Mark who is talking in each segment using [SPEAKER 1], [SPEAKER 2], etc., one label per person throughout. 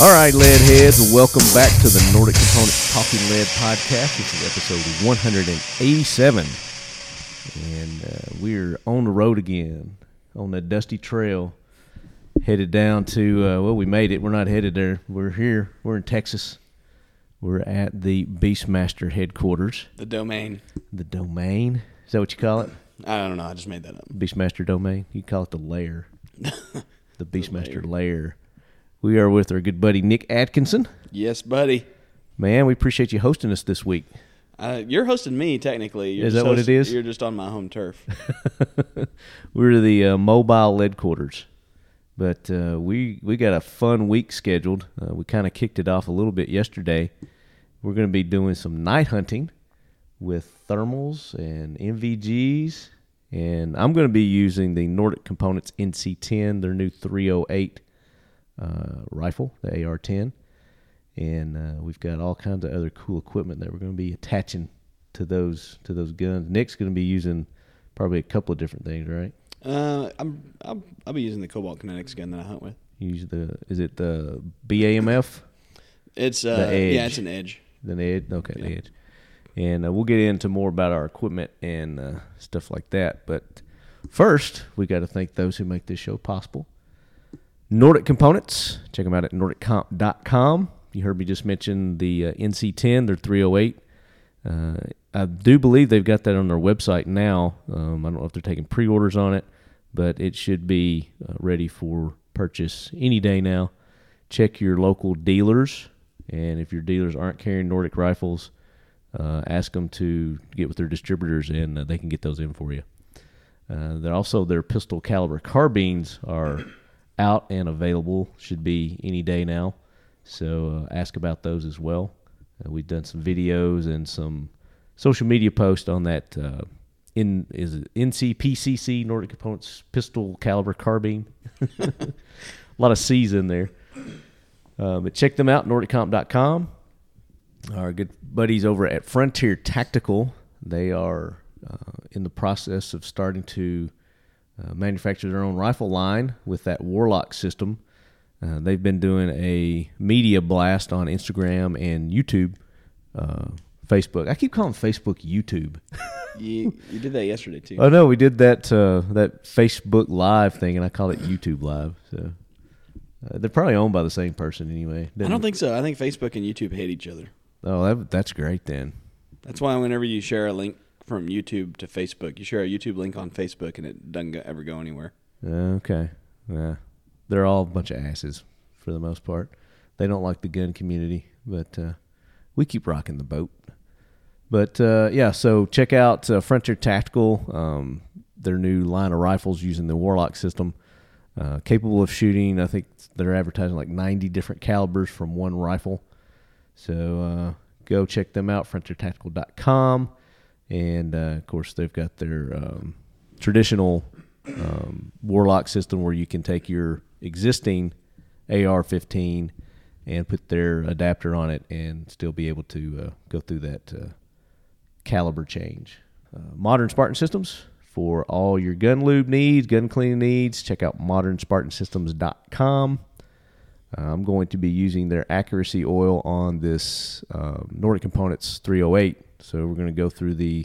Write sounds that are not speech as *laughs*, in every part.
[SPEAKER 1] All right, lead heads, welcome back to the Nordic Components Talking Lead podcast. This is episode 187, and uh, we're on the road again on the dusty trail, headed down to uh, well, we made it. We're not headed there. We're here. We're in Texas. We're at the Beastmaster headquarters,
[SPEAKER 2] The domain.
[SPEAKER 1] the domain. Is that what you call it?
[SPEAKER 2] I don't know. I just made that up.
[SPEAKER 1] Beastmaster domain. You call it the *laughs* lair, the Beastmaster lair. We are with our good buddy Nick Atkinson.
[SPEAKER 2] Yes, buddy.
[SPEAKER 1] Man, we appreciate you hosting us this week.
[SPEAKER 2] Uh, you're hosting me technically. You're
[SPEAKER 1] Is
[SPEAKER 2] just
[SPEAKER 1] that what it
[SPEAKER 2] hosting-
[SPEAKER 1] is?
[SPEAKER 2] You're just on my
[SPEAKER 1] *laughs*
[SPEAKER 2] home turf.
[SPEAKER 1] We're the uh, mobile lead quarters, but uh, we we got a fun week scheduled. Uh, we kind of kicked it off a little bit yesterday. We're going to be doing some night hunting with thermals and MVGs, and I'm going to be using the Nordic Components NC10, their new 308 uh, rifle, the AR10, and uh, we've got all kinds of other cool equipment that we're going to be attaching to those to those guns. Nick's going to be using probably a couple of different things, right?
[SPEAKER 2] Uh, I'm, I'm I'll be using the Cobalt Kinetics gun that I hunt with.
[SPEAKER 1] Use the is it the BAMF?
[SPEAKER 2] It's uh,
[SPEAKER 1] The Edge.
[SPEAKER 2] yeah, it's an edge.
[SPEAKER 1] Then the edge, okay, the edge, and uh, we'll get into more about our equipment and uh, stuff like that. But first, we got to thank those who make this show possible. Nordic Components. Check them out at nordiccomp.com. You heard me just mention the uh, NC10, their 308. Uh, I do believe they've got that on their website now. Um, I don't know if they're taking pre orders on it, but it should be uh, ready for purchase any day now. Check your local dealers, and if your dealers aren't carrying Nordic rifles, uh, ask them to get with their distributors and uh, they can get those in for you. Uh, they're also their pistol caliber carbines are *clears throat* out and available. Should be any day now. So uh, ask about those as well. Uh, we've done some videos and some social media posts on that. Uh, in is it NCPCC Nordic Components pistol caliber carbine. *laughs* A lot of C's in there. Uh, but check them out, nordiccomp.com. Our good buddies over at Frontier Tactical, they are uh, in the process of starting to uh, manufacture their own rifle line with that Warlock system. Uh, they've been doing a media blast on Instagram and YouTube, uh, Facebook. I keep calling Facebook YouTube.
[SPEAKER 2] You you did that
[SPEAKER 1] *laughs*
[SPEAKER 2] yesterday too.
[SPEAKER 1] Oh no, we did that uh, that Facebook Live thing, and I call it YouTube Live. So uh, they're probably owned by the same person anyway.
[SPEAKER 2] I don't think so. I think Facebook and YouTube hate each other.
[SPEAKER 1] Oh, that, that's great then.
[SPEAKER 2] That's why whenever you share a link from YouTube to Facebook, you share a YouTube link on Facebook and it doesn't go, ever go anywhere.
[SPEAKER 1] Okay. Yeah. They're all a bunch of asses for the most part. They don't like the gun community, but uh, we keep rocking the boat. But uh, yeah, so check out uh, Frontier Tactical, um, their new line of rifles using the Warlock system. Uh, capable of shooting, I think they're advertising like 90 different calibers from one rifle. So uh, go check them out, frontiertactical.com. And uh, of course, they've got their um, traditional um, Warlock system where you can take your existing AR 15 and put their adapter on it and still be able to uh, go through that uh, caliber change. Uh, Modern Spartan Systems for all your gun lube needs, gun cleaning needs. Check out modernspartansystems.com. Uh, I'm going to be using their accuracy oil on this uh, Nordic Components 308. So we're going to go through the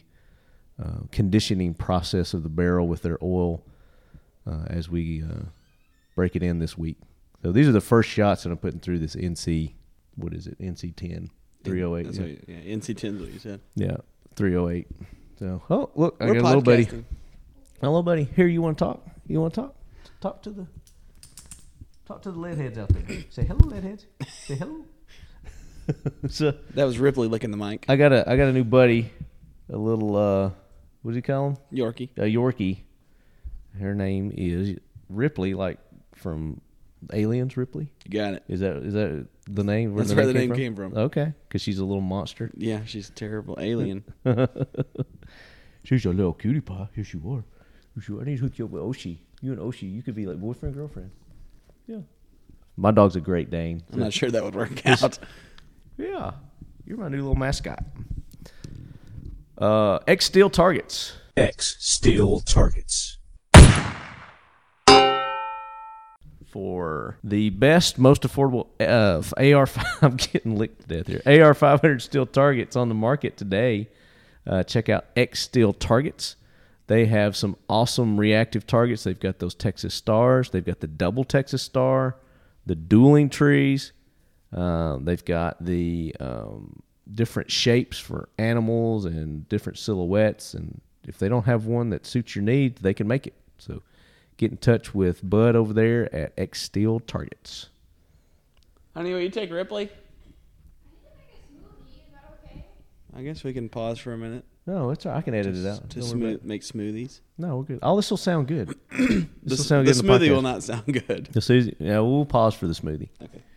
[SPEAKER 1] uh, conditioning process of the barrel with their oil uh, as we uh, break it in this week. So these are the first shots that I'm putting through this NC. What is it? NC 10 308.
[SPEAKER 2] That's
[SPEAKER 1] yeah.
[SPEAKER 2] what you- yeah, NC10 is what you said.
[SPEAKER 1] Yeah, three oh eight. So, oh look, I
[SPEAKER 2] We're
[SPEAKER 1] got a little buddy.
[SPEAKER 2] podcasting.
[SPEAKER 1] Hello, buddy. Here, you want to talk? You want to talk? Talk to the talk to the lead heads out
[SPEAKER 2] *coughs*
[SPEAKER 1] there. Say hello, lead heads. Say
[SPEAKER 2] *laughs*
[SPEAKER 1] hello. so
[SPEAKER 2] That was Ripley licking the mic.
[SPEAKER 1] I got a I got a new buddy, a little uh, what do you call him?
[SPEAKER 2] Yorkie.
[SPEAKER 1] A Yorkie. Her name is Ripley, like from Aliens. Ripley
[SPEAKER 2] You got it.
[SPEAKER 1] is that is that the name?
[SPEAKER 2] That's where the name came from.
[SPEAKER 1] Okay, because she's a little monster.
[SPEAKER 2] Yeah, she's a terrible alien.
[SPEAKER 1] She's a little cutie pie. Here she are. Here she are. I need to hook you up with Oshi. You and Oshi, you could be like boyfriend, girlfriend. Yeah. My dog's a great Dane.
[SPEAKER 2] I'm not sure that would work out.
[SPEAKER 1] Yeah. You're my new little mascot. Uh, X Steel Targets.
[SPEAKER 3] X steel targets.
[SPEAKER 1] for the best, most affordable uh, AR. *laughs* I'm getting licked to death here. AR 500 steel targets on the market today. Uh, check out X Steel Targets. They have some awesome reactive targets. They've got those Texas Stars. They've got the double Texas Star, the dueling trees. Uh, they've got the um, different shapes for animals and different silhouettes. And if they don't have one that suits your needs, they can make it. So get in touch with Bud over there at X Steel Targets.
[SPEAKER 2] Honey, will you take Ripley?
[SPEAKER 3] Smoothie, is that okay?
[SPEAKER 2] I guess we can pause for a minute
[SPEAKER 1] No, it's all right. I can edit it
[SPEAKER 2] to
[SPEAKER 1] out. Don't worry about
[SPEAKER 2] smooth, make smoothies.
[SPEAKER 1] it. No, we're good. All this will sound
[SPEAKER 2] *clears throat*
[SPEAKER 1] good. this will
[SPEAKER 2] The, s-
[SPEAKER 1] sound
[SPEAKER 2] the
[SPEAKER 1] good. in the
[SPEAKER 2] smoothie
[SPEAKER 1] podcast.
[SPEAKER 2] will not sound good.
[SPEAKER 1] The smoothie. Yeah, we'll pause for the smoothie.
[SPEAKER 2] Okay.
[SPEAKER 1] *laughs*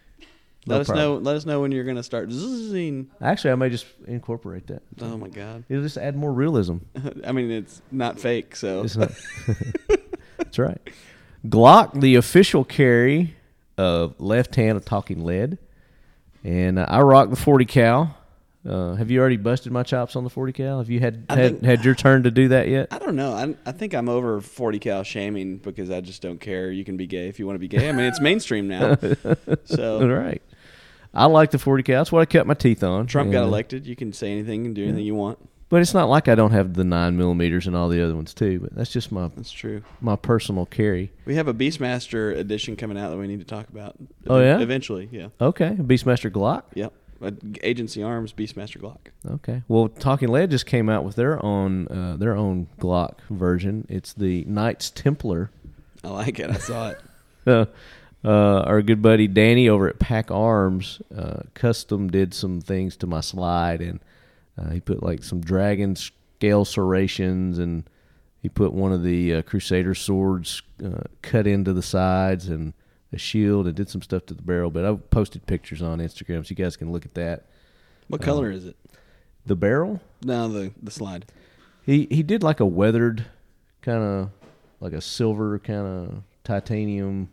[SPEAKER 1] No
[SPEAKER 2] let us
[SPEAKER 1] problem.
[SPEAKER 2] know. Let us know when you're gonna start zizzing.
[SPEAKER 1] Actually, I may just incorporate that.
[SPEAKER 2] Oh my god. *laughs*
[SPEAKER 1] It'll just add more realism.
[SPEAKER 2] I mean, it's not fake, so
[SPEAKER 1] It's not- *laughs* That's right. Glock, the official carry of left hand of talking lead, and uh, I rock the forty cal. Uh, have you already busted my chops on the forty cal? Have you had
[SPEAKER 2] I
[SPEAKER 1] had,
[SPEAKER 2] think-
[SPEAKER 1] had your turn to do that yet?
[SPEAKER 2] I don't know. I, I think I'm over 40 cal shaming because I just don't care. You can be gay if you want to be gay. I mean, it's mainstream now.
[SPEAKER 1] *laughs* All
[SPEAKER 2] So
[SPEAKER 1] right. I like the forty cal. That's what I cut my teeth on.
[SPEAKER 2] Trump got
[SPEAKER 1] And, uh,
[SPEAKER 2] elected. You can say anything and do anything you want.
[SPEAKER 1] but it's not like I don't have the nine millimeters and all the other ones too. But that's just my
[SPEAKER 2] That's true.
[SPEAKER 1] my personal carry.
[SPEAKER 2] We have a Beastmaster edition coming out that we need to talk about.
[SPEAKER 1] Oh, yeah?
[SPEAKER 2] Eventually, yeah.
[SPEAKER 1] Okay, Beastmaster Glock.
[SPEAKER 2] Yep. Uh, Agency Arms Beastmaster Glock.
[SPEAKER 1] Okay. Well, Talking Lead just came out with their own uh, their own Glock version. It's the Knights Templar. *laughs*
[SPEAKER 2] I like it. I saw it.
[SPEAKER 1] Uh, uh, our good buddy Danny over at Pack Arms uh, custom did some things to my slide, and uh, he put like some dragon scale serrations, and he put one of the uh, Crusader swords uh, cut into the sides and a shield, and did some stuff to the barrel. But I posted pictures on Instagram, so you guys can look at that.
[SPEAKER 2] What
[SPEAKER 1] Uh-huh.
[SPEAKER 2] color is it?
[SPEAKER 1] The barrel.
[SPEAKER 2] No, the the slide.
[SPEAKER 1] He he did like a weathered kind of like a silver kind of titanium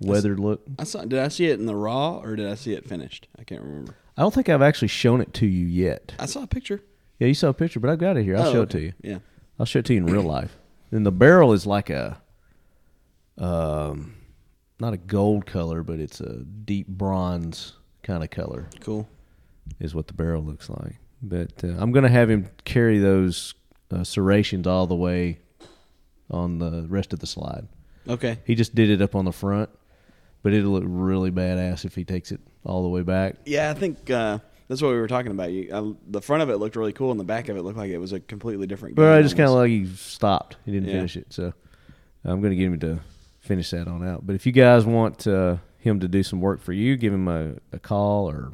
[SPEAKER 1] weathered look.
[SPEAKER 2] I saw. Did I see it in the raw or did I see it finished? I can't remember.
[SPEAKER 1] I don't think I've actually shown it to you yet.
[SPEAKER 2] I saw a picture.
[SPEAKER 1] Yeah, you saw a picture, but I've got it here. I'll
[SPEAKER 2] Oh,
[SPEAKER 1] show
[SPEAKER 2] okay.
[SPEAKER 1] it to you.
[SPEAKER 2] Yeah.
[SPEAKER 1] I'll show it to you in real life. And the barrel is like a um not a gold color, but it's a deep bronze kind of color
[SPEAKER 2] Cool.
[SPEAKER 1] is what the barrel looks like. But uh, I'm going to have him carry those uh, serrations all the way on the rest of the slide.
[SPEAKER 2] Okay.
[SPEAKER 1] He just did it up on the front, but it'll look really badass if he takes it all the way back.
[SPEAKER 2] Yeah, I think uh, that's what we were talking about. You, I, the front of it looked really cool, and the back of it looked like it was a completely different.
[SPEAKER 1] But I
[SPEAKER 2] gun
[SPEAKER 1] just kind of like
[SPEAKER 2] almost.
[SPEAKER 1] he stopped. He didn't
[SPEAKER 2] Yeah.
[SPEAKER 1] finish it, so I'm going to get him to finish that on out. But if you guys want uh, him to do some work for you, give him a, a call or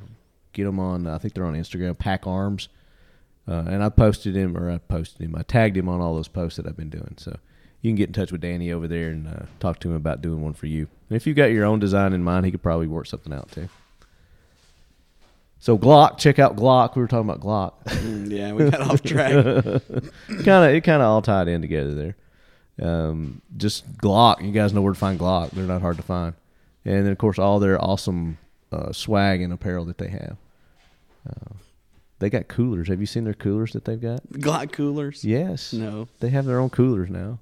[SPEAKER 1] get him on. I think they're on Instagram, Pack Arms. Uh, and I posted him, or I posted him. I tagged him on all those posts that I've been doing. So you can get in touch with Danny over there and uh, talk to him about doing one for you. And if you've got your own design in mind, he could probably work something out too. So Glock, check out Glock. We were talking about Glock
[SPEAKER 2] *laughs* Mm, yeah, we got
[SPEAKER 1] *laughs*
[SPEAKER 2] off track.
[SPEAKER 1] kind of it kind of all tied in together there. Um, just Glock, you guys know where to find Glock. They're not hard to find, and then of course all their awesome uh, swag and apparel that they have. Uh, they got coolers. Have you seen their coolers that they've got?
[SPEAKER 2] Glock coolers.
[SPEAKER 1] Yes.
[SPEAKER 2] No.
[SPEAKER 1] They have their own coolers now.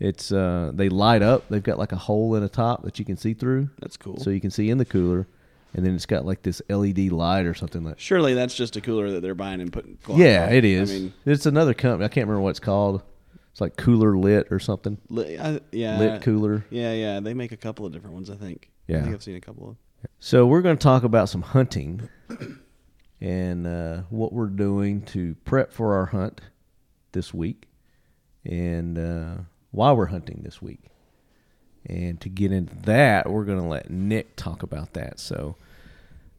[SPEAKER 1] It's uh, they light up. They've got like a hole in the top that you can see through,
[SPEAKER 2] That's cool.
[SPEAKER 1] so you can see in the cooler, and then it's got like this LED light or something like.
[SPEAKER 2] Surely that's just a cooler that they're buying and putting. Glock
[SPEAKER 1] Yeah,
[SPEAKER 2] on.
[SPEAKER 1] it is.
[SPEAKER 2] I mean,
[SPEAKER 1] it's another company. I can't remember what it's called. It's like Cooler Lit or something.
[SPEAKER 2] li- I, yeah,
[SPEAKER 1] Lit Cooler.
[SPEAKER 2] Yeah, yeah. They make a couple of different ones. I think. I
[SPEAKER 1] Yeah.
[SPEAKER 2] think I've seen a couple of.
[SPEAKER 1] So we're going to talk about some hunting and uh, what we're doing to prep for our hunt this week, and uh, why we're hunting this week. And to get into that, we're going to let Nick talk about that. So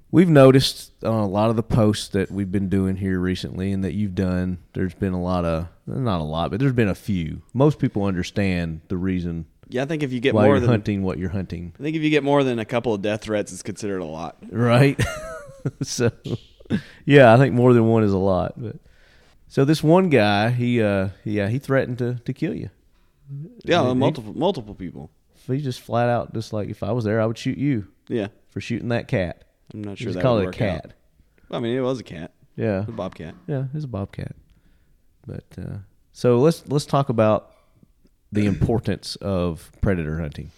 [SPEAKER 1] we've noticed on a lot of the posts that we've been doing here recently and that you've done, there's been a lot of, not a lot, but there's been a few. Most people understand the reason
[SPEAKER 2] Yeah, I think if you get
[SPEAKER 1] why
[SPEAKER 2] more
[SPEAKER 1] you're
[SPEAKER 2] than
[SPEAKER 1] hunting what you're hunting.
[SPEAKER 2] I think if you get more than a couple of death threats, it's considered a lot.
[SPEAKER 1] right? *laughs* so, yeah, I think more than one is a lot. But so this one guy, he, uh, yeah, he threatened to to kill you.
[SPEAKER 2] Yeah,
[SPEAKER 1] He-
[SPEAKER 2] multiple multiple people.
[SPEAKER 1] He just flat out, just like if I was there, I would shoot you
[SPEAKER 2] Yeah,
[SPEAKER 1] for shooting that cat.
[SPEAKER 2] I'm not
[SPEAKER 1] He
[SPEAKER 2] sure
[SPEAKER 1] just
[SPEAKER 2] that
[SPEAKER 1] called it
[SPEAKER 2] would
[SPEAKER 1] a
[SPEAKER 2] work
[SPEAKER 1] cat.
[SPEAKER 2] out. Well, I mean, it was a cat,
[SPEAKER 1] Yeah,
[SPEAKER 2] a bobcat.
[SPEAKER 1] yeah, it's a bobcat. But uh, so let's let's talk about the importance of predator hunting.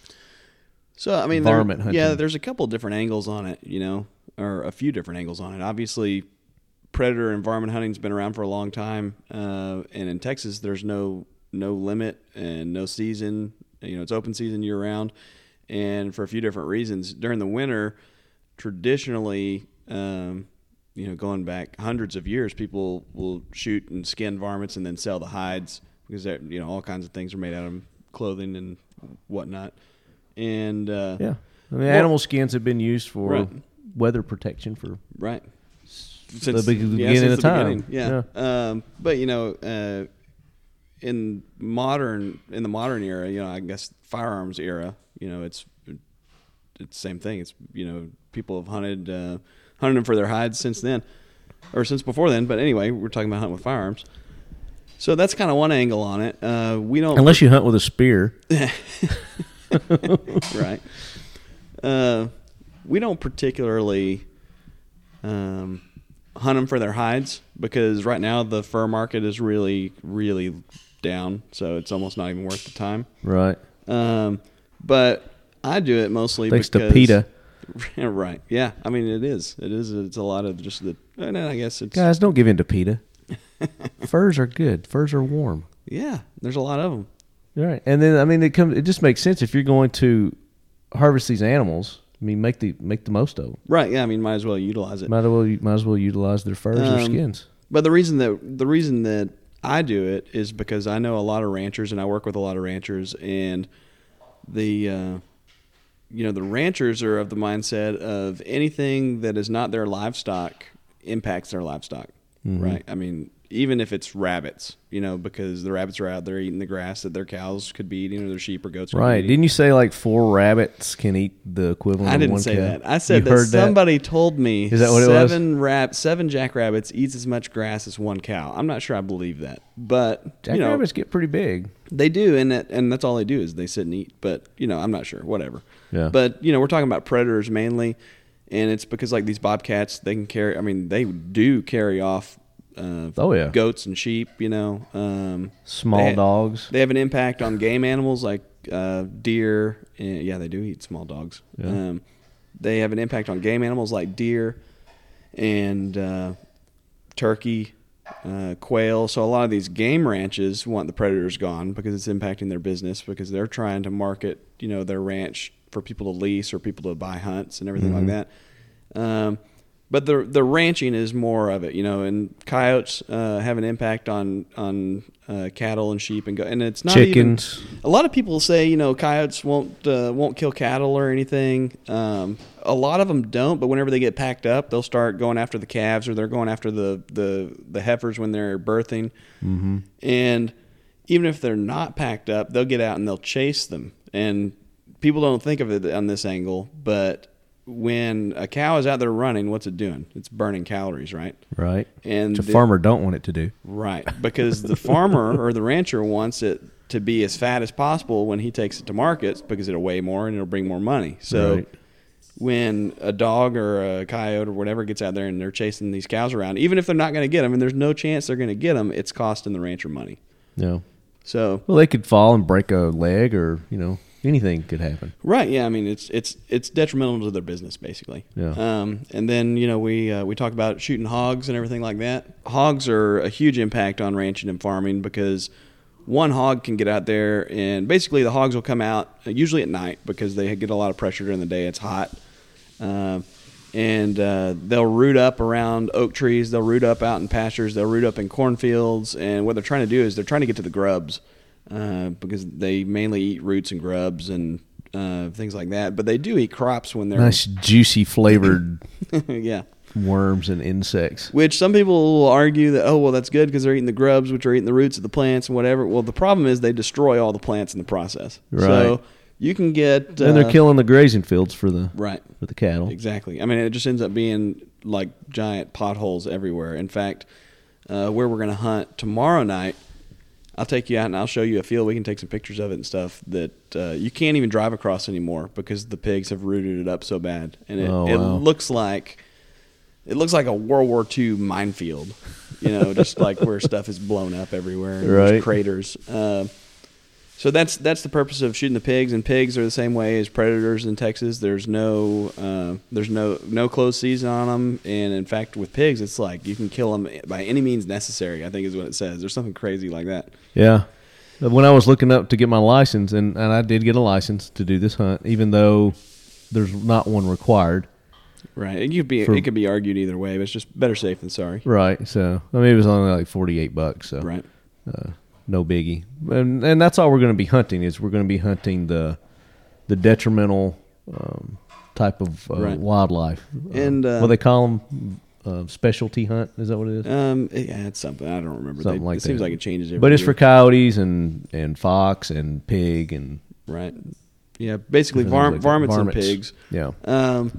[SPEAKER 2] So I mean, there-
[SPEAKER 1] Varmint hunting.
[SPEAKER 2] yeah, there's a couple different angles on it, you know, or a few different angles on it. Obviously, predator and varmint hunting's been around for a long time, uh, and in Texas, there's no no limit and no season. You know, it's open season year round, and for a few different reasons. During the winter, traditionally, um, you know, going back hundreds of years, people will shoot and skin varmints and then sell the hides because they're, you know all kinds of things are made out of clothing and whatnot. And uh,
[SPEAKER 1] Yeah. I mean,
[SPEAKER 2] Well-
[SPEAKER 1] animal skins have been used for
[SPEAKER 2] Right.
[SPEAKER 1] weather protection for
[SPEAKER 2] right.
[SPEAKER 1] the
[SPEAKER 2] yeah,
[SPEAKER 1] beginning of
[SPEAKER 2] the
[SPEAKER 1] time.
[SPEAKER 2] beginning, Yeah. Um, but you know, uh, in modern in the modern era, you know, I guess firearms era, you know, it's it's the same thing. It's you know, people have hunted uh, hunted them for their hides since then, or since before then. But anyway, we're talking about hunting with firearms. So that's kind of one angle on it. Uh, we don't
[SPEAKER 1] Unless you hunt with a spear.
[SPEAKER 2] right. Uh, we don't particularly um, hunt them for their hides because right now the fur market is really, really down. So it's almost not even worth the time.
[SPEAKER 1] Right.
[SPEAKER 2] Um, but I do it mostly
[SPEAKER 1] Thanks to
[SPEAKER 2] because
[SPEAKER 1] PETA.
[SPEAKER 2] *laughs* right? Yeah, I mean it is. It is. It's a lot of just the. And I guess it's
[SPEAKER 1] Guys, don't give in to
[SPEAKER 2] *laughs*
[SPEAKER 1] PETA. Furs are good. Furs are warm.
[SPEAKER 2] yeah. There's a lot of them.
[SPEAKER 1] All right. And then I mean it comes it just makes sense if you're going to harvest these animals, I mean make the make the most of them.
[SPEAKER 2] Right? Yeah. I mean, might as well utilize it.
[SPEAKER 1] Might as well might as well utilize their furs or
[SPEAKER 2] Um,
[SPEAKER 1] skins.
[SPEAKER 2] But the reason that the reason that I do it is because I know a lot of ranchers and I work with a lot of ranchers and the uh, you know the ranchers are of the mindset of anything that is not their livestock impacts their livestock, right? I mean, even if it's rabbits, you know, because the rabbits are out there eating the grass that their cows could be eating or their sheep or goats. could be
[SPEAKER 1] Right.
[SPEAKER 2] eating.
[SPEAKER 1] Didn't you say like four rabbits can eat the equivalent
[SPEAKER 2] I
[SPEAKER 1] of
[SPEAKER 2] didn't
[SPEAKER 1] one
[SPEAKER 2] say
[SPEAKER 1] cow?
[SPEAKER 2] that. I said
[SPEAKER 1] You
[SPEAKER 2] that
[SPEAKER 1] heard
[SPEAKER 2] somebody told me
[SPEAKER 1] Is that what it was?
[SPEAKER 2] seven rab- seven jackrabbits eats as much grass as one cow. I'm not sure I believe that, but you know
[SPEAKER 1] Jackrabbits get pretty big.
[SPEAKER 2] they do, and that, and that's all they do is they sit and eat. But you know I'm not sure. Whatever.
[SPEAKER 1] Yeah.
[SPEAKER 2] But you know we're talking about predators mainly, and it's because like these bobcats, they can carry. I mean they do carry off. Uh,
[SPEAKER 1] Oh, yeah.
[SPEAKER 2] goats and sheep. You know, um,
[SPEAKER 1] Small
[SPEAKER 2] they-
[SPEAKER 1] dogs.
[SPEAKER 2] they have an impact on game animals like uh, deer. And, yeah, they do eat small dogs. Um, they have an impact on game animals like deer and uh, turkey, uh, quail. So a lot of these game ranches want the predators gone because it's impacting their business because they're trying to market, you know, their ranch for people to lease or people to buy hunts and everything like that. Um, but the the ranching is more of it, you know. And coyotes uh, have an impact on on uh, cattle and sheep and go. And it's not even-
[SPEAKER 1] Chickens.
[SPEAKER 2] a lot of people say you know coyotes won't uh, won't kill cattle or anything. Um, a lot of them don't, but whenever they get packed up, they'll start going after the calves or they're going after the the the heifers when they're birthing. Mm-hmm. And even if they're not packed up, they'll get out and they'll chase them. And people don't think of it on this angle, but when a cow is out there running, what's it doing? It's burning calories, right?
[SPEAKER 1] Right.
[SPEAKER 2] And
[SPEAKER 1] Which a
[SPEAKER 2] the-
[SPEAKER 1] farmer don't want it to do.
[SPEAKER 2] Right, because the farmer or the rancher wants it to be as fat as possible when he takes it to markets because it'll weigh more and it'll bring more money. So
[SPEAKER 1] Right.
[SPEAKER 2] when a dog or a coyote or whatever gets out there and they're chasing these cows around, even if they're not going to get them and there's no chance they're going to get them, it's costing the rancher money.
[SPEAKER 1] No.
[SPEAKER 2] So
[SPEAKER 1] Well, they could fall and break a leg, or you know, anything could happen.
[SPEAKER 2] Right. Yeah. I mean, it's it's it's detrimental to their business basically.
[SPEAKER 1] Yeah.
[SPEAKER 2] Um, and then you know we uh, we talk about shooting hogs and everything like that. Hogs are a huge impact on ranching and farming because one hog can get out there and basically the hogs will come out uh, usually at night because they get a lot of pressure during the day. It's hot. Um, and uh, they'll root up around oak trees. They'll root up out in pastures. They'll root up in cornfields. And what they're trying to do is they're trying to get to the grubs uh, because they mainly eat roots and grubs and uh, things like that. But they do eat crops when they're
[SPEAKER 1] Nice juicy flavored
[SPEAKER 2] *laughs* yeah.
[SPEAKER 1] worms and insects.
[SPEAKER 2] Which some people will argue that oh well that's good because they're eating the grubs, which are eating the roots of the plants and whatever. Well, the problem is they destroy all the plants in the process.
[SPEAKER 1] Right.
[SPEAKER 2] So you can get
[SPEAKER 1] And
[SPEAKER 2] uh,
[SPEAKER 1] they're killing the grazing fields for the
[SPEAKER 2] right.
[SPEAKER 1] for the cattle.
[SPEAKER 2] Exactly. I mean, it just ends up being like giant potholes everywhere. In fact, uh, where we're going to hunt tomorrow night, I'll take you out and I'll show you a field. We can take some pictures of it and stuff that uh, you can't even drive across anymore because the pigs have rooted it up so bad, and it,
[SPEAKER 1] Oh,
[SPEAKER 2] it
[SPEAKER 1] wow.
[SPEAKER 2] looks like it looks like a World War II minefield.
[SPEAKER 1] *laughs*
[SPEAKER 2] You know, just like where stuff is blown up everywhere, and there's
[SPEAKER 1] Right.
[SPEAKER 2] craters. Uh, So that's that's the purpose of shooting the pigs, and pigs are the same way as predators in Texas. There's no uh, there's no no closed season on them, and in fact, with pigs, it's like you can kill them by any means necessary. I think is what it says. There's something crazy like that.
[SPEAKER 1] Yeah. When I was looking up to get my license, and, and I did get a license to do this hunt, even though there's not one required.
[SPEAKER 2] Right? It could be
[SPEAKER 1] For-
[SPEAKER 2] it could be argued either way, but it's just better safe than sorry.
[SPEAKER 1] Right. So, I mean, it was only like 48 bucks. So,
[SPEAKER 2] Right.
[SPEAKER 1] uh, no biggie. And, and that's all we're going to be hunting is we're going to be hunting the the detrimental um, type of uh,
[SPEAKER 2] Right.
[SPEAKER 1] wildlife.
[SPEAKER 2] And,
[SPEAKER 1] uh,
[SPEAKER 2] uh,
[SPEAKER 1] what they call them, uh, specialty hunt. Is that what it is?
[SPEAKER 2] Um, yeah, it's something I don't remember.
[SPEAKER 1] Something
[SPEAKER 2] They-
[SPEAKER 1] like
[SPEAKER 2] it seems
[SPEAKER 1] that.
[SPEAKER 2] like it changes every.
[SPEAKER 1] but it's
[SPEAKER 2] year.
[SPEAKER 1] for coyotes and and fox and pig and
[SPEAKER 2] right. Yeah, basically
[SPEAKER 1] different
[SPEAKER 2] var-
[SPEAKER 1] things like that.
[SPEAKER 2] varmints,
[SPEAKER 1] Varmints.
[SPEAKER 2] and pigs.
[SPEAKER 1] Yeah.
[SPEAKER 2] Um,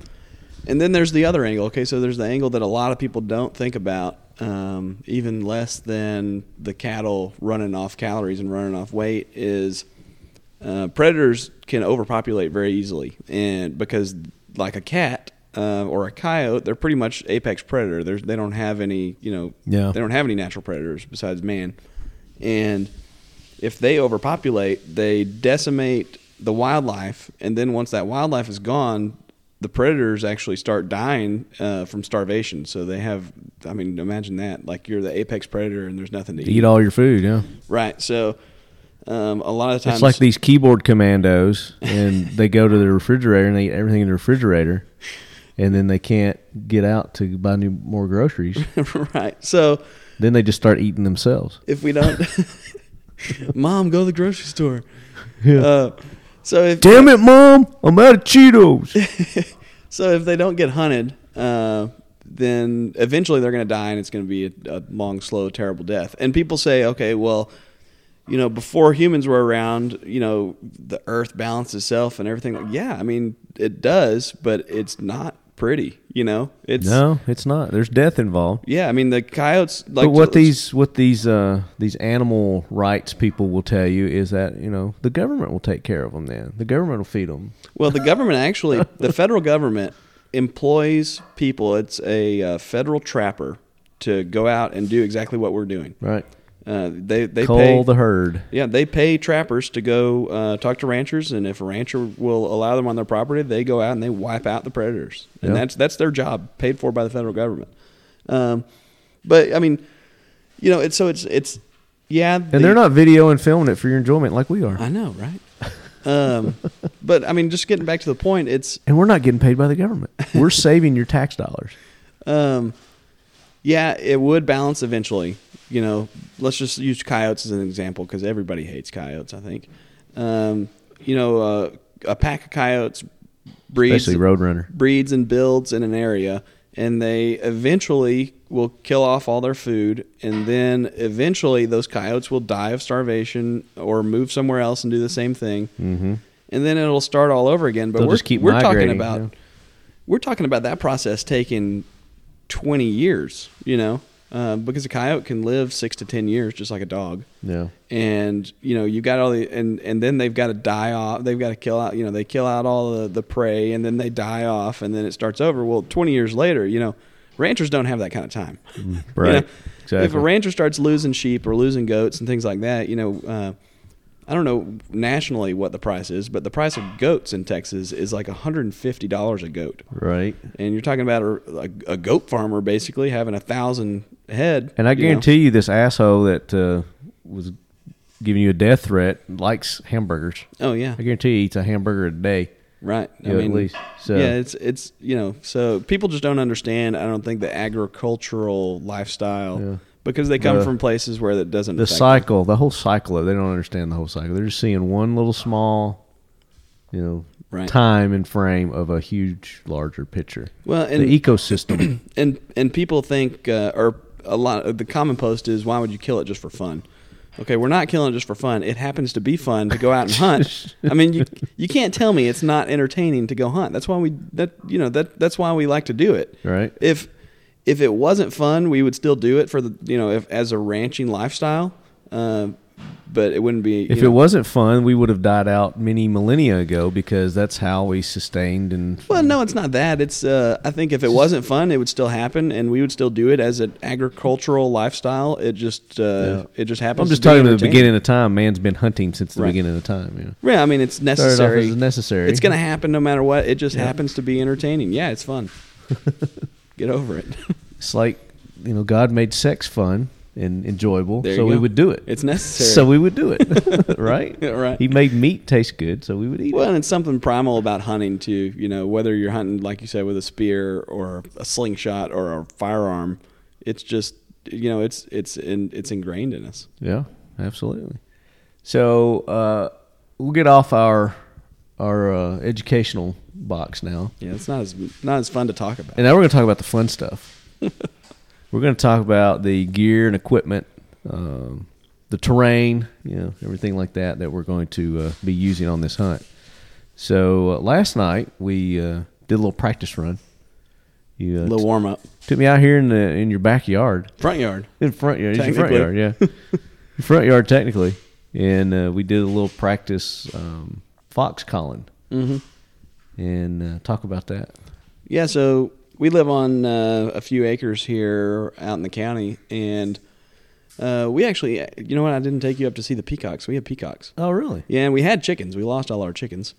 [SPEAKER 2] and then there's the other angle. Okay, so there's the angle that a lot of people don't think about, um, even less than the cattle running off calories and running off weight is uh, predators can overpopulate very easily, and because like a cat. Uh, or a coyote, they're pretty much apex predator. There's, they don't have any, you know,
[SPEAKER 1] Yeah.
[SPEAKER 2] they don't have any natural predators besides man. And if they overpopulate, they decimate the wildlife, and then once that wildlife is gone, the predators actually start dying uh, from starvation. So they have, I mean, imagine that. Like you're the apex predator, and there's nothing to eat.
[SPEAKER 1] Eat all your food. Yeah.
[SPEAKER 2] Right. So um, a lot of times,
[SPEAKER 1] It's like these keyboard commandos, and they go to the refrigerator and they eat everything in the refrigerator, and then they can't get out to buy new more
[SPEAKER 2] *laughs*
[SPEAKER 1] groceries.
[SPEAKER 2] right. So
[SPEAKER 1] then they just start eating themselves.
[SPEAKER 2] if we don't, *laughs* mom, go to the grocery store.
[SPEAKER 1] Yeah.
[SPEAKER 2] Uh, so if
[SPEAKER 1] Damn it, mom! I'm out of Cheetos.
[SPEAKER 2] So if they don't get hunted, uh, then eventually they're going to die, and it's going to be a, a long, slow, terrible death. And people say, okay, well, you know, before humans were around, you know, the Earth balanced itself and everything. Like, yeah, I mean, it does, but it's not pretty. You know, it's
[SPEAKER 1] no, it's not. There's death involved.
[SPEAKER 2] yeah. I mean, the coyotes like
[SPEAKER 1] but what these what these uh, these animal rights people will tell you is that you know the government will take care of them. Then the government will feed them.
[SPEAKER 2] *laughs* Well, the government actually, the federal government employs people. It's a uh, federal trapper to go out and do exactly what we're doing.
[SPEAKER 1] Right.
[SPEAKER 2] Uh, they they
[SPEAKER 1] Cull
[SPEAKER 2] pay
[SPEAKER 1] the herd.
[SPEAKER 2] Yeah, they pay trappers to go uh, talk to ranchers, and if a rancher will allow them on their property, they go out and they wipe out the predators, and
[SPEAKER 1] Yeah.
[SPEAKER 2] that's that's their job, paid for by the federal government. Um, but I mean, you know, it's so it's it's yeah,
[SPEAKER 1] And they're not video and filming it for your enjoyment like we are.
[SPEAKER 2] I know, right? *laughs* um, but I mean, just getting back to the point, it's
[SPEAKER 1] And we're not getting paid by the *laughs* government. We're saving your tax dollars.
[SPEAKER 2] Um, yeah, it would balance eventually. You know, let's just use coyotes as an example because everybody hates coyotes. I think. Um, you know, uh, a pack of coyotes breeds
[SPEAKER 1] Especially Roadrunner.
[SPEAKER 2] breeds and builds in an area, and they eventually will kill off all their food, and then eventually those coyotes will die of starvation or move somewhere else and do the same thing, mm-hmm. and then it'll start all over again. But
[SPEAKER 1] They'll
[SPEAKER 2] we're
[SPEAKER 1] just keep
[SPEAKER 2] we're talking
[SPEAKER 1] migrating,
[SPEAKER 2] about
[SPEAKER 1] yeah.
[SPEAKER 2] we're talking about that process taking twenty years, you know, uh, because a coyote can live six to ten years just like a dog
[SPEAKER 1] Yeah.
[SPEAKER 2] and you know you got all the and and then they've got to die off they've got to kill out you know they kill out all the, the prey and then they die off and then it starts over well 20 years later you know ranchers don't have that kind of time *laughs* You
[SPEAKER 1] Mm-hmm. right.
[SPEAKER 2] know, if
[SPEAKER 1] Exactly.
[SPEAKER 2] a rancher starts losing sheep or losing goats and things like that you know uh, i don't know nationally what the price is but the price of goats in texas is like $150 a goat
[SPEAKER 1] Right.
[SPEAKER 2] and you're talking about a, a, a goat farmer basically having a thousand head
[SPEAKER 1] And I
[SPEAKER 2] you know.
[SPEAKER 1] guarantee you, this asshole that uh, was giving you a death threat likes hamburgers.
[SPEAKER 2] oh yeah
[SPEAKER 1] I guarantee he eats a hamburger a day.
[SPEAKER 2] Right.
[SPEAKER 1] Yeah, at least. So-
[SPEAKER 2] yeah, it's it's you know, so people just don't understand. I don't think the agricultural lifestyle
[SPEAKER 1] Yeah.
[SPEAKER 2] because they come
[SPEAKER 1] The-
[SPEAKER 2] from places where that doesn't.
[SPEAKER 1] The
[SPEAKER 2] affect them.
[SPEAKER 1] cycle, the whole cycle of they don't understand the whole cycle. They're just seeing one little small, you know,
[SPEAKER 2] Right.
[SPEAKER 1] time and frame of a huge, larger picture.
[SPEAKER 2] Well, and
[SPEAKER 1] the
[SPEAKER 2] *clears throat*
[SPEAKER 1] ecosystem.
[SPEAKER 2] and and people think uh, or a lot of the common post is why would you kill it just for fun okay we're not killing it just for fun it happens to be fun to go out and
[SPEAKER 1] *laughs*
[SPEAKER 2] hunt i mean you, you can't tell me it's not entertaining to go hunt that's why we that you know that that's why we like to do it
[SPEAKER 1] Right.
[SPEAKER 2] if if it wasn't fun we would still do it for the you know if as a ranching lifestyle um but it wouldn't be
[SPEAKER 1] If
[SPEAKER 2] you
[SPEAKER 1] it
[SPEAKER 2] know-
[SPEAKER 1] wasn't fun, we would have died out many millennia ago because that's how we sustained and
[SPEAKER 2] Well, no, it's not that. It's uh, I think if it wasn't fun, it would still happen, and we would still do it as an agricultural lifestyle. It just uh, it just happens.
[SPEAKER 1] I'm just
[SPEAKER 2] to be
[SPEAKER 1] talking to the
[SPEAKER 2] entertaining.
[SPEAKER 1] beginning of time. Man's been hunting since the
[SPEAKER 2] Right.
[SPEAKER 1] beginning of time. You know?
[SPEAKER 2] Yeah, I mean it's
[SPEAKER 1] Started off
[SPEAKER 2] necessary.
[SPEAKER 1] as necessary.
[SPEAKER 2] It's going to happen no matter what. It just happens to be entertaining. Yeah,
[SPEAKER 1] *laughs*
[SPEAKER 2] it's fun. Get over it. *laughs*
[SPEAKER 1] It's like you know, God made sex fun and enjoyable,
[SPEAKER 2] There
[SPEAKER 1] so
[SPEAKER 2] you
[SPEAKER 1] we
[SPEAKER 2] go.
[SPEAKER 1] would do it.
[SPEAKER 2] It's necessary.
[SPEAKER 1] so we would do it, *laughs* right?
[SPEAKER 2] *laughs* Right.
[SPEAKER 1] He made meat taste good, so we would eat
[SPEAKER 2] Well,
[SPEAKER 1] it.
[SPEAKER 2] and it's something primal about hunting too. You know, whether you're hunting, like you said, with a spear or a slingshot or a firearm, it's just you know, it's it's in, it's ingrained in us.
[SPEAKER 1] Yeah, absolutely. So uh, we'll get off our our uh, educational box now,
[SPEAKER 2] Yeah, it's not as not as fun to talk about.
[SPEAKER 1] and now we're going to talk about the fun stuff. we're going to talk about the gear and equipment, um, the terrain, you know, everything like that that we're going to uh, be using on this hunt. So uh, last night we uh, did a little practice run. You uh,
[SPEAKER 2] little warm up.
[SPEAKER 1] took me out here in the in your backyard.
[SPEAKER 2] Front yard.
[SPEAKER 1] In front yard. It's your front yard,
[SPEAKER 2] Technically.
[SPEAKER 1] yeah. Your front yard, technically. And uh, we did a little practice um, fox calling.
[SPEAKER 2] Mhm.
[SPEAKER 1] And uh, talk about that.
[SPEAKER 2] Yeah, so we live on uh, a few acres here out in the county, and uh, we actually, you know what? I didn't take you up to see the peacocks. We have peacocks.
[SPEAKER 1] Oh, really?
[SPEAKER 2] Yeah, and we had chickens. We lost all our chickens.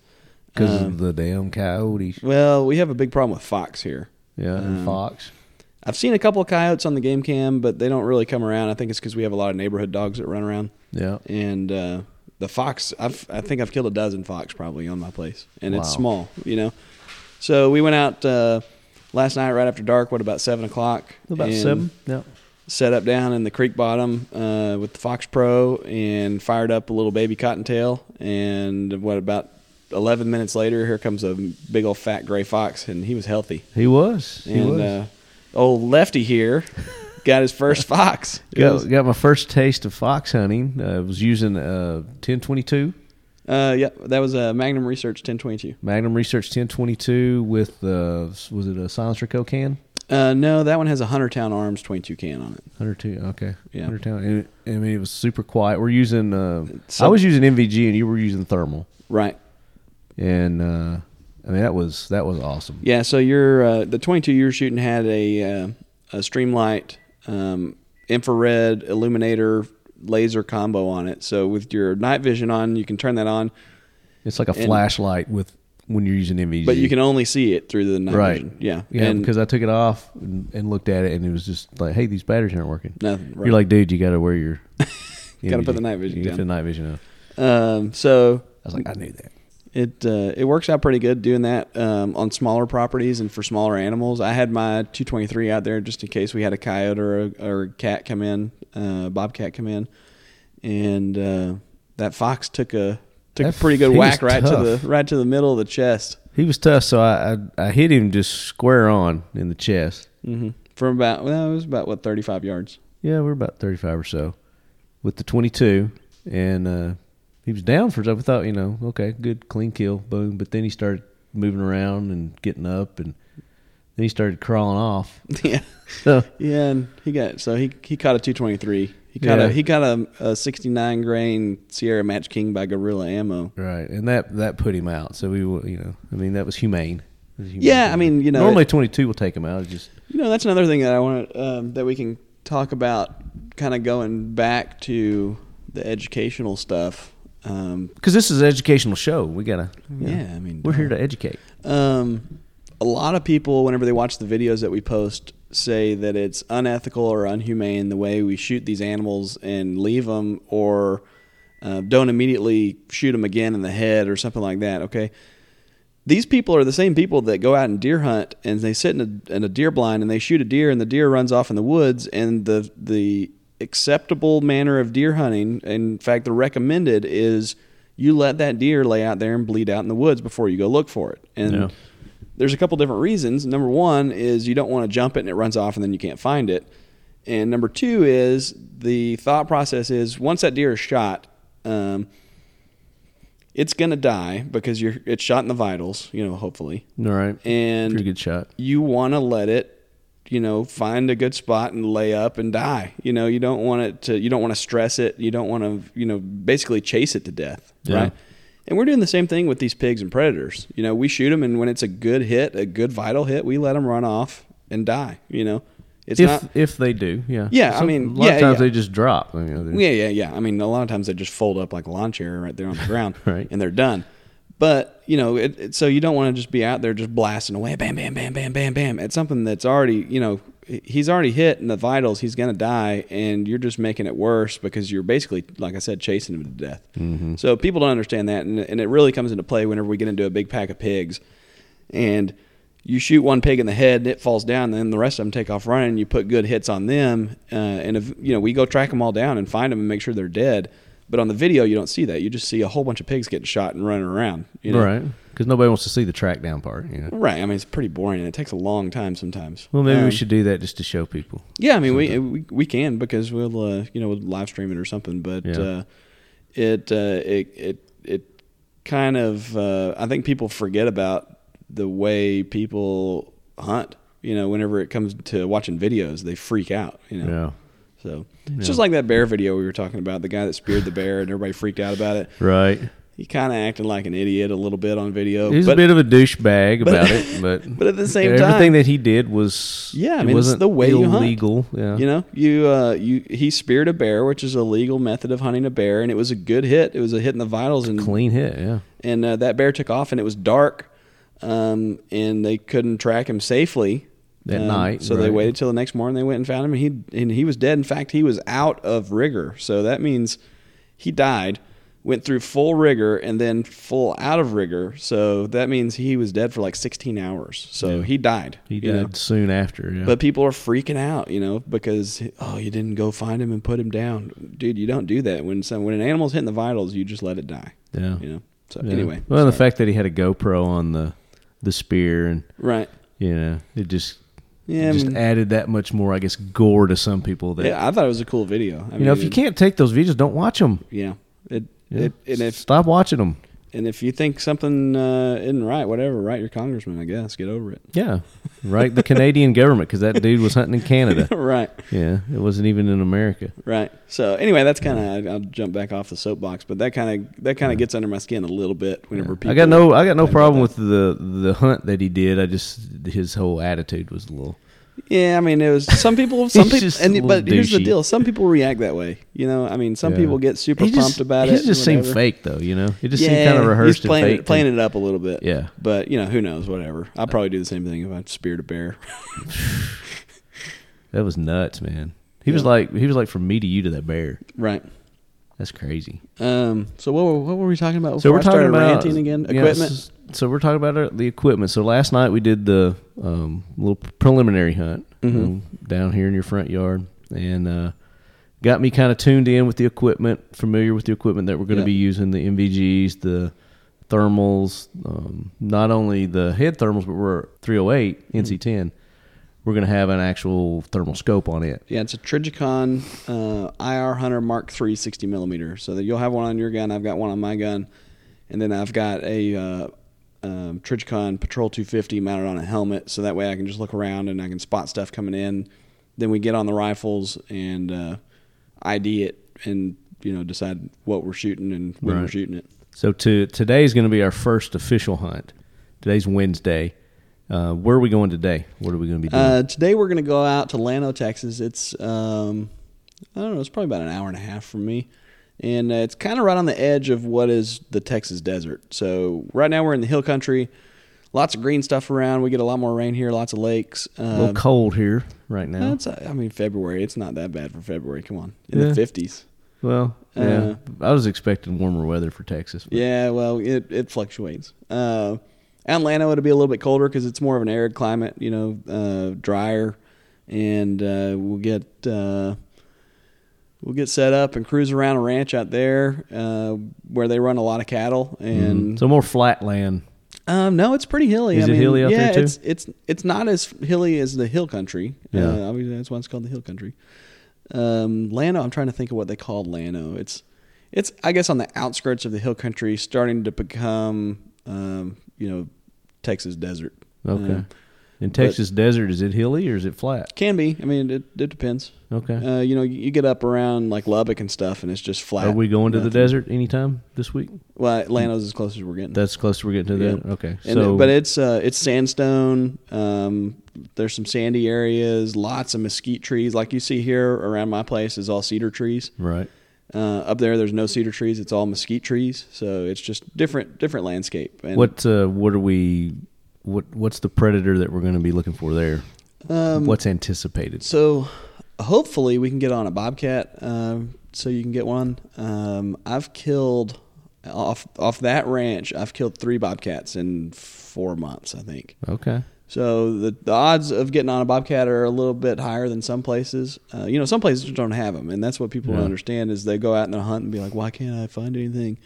[SPEAKER 1] Because
[SPEAKER 2] Um,
[SPEAKER 1] of the damn coyotes.
[SPEAKER 2] Well, we have a big problem with fox here.
[SPEAKER 1] Yeah, and
[SPEAKER 2] um,
[SPEAKER 1] fox.
[SPEAKER 2] I've seen a couple of coyotes on the game cam, but they don't really come around. I think it's because we have a lot of neighborhood dogs that run around.
[SPEAKER 1] Yeah.
[SPEAKER 2] and uh, the fox I've, i think i've killed a dozen fox probably on my place and it's
[SPEAKER 1] Wow.
[SPEAKER 2] small you know so we went out uh, last night right after dark what about seven o'clock
[SPEAKER 1] About
[SPEAKER 2] and
[SPEAKER 1] seven. Yeah.
[SPEAKER 2] set up down in the creek bottom uh, with the fox pro and fired up a little baby cottontail and what about 11 minutes later here comes a big old fat gray fox and he was healthy
[SPEAKER 1] He was. He
[SPEAKER 2] and
[SPEAKER 1] was.
[SPEAKER 2] uh, old lefty here got his
[SPEAKER 1] *laughs*
[SPEAKER 2] first fox It was-
[SPEAKER 1] got, got my first taste of fox hunting. Uh, I was using uh, 1022,
[SPEAKER 2] uh, yeah that was a magnum research 1022
[SPEAKER 1] Magnum Research 1022 with, uh, was it a silencer can?
[SPEAKER 2] Uh, no, that one has a Hunter Town Arms 22 can on it.
[SPEAKER 1] 102 okay
[SPEAKER 2] Yeah.
[SPEAKER 1] 100 and it- i mean it was super quiet we're using uh,
[SPEAKER 2] So-
[SPEAKER 1] i was using mvg and you were using thermal
[SPEAKER 2] Right.
[SPEAKER 1] and uh, i mean that was that was awesome
[SPEAKER 2] Yeah. So your uh, the 22 you're shooting had a uh, a streamlight um, infrared illuminator laser combo on it. So with your night vision on, you can turn that on,
[SPEAKER 1] it's like a
[SPEAKER 2] And-
[SPEAKER 1] flashlight with when you're using mvg
[SPEAKER 2] but you can only see it through the night
[SPEAKER 1] right
[SPEAKER 2] vision. Yeah.
[SPEAKER 1] yeah
[SPEAKER 2] And
[SPEAKER 1] because i took it off and, and looked at it and it was just like hey these batteries aren't working
[SPEAKER 2] nothing. Right.
[SPEAKER 1] you're like dude you gotta wear your
[SPEAKER 2] Gotta put
[SPEAKER 1] MVG.
[SPEAKER 2] the night vision
[SPEAKER 1] you gotta
[SPEAKER 2] down.
[SPEAKER 1] put the night vision on
[SPEAKER 2] um, so
[SPEAKER 1] i was like i knew that
[SPEAKER 2] It uh, it works out pretty good doing that um, on smaller properties and for smaller animals. I had my 223 out there just in case we had a coyote or a, or a cat come in, uh, bobcat come in, and uh, that fox took a took
[SPEAKER 1] That-
[SPEAKER 2] a pretty good
[SPEAKER 1] he was
[SPEAKER 2] whack right to
[SPEAKER 1] tough.
[SPEAKER 2] the right to the middle of the chest
[SPEAKER 1] he was tough so i i, I hit him just square on in the chest
[SPEAKER 2] hmm from about well it was about what 35 yards. *laughs*
[SPEAKER 1] Yeah, we're about thirty-five or so with the twenty-two, and uh, he was down for. I thought, you know, okay, good, clean kill, boom. But then he started moving around and getting up, and then he started crawling
[SPEAKER 2] *laughs*
[SPEAKER 1] off.
[SPEAKER 2] yeah,
[SPEAKER 1] So
[SPEAKER 2] yeah, and he got so he he caught a 223. He caught
[SPEAKER 1] Yeah.
[SPEAKER 2] a he caught a, a 69 grain Sierra Match King by Gorilla Ammo.
[SPEAKER 1] right, and that that put him out. So we, were- you know, I mean, that was humane. It was humane.
[SPEAKER 2] Yeah, I mean, you know,
[SPEAKER 1] normally twenty-two will take him out. It's just
[SPEAKER 2] You know, that's another thing that I want to, um, that we can talk about, kind of going back to the educational stuff. Um,
[SPEAKER 1] because this is an educational show. We gotta. you know,
[SPEAKER 2] Yeah, I mean,
[SPEAKER 1] we're here to educate.
[SPEAKER 2] um, a lot of people, whenever they watch the videos that we post, say that it's unethical or unhumane the way we shoot these animals and leave them, or uh, don't immediately shoot them again in the head or something like that. Okay, these people are the same people that go out and deer hunt and they sit in a, in a deer blind and they shoot a deer and the deer runs off in the woods and the the acceptable manner of deer hunting in fact the recommended is you let that deer lay out there and bleed out in the woods before you go look for it and
[SPEAKER 1] Yeah.
[SPEAKER 2] there's a couple different reasons number one is you don't want to jump it and it runs off and then you can't find it and number two is the thought process is once that deer is shot um, it's going to die because you're it's shot in the vitals, you know, hopefully.
[SPEAKER 1] All right,
[SPEAKER 2] And
[SPEAKER 1] pretty good shot.
[SPEAKER 2] you want to let it you know, find a good spot and lay up and die. You know, you don't want it to, you don't want to stress it. You don't want to, you know, basically chase it to death.
[SPEAKER 1] Yeah.
[SPEAKER 2] Right. And we're doing the same thing with these pigs and predators. You know, we shoot them, and when it's a good hit, a good vital hit, we let them run off and die. You know, it's
[SPEAKER 1] if
[SPEAKER 2] not.
[SPEAKER 1] if they do, yeah,
[SPEAKER 2] Yeah, I
[SPEAKER 1] a
[SPEAKER 2] mean,
[SPEAKER 1] lot
[SPEAKER 2] yeah,
[SPEAKER 1] of times
[SPEAKER 2] yeah.
[SPEAKER 1] they just drop. You know, they're-
[SPEAKER 2] Yeah, yeah, yeah. I mean, a lot of times they just fold up like a lawn chair right there on the ground,
[SPEAKER 1] Right.
[SPEAKER 2] and they're done. But you know, it, it, so you don't want to just be out there just blasting away, bam, bam, bam, bam, bam, bam, at something that's already, you know, he- he's already hit in the vitals. He's gonna die, and you're just making it worse because you're basically, like I said, chasing him to death. So people don't understand that, and, and it really comes into play whenever we get into a big pack of pigs, and you shoot one pig in the head and it falls down then the rest of them take off running you put good hits on them uh, and if you know we go track them all down and find them and make sure they're dead but on the video you don't see that you just see a whole bunch of pigs getting shot and running around you know?
[SPEAKER 1] right, because nobody wants to see the track down part. You know,
[SPEAKER 2] right i mean it's pretty boring and it takes a long time sometimes
[SPEAKER 1] well, maybe
[SPEAKER 2] Um,
[SPEAKER 1] we should do that just to show people.
[SPEAKER 2] yeah, I mean, we, we we can because we'll uh, you know we'll live stream it or something. But
[SPEAKER 1] Yeah.
[SPEAKER 2] uh, it uh, it it it kind of uh, I think people forget about the way people hunt. You know, whenever it comes to watching videos, they freak out. You know,
[SPEAKER 1] Yeah,
[SPEAKER 2] so it's just like that bear video we were talking about. The guy that speared the bear and everybody freaked out about it.
[SPEAKER 1] right.
[SPEAKER 2] He kind of acted like an idiot a little bit on video.
[SPEAKER 1] He's
[SPEAKER 2] but,
[SPEAKER 1] a bit of a douchebag
[SPEAKER 2] but- *laughs*
[SPEAKER 1] about it, but
[SPEAKER 2] but at the same
[SPEAKER 1] everything
[SPEAKER 2] time,
[SPEAKER 1] that he did was
[SPEAKER 2] Yeah, I
[SPEAKER 1] it
[SPEAKER 2] mean, it's
[SPEAKER 1] wasn't
[SPEAKER 2] the way you hunt.
[SPEAKER 1] illegal. Yeah,
[SPEAKER 2] You know, you uh, you he speared a bear, which is a legal method of hunting a bear, and it was a good hit. It was a hit in the vitals, and
[SPEAKER 1] clean hit. Yeah,
[SPEAKER 2] and uh, that bear took off, and it was dark, um, and they couldn't track him safely
[SPEAKER 1] That
[SPEAKER 2] Um,
[SPEAKER 1] night,
[SPEAKER 2] So they
[SPEAKER 1] right.
[SPEAKER 2] waited till the next morning. They went and found him, and he and he was dead. In fact, he was out of rigor, so that means he died. Went through full rigor and then full out of rigor, so that means he was dead for like 16 hours. So he died.
[SPEAKER 1] he
[SPEAKER 2] you know?
[SPEAKER 1] died soon after. Yeah,
[SPEAKER 2] But people are freaking out, you know, because oh, you didn't go find him and put him down, dude. You don't do that when some when an animal's hitting the vitals, you just let it die.
[SPEAKER 1] yeah.
[SPEAKER 2] You know. So
[SPEAKER 1] Yeah.
[SPEAKER 2] anyway,
[SPEAKER 1] well, the
[SPEAKER 2] sorry.
[SPEAKER 1] fact that he had a GoPro on the the spear and
[SPEAKER 2] right?
[SPEAKER 1] you know it just it
[SPEAKER 2] Yeah, I,
[SPEAKER 1] just
[SPEAKER 2] mean,
[SPEAKER 1] added that much more, I guess, gore to some people. That
[SPEAKER 2] yeah, I thought it was a cool video. I
[SPEAKER 1] you know, if you can't take those videos, don't watch them.
[SPEAKER 2] yeah. It, it and if
[SPEAKER 1] Stop watching them.
[SPEAKER 2] and if you think something uh, isn't right, whatever, write your congressman. I guess get over it. *laughs*
[SPEAKER 1] Yeah, right. The Canadian government, because that dude was hunting in Canada.
[SPEAKER 2] right,
[SPEAKER 1] Yeah, it wasn't even in America.
[SPEAKER 2] right. So anyway, that's kind of I'll jump back off the soapbox, but that kind of that kind of gets under my skin a little bit whenever people.
[SPEAKER 1] I got no, I got no
[SPEAKER 2] complain about
[SPEAKER 1] problem
[SPEAKER 2] that.
[SPEAKER 1] with the the hunt that he did. I just his whole attitude was a little.
[SPEAKER 2] Yeah, I mean, it was some people.
[SPEAKER 1] *laughs*
[SPEAKER 2] Some
[SPEAKER 1] He's
[SPEAKER 2] people,
[SPEAKER 1] just a
[SPEAKER 2] and,
[SPEAKER 1] little
[SPEAKER 2] but here's the
[SPEAKER 1] douchey.
[SPEAKER 2] deal: some people react that way. You know, I mean, some
[SPEAKER 1] Yeah.
[SPEAKER 2] people get super
[SPEAKER 1] he
[SPEAKER 2] pumped
[SPEAKER 1] just,
[SPEAKER 2] about
[SPEAKER 1] he
[SPEAKER 2] it.
[SPEAKER 1] just
[SPEAKER 2] and
[SPEAKER 1] seemed
[SPEAKER 2] whatever.
[SPEAKER 1] fake though, you know. It just seemed kind of rehearsed
[SPEAKER 2] He's playing,
[SPEAKER 1] and fake.
[SPEAKER 2] it, playing it up a little bit.
[SPEAKER 1] Yeah.
[SPEAKER 2] but you know, who knows? Whatever. I'll probably do the same thing if I speared a bear. *laughs*
[SPEAKER 1] That was nuts, man. He was
[SPEAKER 2] Yeah.
[SPEAKER 1] like he was like from me to you to that bear.
[SPEAKER 2] right.
[SPEAKER 1] That's crazy.
[SPEAKER 2] Um. So what were, what were we talking about? Before
[SPEAKER 1] So we're
[SPEAKER 2] I
[SPEAKER 1] talking
[SPEAKER 2] started
[SPEAKER 1] about
[SPEAKER 2] ranting again.
[SPEAKER 1] yeah,
[SPEAKER 2] Equipment.
[SPEAKER 1] s- So we're talking about our- the equipment. So last night we did the um, little preliminary hunt
[SPEAKER 2] Mm-hmm.
[SPEAKER 1] um, down here in your front yard, and uh, got me kind of tuned in with the equipment, familiar with the equipment that we're going to
[SPEAKER 2] Yeah.
[SPEAKER 1] be using, the MVGs, the thermals, um, not only the head thermals, but we're 308
[SPEAKER 2] Mm-hmm.
[SPEAKER 1] NC10. We're going to have an actual thermal scope on it.
[SPEAKER 2] Yeah, it's a Trigicon uh, IR Hunter Mark III 60 millimeter. So that you'll have one on your gun. I've got one on my gun, and then I've got a uh, um, Trigicon Patrol 250 mounted on a helmet. So that way I can just look around and I can spot stuff coming in. Then we get on the rifles and uh, ID it, and you know decide what we're shooting and when we're
[SPEAKER 1] Right.
[SPEAKER 2] shooting it.
[SPEAKER 1] So to today's going to be our first official hunt. Today's Wednesday. Uh, where are we going today? What are we going to be doing?
[SPEAKER 2] Uh, today we're going to go out to Lano, Texas. It's um, I don't know, it's probably about an hour and a half from me, and uh, it's kind of right on the edge of what is the Texas desert. So right now we're in the hill country, lots of green stuff around. We get a lot more rain here, lots of lakes.
[SPEAKER 1] a little
[SPEAKER 2] Um,
[SPEAKER 1] cold here right now.
[SPEAKER 2] that's I mean February. It's not that bad for February. Come on, in
[SPEAKER 1] Yeah.
[SPEAKER 2] the fifties.
[SPEAKER 1] Well, yeah,
[SPEAKER 2] uh,
[SPEAKER 1] I was expecting warmer weather for Texas. but-
[SPEAKER 2] Yeah, well, it, it fluctuates. Uh, out in Lano, it'll be a little bit colder because it's more of an arid climate, you know, uh, drier, and uh, we'll get uh, we'll get set up and cruise around a ranch out there uh, where they run a lot of cattle. And
[SPEAKER 1] mm-hmm. so more flat land.
[SPEAKER 2] um, no, it's pretty hilly.
[SPEAKER 1] Is
[SPEAKER 2] I
[SPEAKER 1] it
[SPEAKER 2] mean,
[SPEAKER 1] hilly out
[SPEAKER 2] yeah,
[SPEAKER 1] there, too?
[SPEAKER 2] it's it's it's not as hilly as the hill country.
[SPEAKER 1] Yeah.
[SPEAKER 2] Uh, obviously that's why it's called the hill country. Um, Lano, I'm trying to think of what they called Lano. It's it's I guess on the outskirts of the hill country, starting to become um, you know Texas desert.
[SPEAKER 1] Okay.
[SPEAKER 2] Um,
[SPEAKER 1] In Texas desert, is it hilly or is it flat?
[SPEAKER 2] Can be. I mean, it, it depends.
[SPEAKER 1] Okay.
[SPEAKER 2] Uh, you know, you you get up around like Lubbock and stuff, and it's just flat.
[SPEAKER 1] Are we going to the
[SPEAKER 2] Nothing.
[SPEAKER 1] desert anytime this week?
[SPEAKER 2] Well, Atlanta's as close as we're getting.
[SPEAKER 1] That's close. We're getting to
[SPEAKER 2] Yeah.
[SPEAKER 1] that. Okay.
[SPEAKER 2] And
[SPEAKER 1] so,
[SPEAKER 2] it- but it's uh, it's sandstone. Um, there's some sandy areas, lots of mesquite trees. Like you see here around my place is all cedar trees.
[SPEAKER 1] right.
[SPEAKER 2] Uh, up there, there's no cedar trees. It's all mesquite trees. So it's just different different landscape. And,
[SPEAKER 1] What uh, what are we? What what's the predator that we're going to be looking for there?
[SPEAKER 2] Um,
[SPEAKER 1] what's anticipated?
[SPEAKER 2] So hopefully we can get on a bobcat. Um, so you can get one. Um, I've killed off off that ranch. I've killed three bobcats in four months, I think.
[SPEAKER 1] Okay.
[SPEAKER 2] So the, the odds of getting on a bobcat are a little bit higher than some places. Uh, you know, some places just don't have them, and that's what people
[SPEAKER 1] Yeah.
[SPEAKER 2] don't understand is they go out and they hunt and be like, "Why can't I find anything?"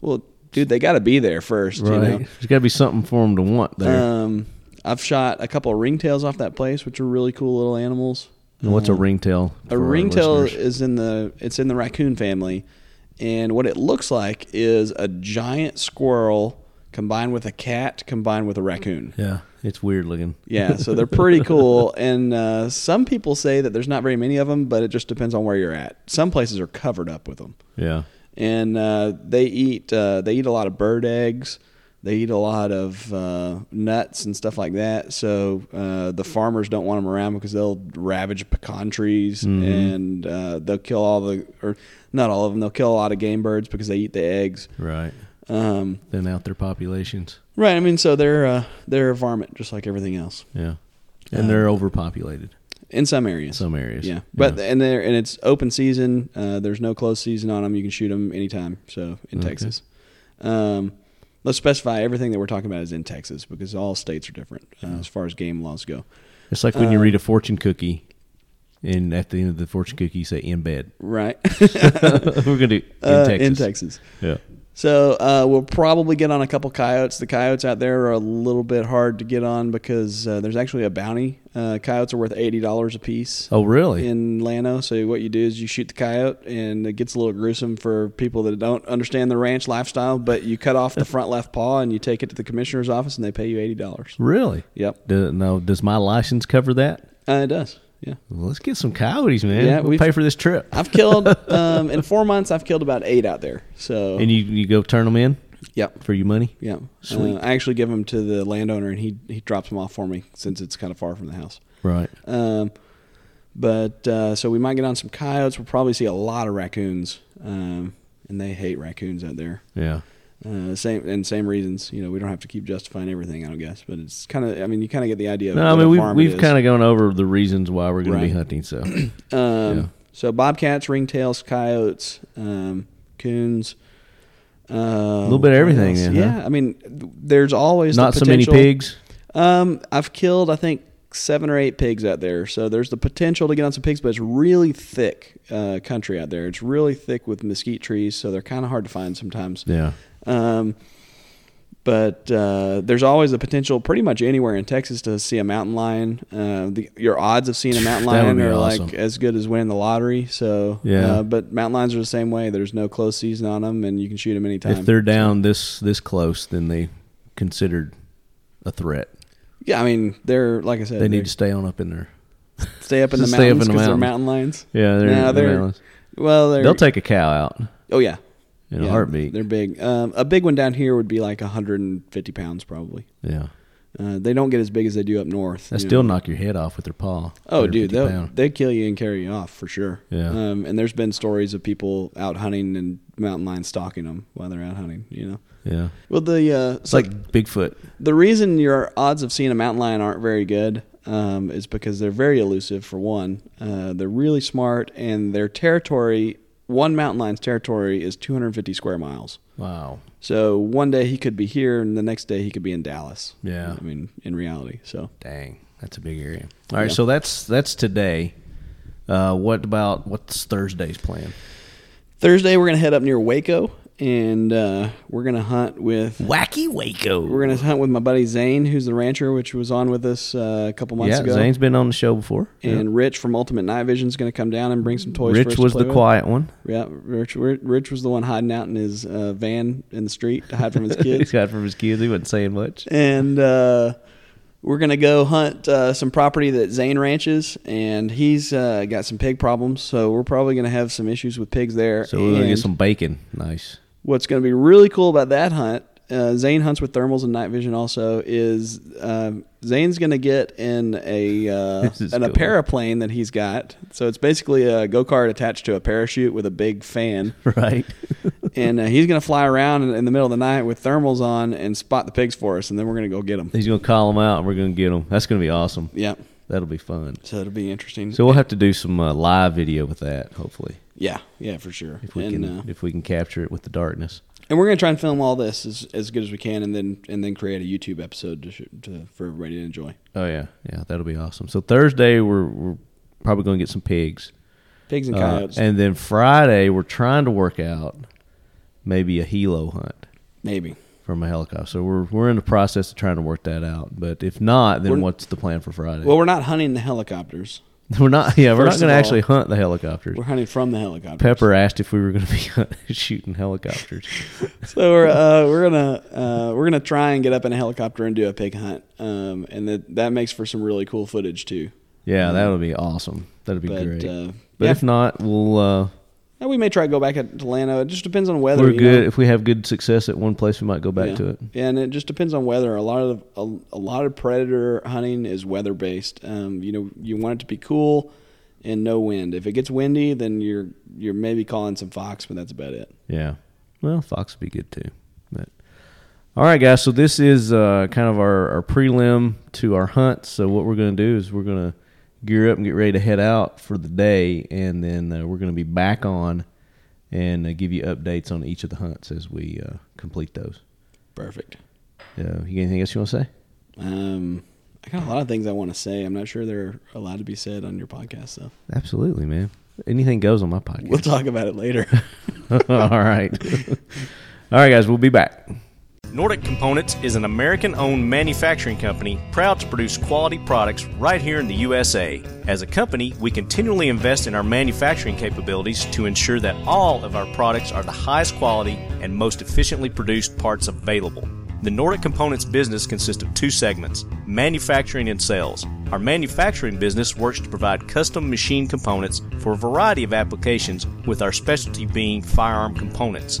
[SPEAKER 2] Well, dude, they got to be there first,
[SPEAKER 1] Right.
[SPEAKER 2] you know.
[SPEAKER 1] There's got to be something for them to want *laughs* there.
[SPEAKER 2] Um, I've shot a couple of ringtails off that place, which are really cool little animals.
[SPEAKER 1] and what's a
[SPEAKER 2] Um,
[SPEAKER 1] ringtail?
[SPEAKER 2] a
[SPEAKER 1] for our
[SPEAKER 2] ringtail
[SPEAKER 1] listeners?
[SPEAKER 2] is in the it's in the raccoon family, and what it looks like is a giant squirrel combined with a cat combined with a raccoon.
[SPEAKER 1] Yeah, it's weird looking.
[SPEAKER 2] Yeah, so they're pretty cool. And uh, some people say that there's not very many of them, but it just depends on where you're at. Some places are covered up with them,
[SPEAKER 1] Yeah.
[SPEAKER 2] and uh, they eat uh, they eat a lot of bird eggs. They eat a lot of uh, nuts and stuff like that. So uh, the farmers don't want them around because they'll ravage pecan trees and uh, they'll kill all the or not all of them. They'll kill a lot of game birds because they eat the eggs.
[SPEAKER 1] Right.
[SPEAKER 2] Um,
[SPEAKER 1] Thin out their populations.
[SPEAKER 2] right. I mean, so they're uh, they're a varmint just like everything else
[SPEAKER 1] Yeah. And they're overpopulated
[SPEAKER 2] in some
[SPEAKER 1] in
[SPEAKER 2] areas.
[SPEAKER 1] some areas.
[SPEAKER 2] Yeah, but and there and it's open season. Uh, there's no closed season on them. You can shoot them anytime. So in
[SPEAKER 1] Okay.
[SPEAKER 2] Texas, um, let's specify everything that we're talking about is in Texas because all states are different uh, as far as game laws go.
[SPEAKER 1] it's like
[SPEAKER 2] Uh,
[SPEAKER 1] when you read a fortune cookie, and at the end of the fortune cookie, you say in
[SPEAKER 2] *laughs*
[SPEAKER 1] bed. *laughs*
[SPEAKER 2] Right
[SPEAKER 1] We're going to do in
[SPEAKER 2] Uh,
[SPEAKER 1] Texas.
[SPEAKER 2] in Texas.
[SPEAKER 1] Yeah.
[SPEAKER 2] So uh, we'll probably get on a couple coyotes. The coyotes out there are a little bit hard to get on because uh, there's actually a bounty. Uh, coyotes are worth eighty dollars a piece.
[SPEAKER 1] Oh, really?
[SPEAKER 2] in Lano. So what you do is you shoot the coyote, and it gets a little gruesome for people that don't understand the ranch lifestyle. But you
[SPEAKER 1] *laughs*
[SPEAKER 2] cut off the front left paw, and you take it to the commissioner's office, and they pay you eighty dollars.
[SPEAKER 1] Really?
[SPEAKER 2] Yep,
[SPEAKER 1] Do, now, does my license cover that?
[SPEAKER 2] uh, it does. Yeah,
[SPEAKER 1] Well, let's get some coyotes, man.
[SPEAKER 2] Yeah,
[SPEAKER 1] we'll
[SPEAKER 2] we've-
[SPEAKER 1] pay for this trip.
[SPEAKER 2] I've killed um, in four months. I've killed about eight out there. So
[SPEAKER 1] And you, you go turn them in
[SPEAKER 2] yep,
[SPEAKER 1] for your money?
[SPEAKER 2] yep.
[SPEAKER 1] Sweet.
[SPEAKER 2] Uh, I actually give them to the landowner, and he he drops them off for me since it's kind of far from the house.
[SPEAKER 1] Right.
[SPEAKER 2] Um, but uh, so we might get on some coyotes. We'll probably see a lot of raccoons, um, and they hate raccoons out there.
[SPEAKER 1] Yeah.
[SPEAKER 2] Uh, same and same reasons. You know, we don't have to keep justifying everything. I don't guess, but it's kind of. I mean, you kind of get the idea. Of
[SPEAKER 1] No, I
[SPEAKER 2] what
[SPEAKER 1] mean,
[SPEAKER 2] a
[SPEAKER 1] we've,
[SPEAKER 2] farm
[SPEAKER 1] we've kind of gone over the reasons why we're going to be
[SPEAKER 2] Right.
[SPEAKER 1] hunting.
[SPEAKER 2] *clears throat*
[SPEAKER 1] So,
[SPEAKER 2] of. Um,
[SPEAKER 1] yeah.
[SPEAKER 2] So bobcats, ringtails, coyotes, um, coons. Uh, a
[SPEAKER 1] little bit of everything then, huh?
[SPEAKER 2] yeah, I mean, th- there's always the
[SPEAKER 1] not so many
[SPEAKER 2] potential-
[SPEAKER 1] pigs.
[SPEAKER 2] Um, I've killed I think seven or eight pigs out there, so there's the potential to get on some pigs, but it's really thick uh, country out there. It's really thick with mesquite trees, so they're kind of hard to find sometimes.
[SPEAKER 1] Yeah.
[SPEAKER 2] Um, but uh, there's always the potential, pretty much anywhere in Texas, to see a mountain lion. Uh, the, your odds of seeing a mountain
[SPEAKER 1] *sighs* That would
[SPEAKER 2] lion
[SPEAKER 1] be
[SPEAKER 2] are
[SPEAKER 1] awesome.
[SPEAKER 2] like as good as winning the lottery. So
[SPEAKER 1] Yeah.
[SPEAKER 2] uh, but mountain lions are the same way. There's no closed season on them, and you can shoot them anytime.
[SPEAKER 1] If they're down this this close, then they considered a threat.
[SPEAKER 2] yeah, I mean they're like I said,
[SPEAKER 1] They need to stay on up in there.
[SPEAKER 2] stay up in the
[SPEAKER 1] Just stay up in
[SPEAKER 2] mountains
[SPEAKER 1] the
[SPEAKER 2] because they're
[SPEAKER 1] mountains.
[SPEAKER 2] mountain lions.
[SPEAKER 1] Yeah, they're,
[SPEAKER 2] No, they're- Well, they're,
[SPEAKER 1] they'll take a cow out
[SPEAKER 2] Oh yeah,
[SPEAKER 1] in a
[SPEAKER 2] Yeah,
[SPEAKER 1] heartbeat.
[SPEAKER 2] They're big. Um, a big one down here would be like 150 pounds probably.
[SPEAKER 1] Yeah,
[SPEAKER 2] Uh, they don't get as big as they do up north.
[SPEAKER 1] they
[SPEAKER 2] you
[SPEAKER 1] still
[SPEAKER 2] know.
[SPEAKER 1] knock your head off with their paw.
[SPEAKER 2] Oh, dude,
[SPEAKER 1] 150
[SPEAKER 2] they'll,
[SPEAKER 1] pound.
[SPEAKER 2] they'd kill you and carry you off for sure.
[SPEAKER 1] Yeah.
[SPEAKER 2] Um, and there's been stories of people out hunting and mountain lions stalking them while they're out hunting. You know.
[SPEAKER 1] yeah,
[SPEAKER 2] Well, the uh,
[SPEAKER 1] it's
[SPEAKER 2] so
[SPEAKER 1] like Bigfoot.
[SPEAKER 2] the reason your odds of seeing a mountain lion aren't very good um, is because they're very elusive. For one, uh, they're really smart, and their territory. One mountain lion's territory is 250 square miles.
[SPEAKER 1] Wow.
[SPEAKER 2] So one day he could be here, and the next day he could be in Dallas.
[SPEAKER 1] Yeah.
[SPEAKER 2] I mean, in reality. So
[SPEAKER 1] Dang, that's a big area. All right,
[SPEAKER 2] Yeah.
[SPEAKER 1] so that's that's today. Uh, what about what's Thursday's plan?
[SPEAKER 2] Thursday we're gonna head up near Waco, and uh, we're gonna hunt with
[SPEAKER 1] Wacky Waco.
[SPEAKER 2] we're gonna hunt with my buddy Zane, who's the rancher, which was on with us uh, a couple months
[SPEAKER 1] yeah,
[SPEAKER 2] ago.
[SPEAKER 1] Zane's been on the show before. Yeah.
[SPEAKER 2] and Rich from Ultimate Night Vision is gonna come down and bring some toys. for us
[SPEAKER 1] Rich
[SPEAKER 2] to
[SPEAKER 1] was
[SPEAKER 2] play
[SPEAKER 1] the
[SPEAKER 2] with.
[SPEAKER 1] quiet one. *laughs*
[SPEAKER 2] Yeah, Rich, Rich. Rich was the one hiding out in his
[SPEAKER 1] *laughs*
[SPEAKER 2] uh, van in the street to hide from his
[SPEAKER 1] He's
[SPEAKER 2] kids.
[SPEAKER 1] got from his kids. He wasn't saying much.
[SPEAKER 2] and uh, we're gonna go hunt uh, some property that Zane ranches, and he's uh, got some pig problems, so we're probably gonna have some issues with pigs there.
[SPEAKER 1] So we're gonna
[SPEAKER 2] And
[SPEAKER 1] get some bacon.
[SPEAKER 2] *laughs*
[SPEAKER 1] Nice.
[SPEAKER 2] What's gonna be really cool about that hunt? Uh, Zane hunts with thermals and night vision. Also, is um, Zane's gonna get in a uh,
[SPEAKER 1] *laughs* This is
[SPEAKER 2] in a
[SPEAKER 1] cool.
[SPEAKER 2] paraplane that he's got. So it's basically a go kart attached to a parachute with a big
[SPEAKER 1] *laughs*
[SPEAKER 2] fan.
[SPEAKER 1] Right.
[SPEAKER 2] and uh, he's going to fly around in, in the middle of the night with thermals on and spot the pigs for us, and then we're going to go get them.
[SPEAKER 1] He's gonna call them out, and we're gonna get them. That's gonna be awesome.
[SPEAKER 2] Yeah,
[SPEAKER 1] That'll be fun.
[SPEAKER 2] so it'll be interesting.
[SPEAKER 1] So we'll have to do some uh, live video with that, hopefully,
[SPEAKER 2] yeah, yeah, for sure.
[SPEAKER 1] if we
[SPEAKER 2] And,
[SPEAKER 1] can
[SPEAKER 2] uh,
[SPEAKER 1] if we can capture it with the darkness.
[SPEAKER 2] and we're going to try and film all this as, as good as we can, and then and then create a YouTube episode to, sh- to for everybody to enjoy.
[SPEAKER 1] Oh yeah, yeah, that'll be awesome. So Thursday we're we're probably gonna get some pigs,
[SPEAKER 2] Pigs and
[SPEAKER 1] Uh,
[SPEAKER 2] coyotes,
[SPEAKER 1] and then Friday we're trying to work out maybe a helo hunt
[SPEAKER 2] maybe.
[SPEAKER 1] from a helicopter. So we're we're in the process of trying to work that out. But if not, then
[SPEAKER 2] We're-
[SPEAKER 1] what's the plan for Friday?
[SPEAKER 2] Well, we're not hunting the helicopters;
[SPEAKER 1] *laughs* we're not yeah we're not
[SPEAKER 2] first
[SPEAKER 1] gonna
[SPEAKER 2] of all-
[SPEAKER 1] actually hunt the helicopters.
[SPEAKER 2] we're hunting from the helicopters.
[SPEAKER 1] Pepper asked if we were going to be *laughs* hunting- shooting helicopters.
[SPEAKER 2] So we're uh, we're gonna uh, we're gonna try and get up in a helicopter and do a pig hunt, um, and that that makes for some really cool footage too.
[SPEAKER 1] yeah, that would be awesome. That'd be
[SPEAKER 2] But,
[SPEAKER 1] great.
[SPEAKER 2] uh,
[SPEAKER 1] but
[SPEAKER 2] yeah.
[SPEAKER 1] if not, we'll uh,
[SPEAKER 2] Yeah, we may try to go back at Atlanta. It just depends on weather.
[SPEAKER 1] we're
[SPEAKER 2] you
[SPEAKER 1] good.
[SPEAKER 2] know?
[SPEAKER 1] If we have good success at one place, we might go back
[SPEAKER 2] yeah.
[SPEAKER 1] to it.
[SPEAKER 2] Yeah, and it just depends on weather. A lot of a, a lot of predator hunting is weather based. Um, you know, you want it to be cool and no wind. If it gets windy, then you're you're maybe calling some fox, but that's about it.
[SPEAKER 1] Yeah. Well, Fox would be good too. But all right, guys. So this is uh, kind of our, our prelim to our hunt. So what we're going to do is we're going to gear up and get ready to head out for the day, and then uh, we're going to be back on and uh, give you updates on each of the hunts as we uh, complete those.
[SPEAKER 2] Perfect.
[SPEAKER 1] Uh, you got anything else you want to say?
[SPEAKER 2] Um, I got a lot of things I want to say. I'm not sure they're allowed to be said on your podcast, though.
[SPEAKER 1] Absolutely, man. Anything goes on my podcast. *laughs*
[SPEAKER 2] We'll talk about it later.
[SPEAKER 1] all right. *laughs* all right, guys. We'll be back.
[SPEAKER 3] Nordic Components is an American owned manufacturing company proud to produce quality products right here in the USA. As a company, we continually invest in our manufacturing capabilities to ensure that all of our products are the highest quality and most efficiently produced parts available. The Nordic Components business consists of two segments manufacturing and sales. Our manufacturing business works to provide custom machine components for a variety of applications, with our specialty being firearm components.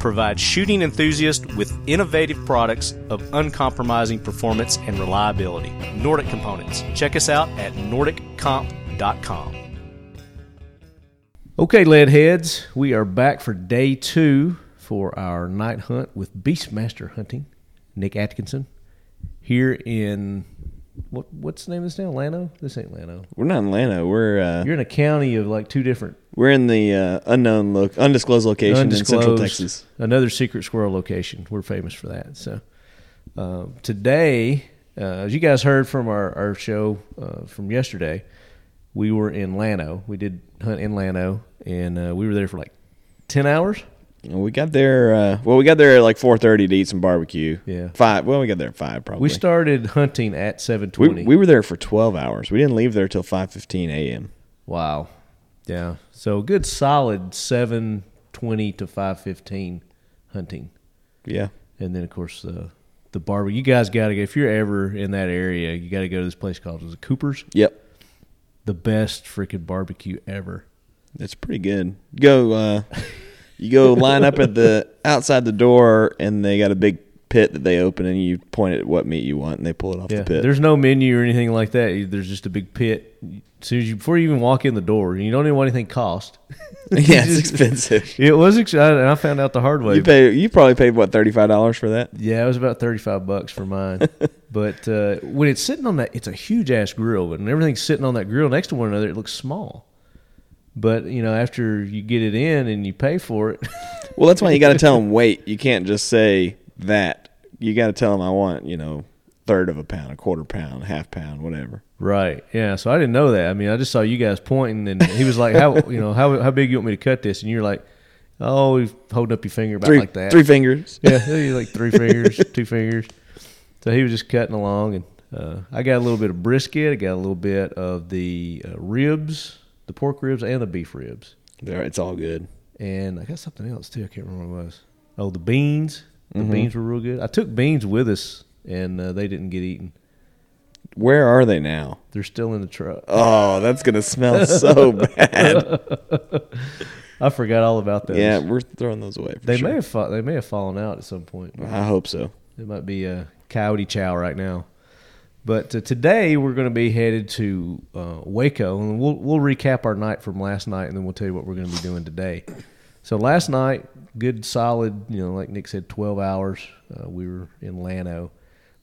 [SPEAKER 3] provide shooting enthusiasts with innovative products of uncompromising performance and reliability. Nordic Components. Check us out at nordiccomp.com.
[SPEAKER 1] Okay, lead heads. We are back for day two for our night hunt with Beastmaster Hunting, Nick Atkinson, here in what what's the name of this town? Lano? This ain't Lano.
[SPEAKER 4] We're not in Atlanta. We're uh,
[SPEAKER 1] You're in a county of like two different
[SPEAKER 4] we're in the uh, unknown, lo- undisclosed location in
[SPEAKER 1] undisclosed,
[SPEAKER 4] Central Texas.
[SPEAKER 1] another secret squirrel location. We're famous for that. So uh, today, uh, as you guys heard from our, our show uh, from yesterday, we were in Lano. We did hunt in Lano, and uh, we were there for like ten hours.
[SPEAKER 4] And We got there. Uh, well, we got there at like four thirty to eat some barbecue.
[SPEAKER 1] Yeah.
[SPEAKER 4] five. Well, we got there at five probably.
[SPEAKER 1] We started hunting at seven
[SPEAKER 4] We,
[SPEAKER 1] twenty.
[SPEAKER 4] we were there for twelve hours. We didn't leave there till five fifteen a.m.
[SPEAKER 1] wow, yeah. So a good solid seven twenty to five fifteen hunting.
[SPEAKER 4] Yeah,
[SPEAKER 1] and then of course the the barber. You guys got to go if you're ever in that area. You got to go to this place called is it Cooper's,
[SPEAKER 4] yep,
[SPEAKER 1] the best freaking barbecue ever.
[SPEAKER 4] that's pretty good. *laughs* Go. Uh, you go line up at the outside the door, and they got a big pit that they open, and you point at what meat you want, and they pull it off the pit.
[SPEAKER 1] there's no menu or anything like that. There's just a big pit. Soon as you, before you even walk in the door, you don't even want anything cost.
[SPEAKER 4] *laughs*
[SPEAKER 1] *laughs*
[SPEAKER 4] yeah, it's expensive.
[SPEAKER 1] It was ex- I- and I found out the hard way.
[SPEAKER 4] You pay. You probably paid what thirty five dollars for that.
[SPEAKER 1] Yeah, it was about thirty five bucks for mine. but uh, when it's sitting on that, it's a huge ass grill, but when everything's sitting on that grill next to one another, it looks small. But you know, after you get it in and you pay for it, *laughs*
[SPEAKER 4] Well, that's why you got to tell them wait. You can't just say that. You got to tell them I want you know third of a pound, a quarter pound, half pound, whatever.
[SPEAKER 1] Right. Yeah. So I didn't know that. I mean, I just saw you guys pointing, and he was like, "How you know how how big you want me to cut this?" And you're like, "Oh, he's holding up your finger about
[SPEAKER 2] Three,
[SPEAKER 1] like that."
[SPEAKER 2] three fingers.
[SPEAKER 1] yeah, he was like three fingers, *laughs* two fingers. So he was just cutting along, and uh, I got a little bit of brisket. I got a little bit of the uh, ribs, the pork ribs, and the beef ribs,
[SPEAKER 2] There, it's all good.
[SPEAKER 1] and I got something else too. I can't remember what it was. Oh, the beans. The
[SPEAKER 2] Mm-hmm.
[SPEAKER 1] beans were real good. I took beans with us, and uh, they didn't get eaten.
[SPEAKER 2] Where are they now?
[SPEAKER 1] They're still in the truck.
[SPEAKER 2] Oh, that's gonna
[SPEAKER 1] *laughs*
[SPEAKER 2] smell so bad.
[SPEAKER 1] I forgot all about those.
[SPEAKER 2] yeah, we're throwing those away. For
[SPEAKER 1] They
[SPEAKER 2] sure.
[SPEAKER 1] may have fa- they may have fallen out at some point.
[SPEAKER 2] I hope so.
[SPEAKER 1] It might be a coyote chow right now. But uh, today we're going to be headed to uh, Waco, and we'll we'll recap our night from last night, and then we'll tell you what we're going to be doing today. So last night, good solid, you know, like Nick said, twelve hours. Uh, we were in Lano.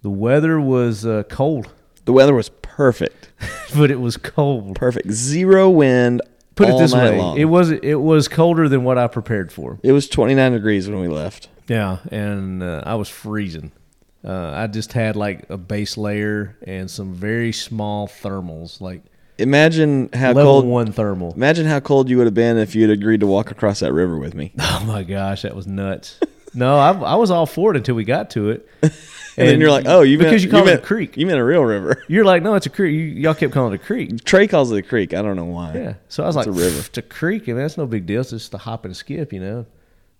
[SPEAKER 1] The weather was uh, cold, *laughs*
[SPEAKER 2] The weather was perfect.
[SPEAKER 1] but it was cold.
[SPEAKER 2] Perfect. Zero wind.
[SPEAKER 1] Put
[SPEAKER 2] all
[SPEAKER 1] it this
[SPEAKER 2] night
[SPEAKER 1] way,
[SPEAKER 2] long.
[SPEAKER 1] it was it was colder than what I prepared for.
[SPEAKER 2] It was 29 degrees when we left.
[SPEAKER 1] Yeah, and uh, I was freezing. Uh, I just had like a base layer and some very small thermals, like
[SPEAKER 2] Imagine how
[SPEAKER 1] level
[SPEAKER 2] cold.
[SPEAKER 1] one
[SPEAKER 2] *laughs*
[SPEAKER 1] thermal.
[SPEAKER 2] Imagine how cold you would have been if you'd agreed to walk across that river with
[SPEAKER 1] *laughs*
[SPEAKER 2] me.
[SPEAKER 1] Oh my gosh, that was nuts. no, I, I was all for it until we got to it, and,
[SPEAKER 2] *laughs* And, then you're like, "Oh, you
[SPEAKER 1] because
[SPEAKER 2] meant,
[SPEAKER 1] you call it
[SPEAKER 2] meant,
[SPEAKER 1] a creek.
[SPEAKER 2] You meant a real river." *laughs*
[SPEAKER 1] You're like, no, it's a creek. You, y'all kept calling it a creek.
[SPEAKER 2] Trey calls it a creek. I don't know why.
[SPEAKER 1] Yeah. So I was
[SPEAKER 2] It's
[SPEAKER 1] like,
[SPEAKER 2] a river.
[SPEAKER 1] "Pff, it's a creek, and that's no big deal. It's just a hop and skip, you know.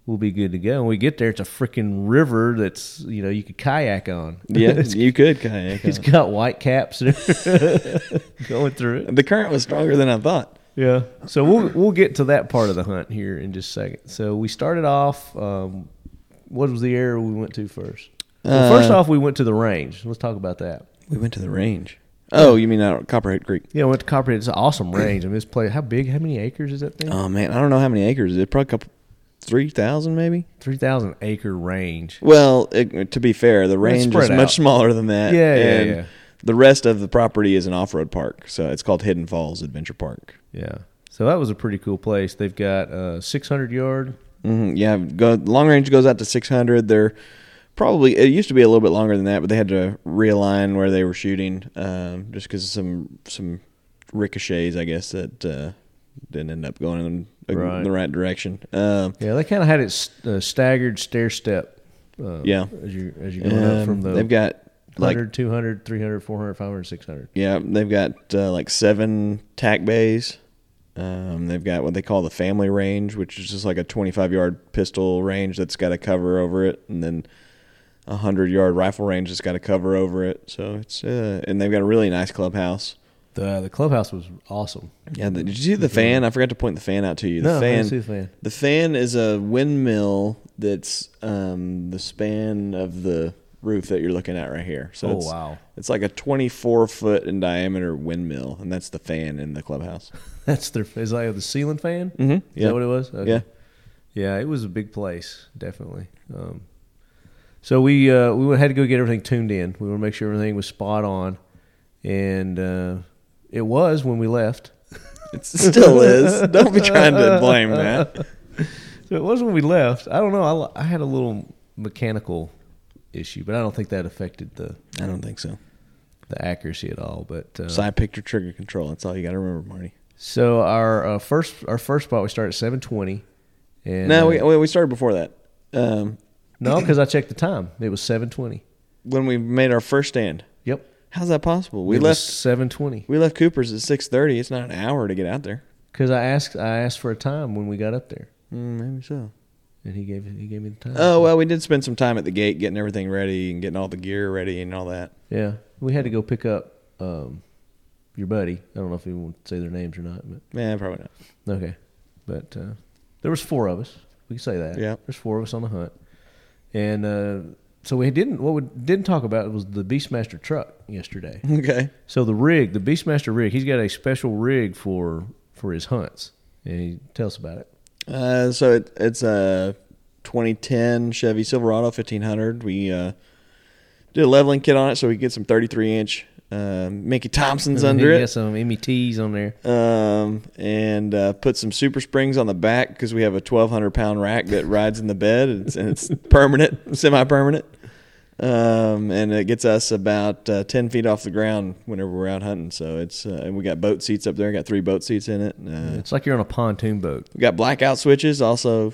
[SPEAKER 1] We'll be good to go. And we get there, it's a freaking river that's you know you could kayak on. *laughs*
[SPEAKER 2] Yeah, you could kayak.
[SPEAKER 1] it's
[SPEAKER 2] on.
[SPEAKER 1] got white caps and everything *laughs* going through it.
[SPEAKER 2] The current was stronger than I thought.
[SPEAKER 1] Yeah. So we'll we'll get to that part of the hunt here in just a second. So we started off. Um, what was the area we went to first? Well, first
[SPEAKER 2] Uh,
[SPEAKER 1] off, we went to the range. Let's talk about that.
[SPEAKER 2] We went to the range. Oh, you mean out at Copperhead Creek?
[SPEAKER 1] Yeah, we went to Copperhead. It's an awesome range. I mean, this place. How big? How many acres is that thing?
[SPEAKER 2] Oh man, I don't know how many acres. It probably a couple, three thousand maybe.
[SPEAKER 1] Three thousand acre range.
[SPEAKER 2] Well, it, to be fair, the range
[SPEAKER 1] spread
[SPEAKER 2] is much
[SPEAKER 1] out.
[SPEAKER 2] smaller than that.
[SPEAKER 1] Yeah, yeah,
[SPEAKER 2] and
[SPEAKER 1] yeah.
[SPEAKER 2] The rest of the property is an off-road park, so it's called Hidden Falls Adventure Park.
[SPEAKER 1] Yeah. So that was a pretty cool place. They've got uh, six hundred yard.
[SPEAKER 2] hmm Yeah, go, long range goes out to 600. They're probably it used to be a little bit longer than that, but they had to realign where they were shooting um, just because of some some ricochets, I guess that uh, didn't end up going in the,
[SPEAKER 1] Right.
[SPEAKER 2] the right direction. Um,
[SPEAKER 1] Yeah, they kind of had it st- uh, staggered stair step. Uh,
[SPEAKER 2] Yeah.
[SPEAKER 1] As you as you're going up from
[SPEAKER 2] um,
[SPEAKER 1] the
[SPEAKER 2] they've got like
[SPEAKER 1] 100, 200, 300, 400, 500, 600.
[SPEAKER 2] yeah, they've got uh, like seven tack bays. Um, they've got what they call the family range, which is just like a 25 yard pistol range that's got a cover over it, and then a 100 yard rifle range that's got a cover over it. So it's uh, and they've got a really nice clubhouse.
[SPEAKER 1] The the clubhouse was awesome.
[SPEAKER 2] Yeah, the, did you see the fan? I forgot to point the fan out to you. The
[SPEAKER 1] No, I
[SPEAKER 2] fan,
[SPEAKER 1] didn't see the fan.
[SPEAKER 2] The fan is a windmill that's um, the span of the roof that you're looking at right here. So
[SPEAKER 1] Oh,
[SPEAKER 2] it's,
[SPEAKER 1] wow.
[SPEAKER 2] it's like a 24 foot in diameter windmill, and that's the fan in the clubhouse.
[SPEAKER 1] *laughs* That's their is that the ceiling fan?
[SPEAKER 2] Mhm,
[SPEAKER 1] Is
[SPEAKER 2] yeah.
[SPEAKER 1] that what it was? Okay.
[SPEAKER 2] Yeah.
[SPEAKER 1] Mm-hmm. Yeah, it was a big place, definitely. Um, so we uh, we had to go get everything tuned in. We want to make sure everything was spot on, and uh, it was when we left.
[SPEAKER 2] It still is. Don't be trying to blame that.
[SPEAKER 1] So it was when we left. I don't know. I, l- I had a little mechanical issue, but I don't think that affected the
[SPEAKER 2] I don't think so.
[SPEAKER 1] the accuracy at all. But uh,
[SPEAKER 2] Side picture trigger control. That's all you got to remember, Marty.
[SPEAKER 1] so our uh, first our first spot we started at seven twenty, and
[SPEAKER 2] No,
[SPEAKER 1] uh,
[SPEAKER 2] we, we we started before that. Um,
[SPEAKER 1] No, because I checked the time. It was seven twenty.
[SPEAKER 2] when we made our first stand,
[SPEAKER 1] Yep.
[SPEAKER 2] how's that possible? We
[SPEAKER 1] it
[SPEAKER 2] left
[SPEAKER 1] seven twenty.
[SPEAKER 2] we left Cooper's at 6:30. It's not an hour to get out there.
[SPEAKER 1] Because I asked I asked for a time when we got up there,
[SPEAKER 2] Mm, maybe so.
[SPEAKER 1] and he gave he gave me the time.
[SPEAKER 2] Oh well, we did spend some time at the gate getting everything ready and getting all the gear ready and all that.
[SPEAKER 1] yeah. We had to go pick up um, your buddy. I don't know if you want to say their names or not, but
[SPEAKER 2] Man, probably not.
[SPEAKER 1] okay. But uh, there was four of us. We can say that.
[SPEAKER 2] Yeah.
[SPEAKER 1] There's four of us on the hunt, and uh, so we didn't what we didn't talk about was the Beastmaster truck yesterday.
[SPEAKER 2] Okay.
[SPEAKER 1] So the rig, the Beastmaster rig, he's got a special rig for for his hunts, and he tell us about it.
[SPEAKER 2] Uh, so it, it's a 2010 Chevy Silverado 1500. We uh, did a leveling kit on it, so we get some 33 inch uh, Mickey Thompsons
[SPEAKER 1] *laughs*
[SPEAKER 2] under
[SPEAKER 1] he
[SPEAKER 2] it.
[SPEAKER 1] Got some METs on there.
[SPEAKER 2] um, and uh, put some super springs on the back because
[SPEAKER 1] *laughs*
[SPEAKER 2] we have a 1200 pound rack that rides in the bed and it's, and it's permanent, semi permanent.
[SPEAKER 4] Um, and it gets us about uh, ten feet off the ground whenever we're out hunting. So it's uh, and we got boat seats up there. Got three boat seats in it. Uh,
[SPEAKER 1] It's like you're on a pontoon boat.
[SPEAKER 4] we got blackout switches, also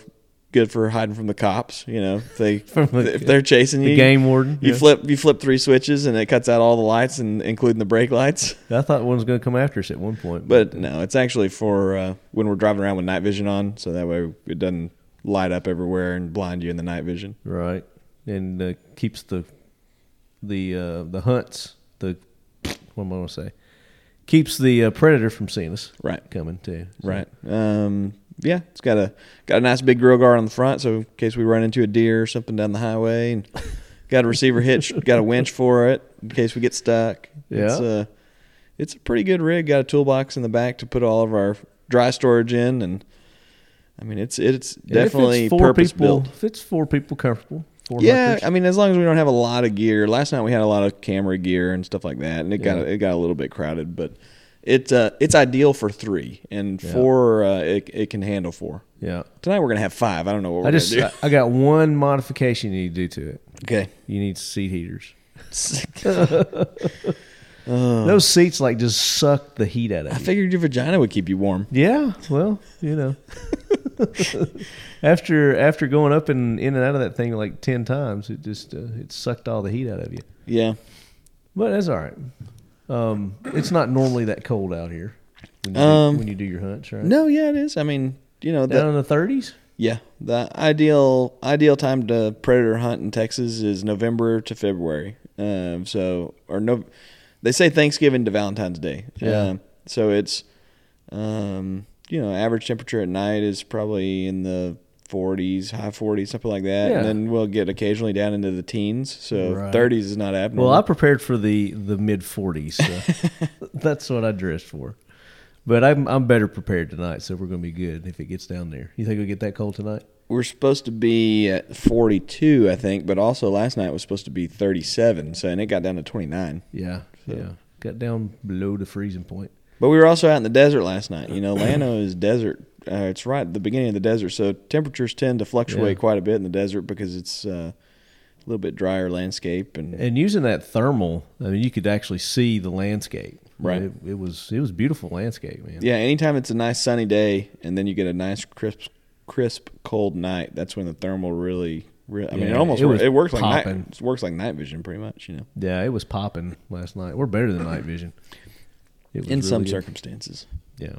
[SPEAKER 4] good for hiding from the cops. You know,
[SPEAKER 1] *laughs*
[SPEAKER 4] if they
[SPEAKER 1] the-
[SPEAKER 4] if they're chasing
[SPEAKER 1] the
[SPEAKER 4] you,
[SPEAKER 1] game warden,
[SPEAKER 4] You
[SPEAKER 1] yeah.
[SPEAKER 4] flip you flip three switches and it cuts out all the lights and including the brake lights.
[SPEAKER 1] I thought one was going to come after us at one point,
[SPEAKER 4] But no, it's actually for uh, when we're driving around with night vision on, so that way it doesn't light up everywhere and blind you in the night vision.
[SPEAKER 1] right, and uh, keeps the the uh, the hunts the what am I going to say keeps the uh, predator from seeing us
[SPEAKER 4] Right.
[SPEAKER 1] coming too. So,
[SPEAKER 4] Right. Um, yeah, it's got a got a nice big grill guard on the front, so in case we run into a deer or something down the highway,
[SPEAKER 1] *laughs*
[SPEAKER 4] and got a receiver hitch, got a winch for it in case we get stuck. It's
[SPEAKER 1] Yeah.
[SPEAKER 4] a it's a pretty good rig. Got a toolbox in the back to put all of our dry storage in, and I mean it's it's
[SPEAKER 1] and if it's
[SPEAKER 4] definitely
[SPEAKER 1] four
[SPEAKER 4] purpose
[SPEAKER 1] people.
[SPEAKER 4] built.
[SPEAKER 1] If it's four people comfortable, four
[SPEAKER 4] Yeah,
[SPEAKER 1] hunters.
[SPEAKER 4] I mean, as long as we don't have a lot of gear. Last night we had a lot of camera gear and stuff like that, and it
[SPEAKER 1] Yeah.
[SPEAKER 4] got it got a little bit crowded, but it uh, it's ideal for three and four. Uh, it it can handle four.
[SPEAKER 1] yeah.
[SPEAKER 4] Tonight we're gonna have five. I don't know what we're
[SPEAKER 1] I just
[SPEAKER 4] gonna
[SPEAKER 1] I, I got one modification you need to do to it.
[SPEAKER 4] do. Okay.
[SPEAKER 1] You need seat *laughs* heaters. Those seats like just suck the heat out of
[SPEAKER 4] I
[SPEAKER 1] you.
[SPEAKER 4] *laughs* figured your vagina would keep you warm.
[SPEAKER 1] Yeah, well, you know, *laughs* after after going up and in and out of that thing like ten times, it just uh, it sucked all the heat out of you.
[SPEAKER 4] Yeah.
[SPEAKER 1] But that's all right. Um, it's not normally that cold out here when you,
[SPEAKER 4] Um,
[SPEAKER 1] do, when you do your hunts, right?
[SPEAKER 4] No, yeah, it is. I mean, you know,
[SPEAKER 1] down
[SPEAKER 4] the,
[SPEAKER 1] in the thirties.
[SPEAKER 4] yeah, the ideal ideal time to predator hunt in Texas is November to February. Um, so or no, they say Thanksgiving to Valentine's Day.
[SPEAKER 1] Yeah.
[SPEAKER 4] Um, so it's, um, you know, average temperature at night is probably in the 40s, high 40s, something like that,
[SPEAKER 1] Yeah.
[SPEAKER 4] and then we'll get occasionally down into the teens. So
[SPEAKER 1] Right.
[SPEAKER 4] 30s is not abnormal.
[SPEAKER 1] Well, I prepared for the the mid forties.
[SPEAKER 4] *laughs*
[SPEAKER 1] So that's what I dressed for. But I'm I'm better prepared tonight, so we're gonna be good if it gets down there. You think it'll get that cold tonight?
[SPEAKER 4] we're supposed to be at 42, I think, but also last night was supposed to be 37, so and it got down to 29.
[SPEAKER 1] Yeah, yeah. Got down below the freezing point.
[SPEAKER 4] But we were also out in the desert last night. You
[SPEAKER 1] *clears throat*
[SPEAKER 4] know, Lano is desert. Uh, it's right at the beginning of the desert, so temperatures tend to fluctuate
[SPEAKER 1] Yeah.
[SPEAKER 4] quite a bit in the desert because it's uh, a little bit drier landscape. And
[SPEAKER 1] And using that thermal, I mean, you could actually see the landscape.
[SPEAKER 4] Right.
[SPEAKER 1] It, it was it was beautiful landscape, man.
[SPEAKER 4] yeah, anytime it's a nice sunny day, and then you get a nice crisp, crisp cold night. That's when the thermal really. really I mean, it
[SPEAKER 1] Yeah,
[SPEAKER 4] almost
[SPEAKER 1] it
[SPEAKER 4] wor-
[SPEAKER 1] was
[SPEAKER 4] it works like
[SPEAKER 1] popping.
[SPEAKER 4] night. It works like night vision, pretty much. You know,
[SPEAKER 1] Yeah, it was popping last night. We're better than night vision.
[SPEAKER 4] *coughs*
[SPEAKER 1] It was
[SPEAKER 4] in some
[SPEAKER 1] really good.
[SPEAKER 4] circumstances.
[SPEAKER 1] Yeah.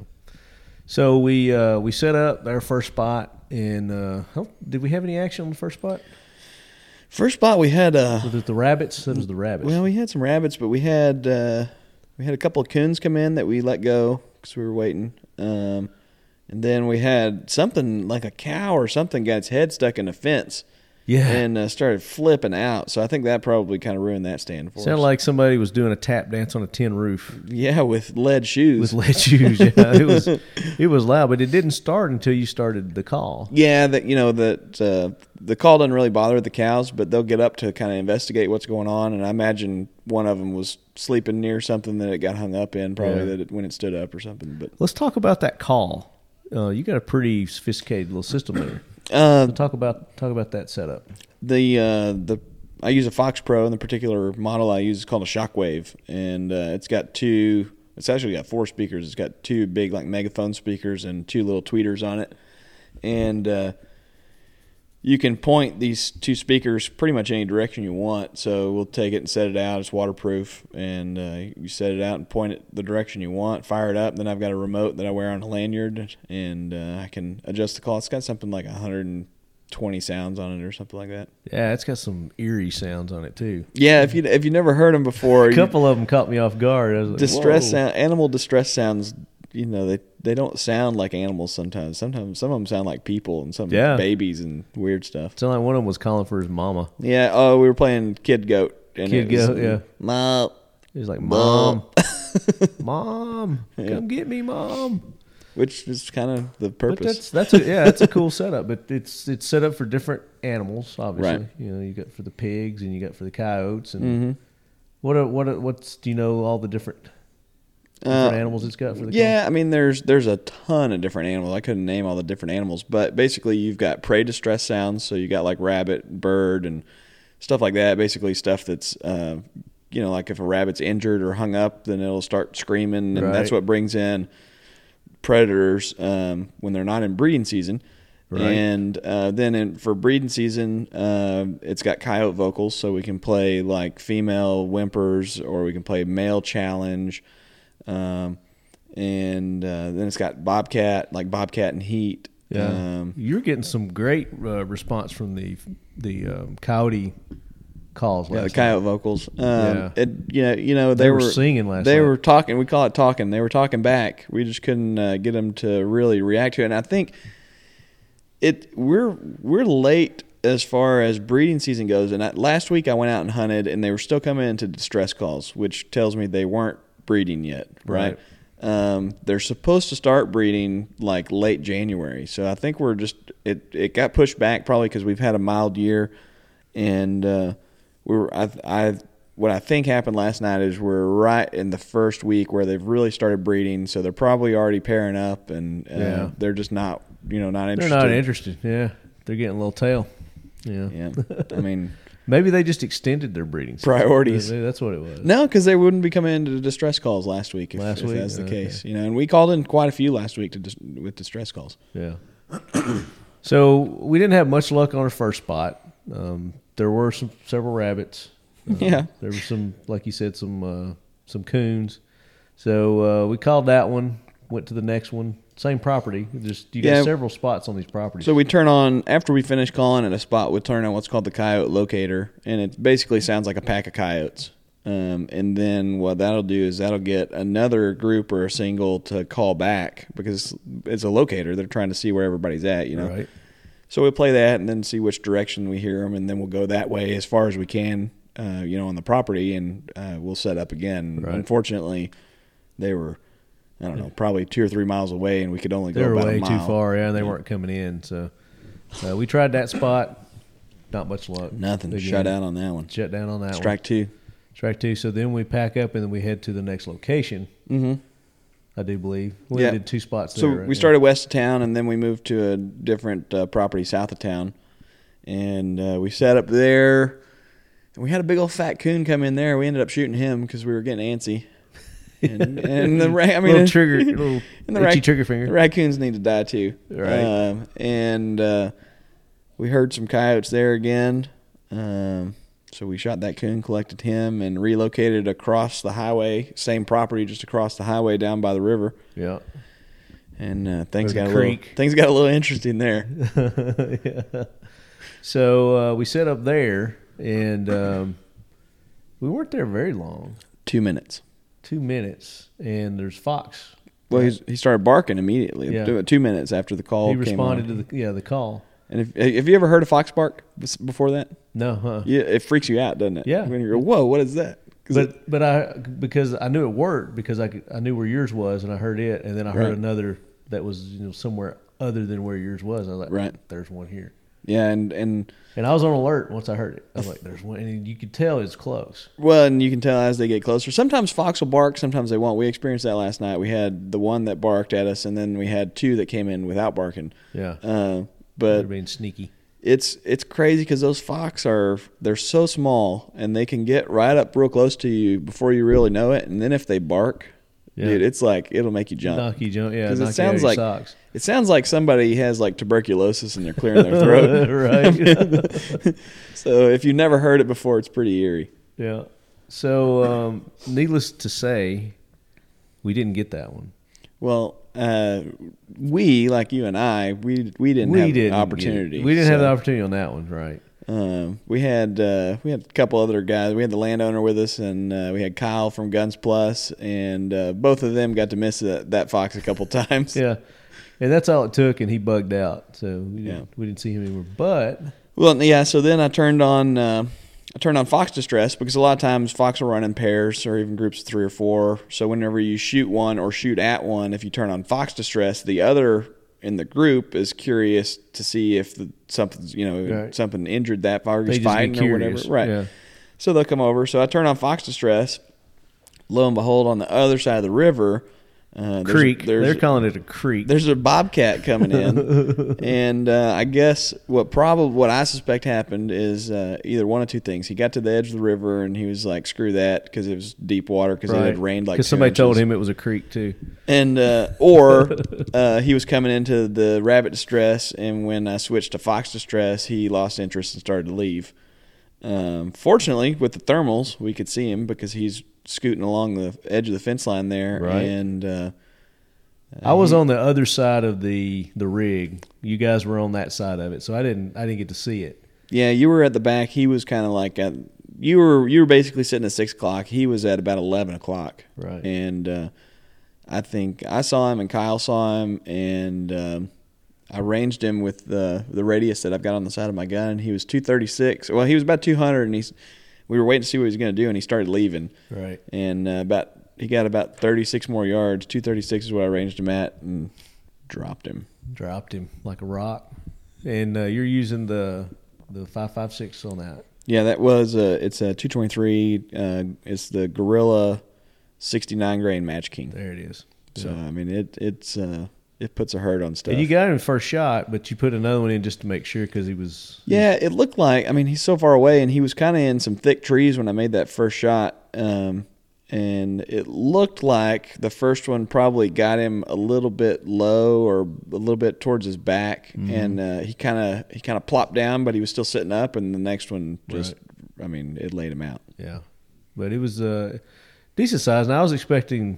[SPEAKER 1] So we uh, we set up our first spot, and uh, how- did we have any action on the first spot?
[SPEAKER 4] First spot we had uh,
[SPEAKER 1] Was it the rabbits? That was the rabbits.
[SPEAKER 4] Well, we had some rabbits, but we had uh, we had a couple of coons come in that we let go because we were waiting. Um, and then we had something like a cow or something got its head stuck in a fence.
[SPEAKER 1] Yeah.
[SPEAKER 4] and uh, started flipping out. So I think that probably kind of ruined that stand for
[SPEAKER 1] Sounded
[SPEAKER 4] us.
[SPEAKER 1] like somebody was doing a tap dance on a tin roof
[SPEAKER 4] yeah, with lead shoes.
[SPEAKER 1] with lead shoes. Yeah, it was it was loud, but it didn't start until you started the call.
[SPEAKER 4] yeah, that you know that uh, the call doesn't really bother the cows, but they'll get up to kind of investigate what's going on. And I imagine one of them was sleeping near something that it got hung up in, probably
[SPEAKER 1] Yeah.
[SPEAKER 4] that it, when it stood up or something. But
[SPEAKER 1] Let's talk about that call. Uh, you got a pretty sophisticated little system there.
[SPEAKER 4] uh,
[SPEAKER 1] Talk about talk about that setup.
[SPEAKER 4] the uh, the I use a Fox Pro, and the particular model I use is called a Shockwave, and uh, it's got two. It's actually got four speakers. It's got two big like megaphone speakers and two little tweeters on it, and uh, you can point these two speakers pretty much any direction you want. So we'll take it and set it out. It's waterproof, and uh, you set it out and point it the direction you want. Fire it up. Then I've got a remote that I wear on a lanyard, and uh, I can adjust the call. It's got something like 120 sounds on it or something like that.
[SPEAKER 1] Yeah, it's got some eerie sounds on it too.
[SPEAKER 4] Yeah, if you if you never heard them before,
[SPEAKER 1] A
[SPEAKER 4] you-
[SPEAKER 1] couple of them caught me off guard. I was like,
[SPEAKER 4] distress
[SPEAKER 1] "Whoa."
[SPEAKER 4] sound animal distress sounds. You know they they don't sound like animals sometimes. Sometimes some of them sound like people and some
[SPEAKER 1] Yeah.
[SPEAKER 4] babies and weird stuff.
[SPEAKER 1] Sounded like one of them was calling for his mama.
[SPEAKER 4] Yeah. Oh, we were playing Kid Goat. And
[SPEAKER 1] Kid
[SPEAKER 4] it was,
[SPEAKER 1] Goat, yeah.
[SPEAKER 4] "Ma."
[SPEAKER 1] He was like, "Mom, *laughs* mom, come get me, mom."
[SPEAKER 4] which is kind of the
[SPEAKER 1] But that's
[SPEAKER 4] purpose.
[SPEAKER 1] that's a, yeah, that's a cool setup. But it's it's set up for different animals, obviously.
[SPEAKER 4] Right. Mm-hmm.
[SPEAKER 1] You know, you got for the pigs and you got for the coyotes and what are, what are, what's do you know all the different, different animals it's got for the
[SPEAKER 4] Uh, Yeah, I mean there's there's a ton of different animals. I couldn't name all the different animals, but basically you've got prey distress sounds. So you got like rabbit, bird, and stuff like that. Basically, stuff that's uh, you know like if a rabbit's injured or hung up, then it'll start screaming, and that's
[SPEAKER 1] Right.
[SPEAKER 4] what brings in predators um, when they're not in breeding season.
[SPEAKER 1] Right.
[SPEAKER 4] And uh, then in, for breeding season, uh, it's got coyote vocals, so we can play like female whimpers, or we can play male challenge. Um, and uh, then it's got bobcat, like bobcat and heat.
[SPEAKER 1] Yeah,
[SPEAKER 4] Um,
[SPEAKER 1] you're getting some great uh, response from the the um, coyote calls.
[SPEAKER 4] Yeah, the
[SPEAKER 1] last
[SPEAKER 4] coyote vocals. Um,
[SPEAKER 1] Yeah.
[SPEAKER 4] it, you know, you know they,
[SPEAKER 1] They were singing last
[SPEAKER 4] They
[SPEAKER 1] night.
[SPEAKER 4] were talking. We call it talking. They were talking back. We just couldn't uh, get them to really react to it. And I think it we're we're late as far as breeding season goes. And I, last week I went out and hunted, and they were still coming into distress calls, which tells me they weren't breeding yet, right? Um, they're supposed to start breeding like late January, so I think we're just it. It got pushed back probably because we've had a mild year, and uh, we were I, I what I think happened last night is we're right in the first week where they've really started breeding, so they're probably already pairing up, and uh,
[SPEAKER 1] Yeah.
[SPEAKER 4] they're just not you know not
[SPEAKER 1] They're
[SPEAKER 4] interested.
[SPEAKER 1] not interested. Yeah, they're getting a little tail. Yeah,
[SPEAKER 4] Yeah, I
[SPEAKER 1] *laughs*
[SPEAKER 4] mean
[SPEAKER 1] maybe they just extended their breeding season.
[SPEAKER 4] Priorities.
[SPEAKER 1] Maybe That's what it was.
[SPEAKER 4] no, because they wouldn't be coming into distress calls last week if,
[SPEAKER 1] Last
[SPEAKER 4] if
[SPEAKER 1] week?
[SPEAKER 4] that's the
[SPEAKER 1] Okay.
[SPEAKER 4] case, you know. And we called in quite a few last week to dis- with distress
[SPEAKER 1] *laughs*
[SPEAKER 4] calls.
[SPEAKER 1] Yeah. *clears throat* so we didn't have much luck on our first spot. Um, there were some several rabbits. Um,
[SPEAKER 4] Yeah.
[SPEAKER 1] There were some, like you said, some uh, some coons. So uh, we called that one. Went to the next one. Same property. Just you
[SPEAKER 4] Yeah.
[SPEAKER 1] got several spots on these properties.
[SPEAKER 4] So we turn on after we finish calling at a spot. We turn on what's called the coyote locator, and it basically sounds like a pack of coyotes. Um, and then what that'll do is that'll get another group or a single to call back because it's a locator. They're trying to see where everybody's at, you know.
[SPEAKER 1] right.
[SPEAKER 4] So we'll play that and then see which direction we hear them, and then we'll go that way as far as we can, uh, you know, on the property, and uh, we'll set up again.
[SPEAKER 1] Right.
[SPEAKER 4] Unfortunately, they were, I don't know, probably two or three miles away, and we could only
[SPEAKER 1] They
[SPEAKER 4] go
[SPEAKER 1] were
[SPEAKER 4] about
[SPEAKER 1] way
[SPEAKER 4] a mile.
[SPEAKER 1] too far. Yeah, and they weren't coming in. So uh, we tried that spot. Not much luck.
[SPEAKER 4] Nothing.
[SPEAKER 1] Again,
[SPEAKER 4] Shut out on that one.
[SPEAKER 1] Shut down on that one.
[SPEAKER 4] Strike two.
[SPEAKER 1] Strike two. So then we pack up and then we head to the next location. Mm-hmm. I do believe we
[SPEAKER 4] Yeah.
[SPEAKER 1] did two spots
[SPEAKER 4] So
[SPEAKER 1] there. right?
[SPEAKER 4] we started west of town, and then we moved to a different uh, property south of town, and uh, we sat up there. And we had a big old fat coon come in there. We ended up shooting him because we were getting antsy. And, and *laughs* the ra- I mean,
[SPEAKER 1] Little trigger-
[SPEAKER 4] *laughs*
[SPEAKER 1] little itchy trigger finger.
[SPEAKER 4] The raccoons need to die too.
[SPEAKER 1] Right.
[SPEAKER 4] Um, and uh, we heard some coyotes there again. Um, so we shot that coon, collected him, and relocated across the highway, same property, just across the highway down by the river.
[SPEAKER 1] Yeah. *laughs*
[SPEAKER 4] And uh, things
[SPEAKER 1] Or the
[SPEAKER 4] got a little,
[SPEAKER 1] creek.
[SPEAKER 4] things got a little interesting there.
[SPEAKER 1] So uh, we set up there, and um, we weren't there very long,
[SPEAKER 4] Two minutes.
[SPEAKER 1] two minutes. And there's Fox.
[SPEAKER 4] Well, he's, he started barking immediately.
[SPEAKER 1] Yeah.
[SPEAKER 4] Two, two minutes after the call.
[SPEAKER 1] He
[SPEAKER 4] came
[SPEAKER 1] responded
[SPEAKER 4] on.
[SPEAKER 1] to the yeah the call.
[SPEAKER 4] And if, have you ever heard a fox bark bes- before that?
[SPEAKER 1] No, huh?
[SPEAKER 4] Yeah, it freaks you out, doesn't it?
[SPEAKER 1] Yeah.
[SPEAKER 4] When you go, whoa, what is that? 'Cause
[SPEAKER 1] But
[SPEAKER 4] it-
[SPEAKER 1] but I because I knew it worked because I could, I knew where yours was and I heard it and then I heard
[SPEAKER 4] Right.
[SPEAKER 1] another that was you know somewhere other than where yours was. I was like,
[SPEAKER 4] Right.
[SPEAKER 1] there's one here.
[SPEAKER 4] yeah, and and
[SPEAKER 1] And I was on alert once I heard it. I was like, there's one. And you could tell it's close.
[SPEAKER 4] Well, and you can tell as they get closer. Sometimes fox will bark, sometimes they won't. We experienced that last night. We had the one that barked at us, and then we had two that came in without barking.
[SPEAKER 1] Yeah.
[SPEAKER 4] Uh,
[SPEAKER 1] They're
[SPEAKER 4] but
[SPEAKER 1] being sneaky.
[SPEAKER 4] it's it's crazy because those fox are they're so small and they can get right up real close to you before you really know it. And then if they bark,
[SPEAKER 1] Yeah.
[SPEAKER 4] dude, it's like it'll make you jump.
[SPEAKER 1] Knock you jump. Yeah.
[SPEAKER 4] Because
[SPEAKER 1] Knock
[SPEAKER 4] it sounds
[SPEAKER 1] you
[SPEAKER 4] like
[SPEAKER 1] out of your
[SPEAKER 4] *laughs*
[SPEAKER 1] socks. *laughs*
[SPEAKER 4] it sounds like somebody has like tuberculosis and they're clearing their
[SPEAKER 1] *laughs*
[SPEAKER 4] throat.
[SPEAKER 1] right.
[SPEAKER 4] so if you never heard it before, it's pretty eerie.
[SPEAKER 1] yeah. So, um, needless to say, we didn't get that one.
[SPEAKER 4] Well, uh, we like you and I, we we didn't
[SPEAKER 1] we
[SPEAKER 4] have
[SPEAKER 1] didn't.
[SPEAKER 4] the opportunity.
[SPEAKER 1] Get, we didn't have
[SPEAKER 4] So,
[SPEAKER 1] the opportunity on that one. Right.
[SPEAKER 4] Um, we had uh, we had a couple other guys. We had the landowner with us, and uh, we had Kyle from Guns Plus, and uh, both of them got to miss that, that fox a couple *laughs* times.
[SPEAKER 1] Yeah. And that's all it took. And he bugged out. So we didn't,
[SPEAKER 4] Yeah.
[SPEAKER 1] we didn't see him anymore. But
[SPEAKER 4] Well, yeah. So then I turned on uh, I turned on fox distress because a lot of times fox will run in pairs or even groups of three or four. So whenever you shoot one or shoot at one, if you turn on fox distress, the other in the group is curious to see if the, something's you know
[SPEAKER 1] Right.
[SPEAKER 4] something injured that fox
[SPEAKER 1] They
[SPEAKER 4] is
[SPEAKER 1] just get
[SPEAKER 4] fighting or whatever,
[SPEAKER 1] curious,
[SPEAKER 4] right?
[SPEAKER 1] yeah.
[SPEAKER 4] So they'll come over. So I turn on fox distress. Lo and behold, on the other side of the river, Uh, there's-
[SPEAKER 1] creek.
[SPEAKER 4] there's-
[SPEAKER 1] They're calling it a creek.
[SPEAKER 4] there's a bobcat coming
[SPEAKER 1] *laughs*
[SPEAKER 4] in, and uh, I guess what probably what I suspect happened is uh, either one of two things. He got to the edge of the river and he was like, "Screw that," because it was deep water because it had rained like.
[SPEAKER 1] because
[SPEAKER 4] two
[SPEAKER 1] somebody
[SPEAKER 4] inches.
[SPEAKER 1] told him it was a creek too.
[SPEAKER 4] and uh, or uh, he was coming into the rabbit distress, and when I switched to fox distress, he lost interest and started to leave. Um, fortunately, with the thermals, we could see him because he's scooting along the edge of the fence line there,
[SPEAKER 1] Right.
[SPEAKER 4] and uh,
[SPEAKER 1] I was on the other side of the the rig. You guys were on that side of it, so I didn't I didn't get to see it.
[SPEAKER 4] Yeah, you were at the back. He was kind of like at you were you were basically sitting at six o'clock. He was at about eleven o'clock.
[SPEAKER 1] Right.
[SPEAKER 4] And uh, I think I saw him and Kyle saw him and um, I ranged him with the the radius that I've got on the side of my gun. He was two thirty six. Well, he was about two hundred, and he's we were waiting to see what he was going to do, and he started leaving.
[SPEAKER 1] Right.
[SPEAKER 4] And uh, about he got about thirty six more yards. Two thirty six is what I ranged him at, and dropped him.
[SPEAKER 1] Dropped him like a rock, and uh, you're using the the five five six on that.
[SPEAKER 4] Yeah, that was a. It's a two twenty three. Uh, it's the Gorilla sixty nine grain Match King.
[SPEAKER 1] There it is.
[SPEAKER 4] So I mean, it it's uh, it puts a hurt on stuff.
[SPEAKER 1] And you got him first shot, but you put another one in just to make sure because he was
[SPEAKER 4] yeah, it looked like. I mean, he's so far away, and he was kind of in some thick trees when I made that first shot. Um, and it looked like the first one probably got him a little bit low or a little bit towards his back,
[SPEAKER 1] Mm-hmm.
[SPEAKER 4] and uh, he kind of he kind of plopped down, but he was still sitting up. And the next one just, I mean, it laid him out.
[SPEAKER 1] Yeah, but it was uh, decent size, and I was expecting,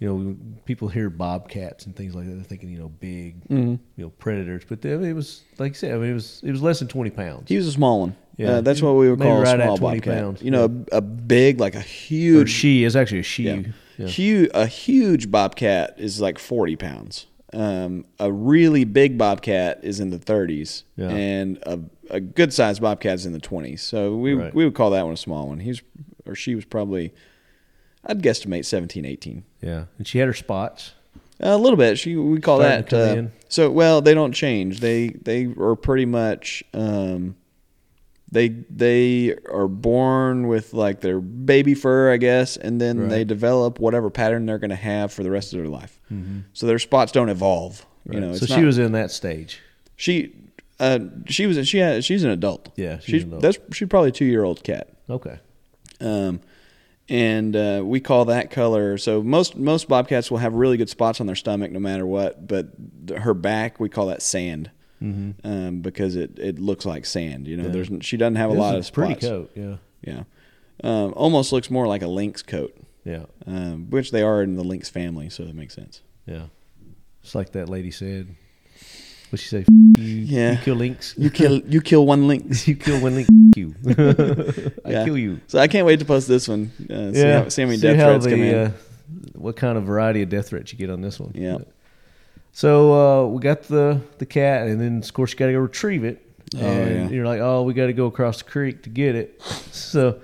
[SPEAKER 1] you know, people hear bobcats and things like that, they're thinking you know big,
[SPEAKER 4] Mm-hmm.
[SPEAKER 1] you know, predators. But then it was like you said, I mean, it was it was less than twenty pounds.
[SPEAKER 4] He was a small one.
[SPEAKER 1] Yeah.
[SPEAKER 4] Yeah, that's what we would
[SPEAKER 1] Maybe
[SPEAKER 4] call
[SPEAKER 1] right
[SPEAKER 4] a
[SPEAKER 1] at
[SPEAKER 4] small
[SPEAKER 1] 20
[SPEAKER 4] bobcat.
[SPEAKER 1] pounds.
[SPEAKER 4] You know, a, a big, like a
[SPEAKER 1] Or
[SPEAKER 4] huge,
[SPEAKER 1] she is actually a she.
[SPEAKER 4] yeah.
[SPEAKER 1] Yeah.
[SPEAKER 4] Hu- a huge bobcat is like forty pounds. Um, a really big bobcat is in the thirties,
[SPEAKER 1] Yeah.
[SPEAKER 4] and a, a good sized bobcat is in the twenties. So we
[SPEAKER 1] Right.
[SPEAKER 4] we would call that one a small one. He's or she was probably, I'd guesstimate 17, 18.
[SPEAKER 1] Yeah. and she had her spots.
[SPEAKER 4] A little bit. She we call
[SPEAKER 1] Starting to
[SPEAKER 4] that.
[SPEAKER 1] come
[SPEAKER 4] uh,
[SPEAKER 1] in.
[SPEAKER 4] So well, they don't change. They they are pretty much. Um, they they are born with like their baby fur, I guess, and then they develop whatever pattern they're going to have for the rest of their life. So their spots don't evolve. You know,
[SPEAKER 1] Mm-hmm. so
[SPEAKER 4] it's
[SPEAKER 1] she
[SPEAKER 4] not-
[SPEAKER 1] was in that stage.
[SPEAKER 4] she. Uh, she was she had, she's an adult.
[SPEAKER 1] Yeah, she's
[SPEAKER 4] she's,
[SPEAKER 1] an adult.
[SPEAKER 4] that's she's probably a two year old cat.
[SPEAKER 1] Okay.
[SPEAKER 4] Um, and uh, we call that color. So most most bobcats will have really good spots on their stomach, no matter what. But th- her back, we call that sand, um, because it, it looks like sand. You know, there's she doesn't have a
[SPEAKER 1] It was
[SPEAKER 4] lot of spots.
[SPEAKER 1] pretty coat. Yeah.
[SPEAKER 4] Yeah, um, almost looks more like a lynx coat,
[SPEAKER 1] Yeah.
[SPEAKER 4] um, which they are in the lynx family, so that makes sense.
[SPEAKER 1] Yeah. It's like that lady said. What she say? F- you,
[SPEAKER 4] Yeah.
[SPEAKER 1] You kill links. *laughs*
[SPEAKER 4] You *laughs* kill you kill one lynx.
[SPEAKER 1] you kill
[SPEAKER 4] *laughs*
[SPEAKER 1] one link. F- you. *laughs* I
[SPEAKER 4] Yeah.
[SPEAKER 1] kill you.
[SPEAKER 4] So I can't wait to post this one. Uh, see how, see how many death
[SPEAKER 1] how
[SPEAKER 4] threats come
[SPEAKER 1] the,
[SPEAKER 4] in.
[SPEAKER 1] uh, what kind of variety of death threats you get on this one?
[SPEAKER 4] Yeah.
[SPEAKER 1] So uh, we got the the cat, and then of course you got to go retrieve it. and
[SPEAKER 4] yeah.
[SPEAKER 1] You're like, oh, we got to go across the creek to get it. So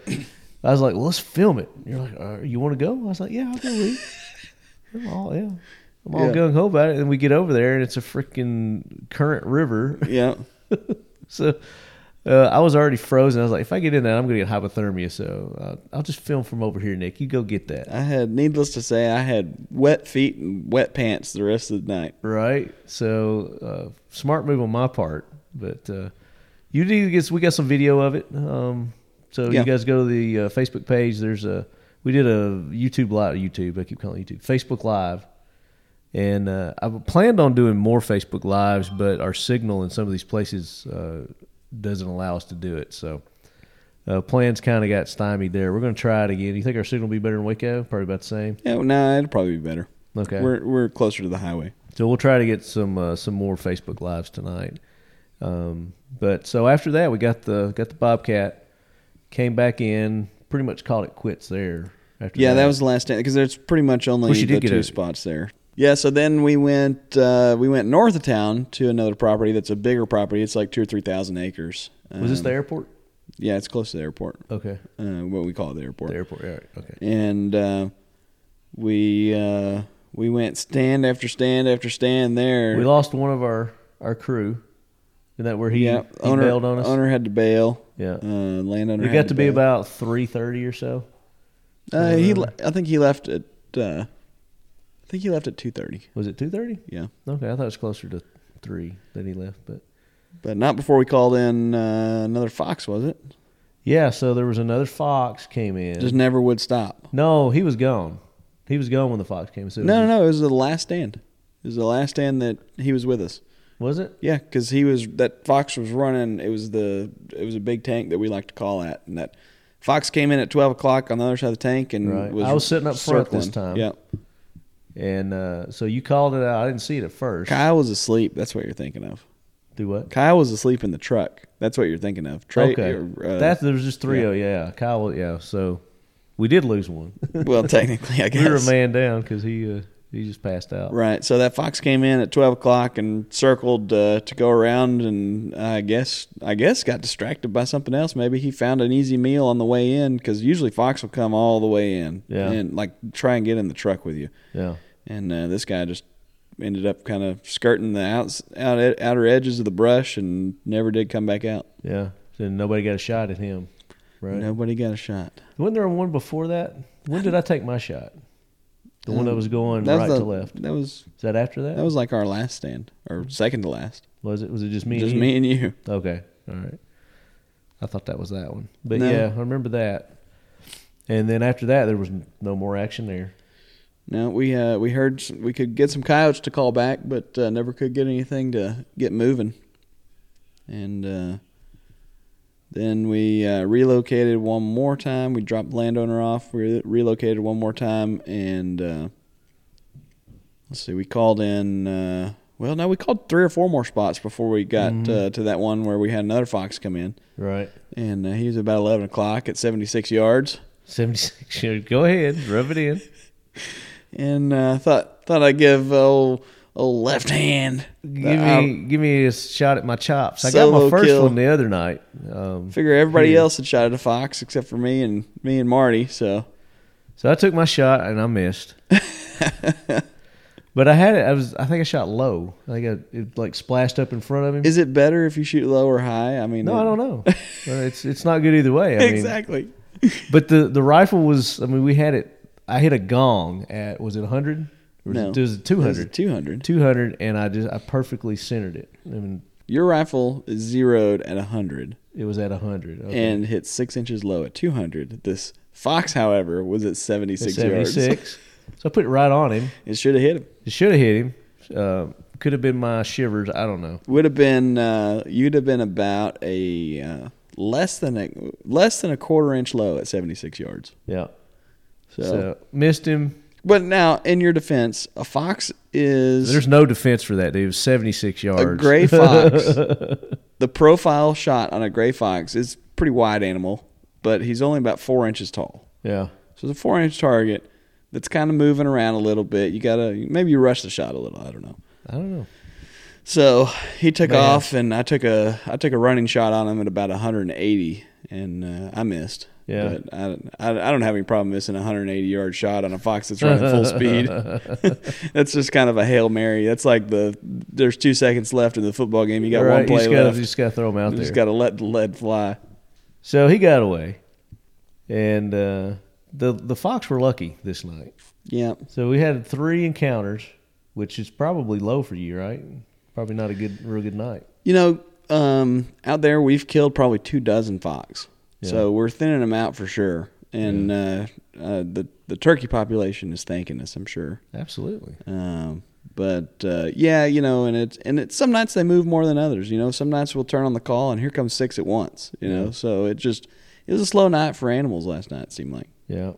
[SPEAKER 1] I was like, well, let's film it. You're like, uh, you want to go? I was like, yeah, I'll go with you. *laughs* I'm all yeah. I'm all
[SPEAKER 4] Yeah.
[SPEAKER 1] gung ho about it, and we get over there, and it's a freaking current river.
[SPEAKER 4] yeah,
[SPEAKER 1] So uh, I was already frozen. I was like, if I get in that, I'm going to get hypothermia. So uh, I'll just film from over here, Nick. You go get that.
[SPEAKER 4] I had. Needless to say, I had wet feet and wet pants the rest of the night.
[SPEAKER 1] Right. So uh, smart move on my part, but uh, you do get we got some video of it. Um, so
[SPEAKER 4] Yeah.
[SPEAKER 1] you guys go to the uh, Facebook page. There's a we did a YouTube live YouTube. I keep calling it YouTube Facebook live, and uh, I planned on doing more Facebook lives, but our signal in some of these places uh, doesn't allow us to do it. So. Uh, plans kind of got stymied there. We're going to try it again. You think our signal will be better in Waco? Probably about the same.
[SPEAKER 4] Yeah, well, no, it'll probably be better.
[SPEAKER 1] Okay.
[SPEAKER 4] We're we're closer to the highway.
[SPEAKER 1] So we'll try to get some uh, some more Facebook lives tonight. Um, but so after that, we got the got the Bobcat, came back in, pretty much called it quits there. After
[SPEAKER 4] Yeah, that was the last day because there's pretty much only
[SPEAKER 1] Well, she
[SPEAKER 4] the
[SPEAKER 1] did get
[SPEAKER 4] two
[SPEAKER 1] a-
[SPEAKER 4] spots there. Yeah, so then we went uh, we went north of town to another property that's a bigger property. It's like two or three thousand acres.
[SPEAKER 1] was this
[SPEAKER 4] Um,
[SPEAKER 1] the airport?
[SPEAKER 4] Yeah, it's close to the airport.
[SPEAKER 1] Okay,
[SPEAKER 4] Uh, what we call it, the airport.
[SPEAKER 1] the airport. All right. Okay.
[SPEAKER 4] And uh, we uh, we went stand after stand after stand there.
[SPEAKER 1] We lost one of our our crew. Isn't that where he,
[SPEAKER 4] yeah,
[SPEAKER 1] he
[SPEAKER 4] owner
[SPEAKER 1] bailed on us?
[SPEAKER 4] owner had to bail.
[SPEAKER 1] Yeah.
[SPEAKER 4] uh, landowner.
[SPEAKER 1] it
[SPEAKER 4] had
[SPEAKER 1] got to be
[SPEAKER 4] bail.
[SPEAKER 1] about three thirty or so.
[SPEAKER 4] Uh, he, le- I think he left at. Uh, I think he left at two thirty.
[SPEAKER 1] Was it two thirty?
[SPEAKER 4] Yeah,
[SPEAKER 1] Okay, I thought it was closer to three that he left, but
[SPEAKER 4] but not before we called in uh, another fox, was it?
[SPEAKER 1] yeah. So there was another fox came in.
[SPEAKER 4] Just never would stop.
[SPEAKER 1] no, he was gone. He was gone when the fox came. So it
[SPEAKER 4] No,
[SPEAKER 1] was-
[SPEAKER 4] no, no. It was the last stand. It was the last stand that he was with us.
[SPEAKER 1] was it?
[SPEAKER 4] Yeah, because he was that fox was running. It was the it was a big tank that we like to call at, and that fox came in at twelve o'clock on the other side of the tank, and
[SPEAKER 1] Right.
[SPEAKER 4] was
[SPEAKER 1] I was sitting up front this
[SPEAKER 4] circling.
[SPEAKER 1] time.
[SPEAKER 4] Yeah,
[SPEAKER 1] And uh, so you called it out. I didn't see it at first.
[SPEAKER 4] Kyle was asleep. That's what you're thinking of.
[SPEAKER 1] Do what?
[SPEAKER 4] Kyle was asleep in the truck. That's what you're thinking of. Trey,
[SPEAKER 1] okay.
[SPEAKER 4] or, uh,
[SPEAKER 1] that there was just three. Oh yeah, Kyle. Yeah. So we did lose
[SPEAKER 4] *laughs*
[SPEAKER 1] one.
[SPEAKER 4] *laughs* well, technically, I
[SPEAKER 1] *laughs*
[SPEAKER 4] guess.
[SPEAKER 1] we were a man down because he uh, he just passed out.
[SPEAKER 4] Right. So that fox came in at twelve o'clock and circled uh, to go around, and I guess I guess got distracted by something else. Maybe he found an easy meal on the way in because usually fox will come all the way in,
[SPEAKER 1] Yeah.
[SPEAKER 4] and like try and get in the truck with you.
[SPEAKER 1] Yeah.
[SPEAKER 4] And uh, this guy just ended up kind of skirting the outs, out, outer edges of the brush and never did come back out.
[SPEAKER 1] Yeah. Then nobody got a shot at him. Right.
[SPEAKER 4] Nobody got a shot.
[SPEAKER 1] Wasn't there one before that? When did I take my shot? The one that was going
[SPEAKER 4] Um, That was
[SPEAKER 1] right
[SPEAKER 4] the-
[SPEAKER 1] to left.
[SPEAKER 4] That was
[SPEAKER 1] Is that after that?
[SPEAKER 4] that was like our last *laughs* stand or second to last.
[SPEAKER 1] was it? Was it just me? and
[SPEAKER 4] Just
[SPEAKER 1] you?
[SPEAKER 4] me and you.
[SPEAKER 1] Okay. All right. I thought that was that one. But
[SPEAKER 4] No.
[SPEAKER 1] yeah, I remember that. And then after that, there was no more action there.
[SPEAKER 4] No, we uh, we heard s- we could get some coyotes to call back, but uh, never could get anything to get moving. And uh, then we uh, relocated one more time. We dropped the landowner off. We relocated one more time, and uh, let's see, we called in. Uh, well, no, we called three or four more spots before we got uh, to that one where we had another fox come in,
[SPEAKER 1] Right.
[SPEAKER 4] and uh, he was about eleven o'clock at seventy six yards.
[SPEAKER 1] *laughs* 76 yards. Go ahead. Rub it in.
[SPEAKER 4] and uh, thought thought I'd give old old left hand.
[SPEAKER 1] Give
[SPEAKER 4] I-
[SPEAKER 1] me, give me a shot at my chops. I got my
[SPEAKER 4] Solo
[SPEAKER 1] first
[SPEAKER 4] kill.
[SPEAKER 1] one the other night. Um,
[SPEAKER 4] I figure everybody
[SPEAKER 2] Hmm.
[SPEAKER 4] else had shot at a fox except for me and me and Marty. So
[SPEAKER 1] So I took my shot and I
[SPEAKER 4] *laughs*
[SPEAKER 1] missed. but I had it. I was. I think I shot low. I think I, it like splashed up in front of him.
[SPEAKER 4] is it better if you shoot low or high? I mean,
[SPEAKER 1] no, I don't know. Uh, it's it's not good either way. I mean,
[SPEAKER 4] *laughs* exactly.
[SPEAKER 1] But the the rifle was. I mean, we had it. I hit a gong at was it hundred?
[SPEAKER 4] No,
[SPEAKER 1] it was two hundred.
[SPEAKER 4] Two hundred.
[SPEAKER 1] Two hundred, and I just I perfectly centered it. I mean,
[SPEAKER 4] Your rifle is zeroed at hundred
[SPEAKER 1] it was at hundred.
[SPEAKER 4] and hit six inches low at two hundred. This fox, however, was at seventy six yards. It
[SPEAKER 1] six. So I put it right on him.
[SPEAKER 4] should have hit him.
[SPEAKER 1] It should have hit him. Uh, could have been my shivers. I don't know.
[SPEAKER 4] Would have been uh, you'd have been about a uh, less than a less than a quarter inch low at seventy six yards.
[SPEAKER 1] Yeah.
[SPEAKER 4] so
[SPEAKER 1] so missed him.
[SPEAKER 4] But now, in your defense, a fox is
[SPEAKER 1] There's no defense for that, dude. It was 76 yards. *laughs*
[SPEAKER 4] a gray fox. the profile shot on a gray fox is a pretty wide animal, but he's only about four inches tall.
[SPEAKER 1] Yeah.
[SPEAKER 4] So it's a four inch target that's kind of moving around a little bit. You gotta maybe you rush the shot a little. I don't know.
[SPEAKER 1] I don't know.
[SPEAKER 4] So he took
[SPEAKER 1] Man.
[SPEAKER 4] off, and I took a I took a running shot on him at about 180, and uh, I missed.
[SPEAKER 1] Yeah.
[SPEAKER 4] but I, I I don't have any problem missing a 180 yard shot on a fox that's running full speed.
[SPEAKER 1] *laughs*
[SPEAKER 4] that's just kind of a hail mary. That's like the there's two seconds left in the football game. You got one
[SPEAKER 1] you
[SPEAKER 4] play
[SPEAKER 1] just gotta,
[SPEAKER 4] left.
[SPEAKER 1] you just gotta throw him out
[SPEAKER 4] You
[SPEAKER 1] there.
[SPEAKER 4] just got to let the lead fly.
[SPEAKER 1] so he got away, and uh, the the Fox were lucky this night.
[SPEAKER 4] Yeah,
[SPEAKER 1] So we had three encounters, which is probably low for you, right? Probably not a good, real good night.
[SPEAKER 4] you know, um, out there we've killed probably two dozen fox, so we're thinning them out for sure. And uh, uh, the the turkey population is thanking us, I'm sure.
[SPEAKER 1] Absolutely.
[SPEAKER 4] Um, but uh, yeah, you know, and it's and it's some nights they move more than others. You know, some nights we'll turn on the call and here comes six at once. You know, so it just it was a slow night for animals last night. It seemed like
[SPEAKER 1] Yeah.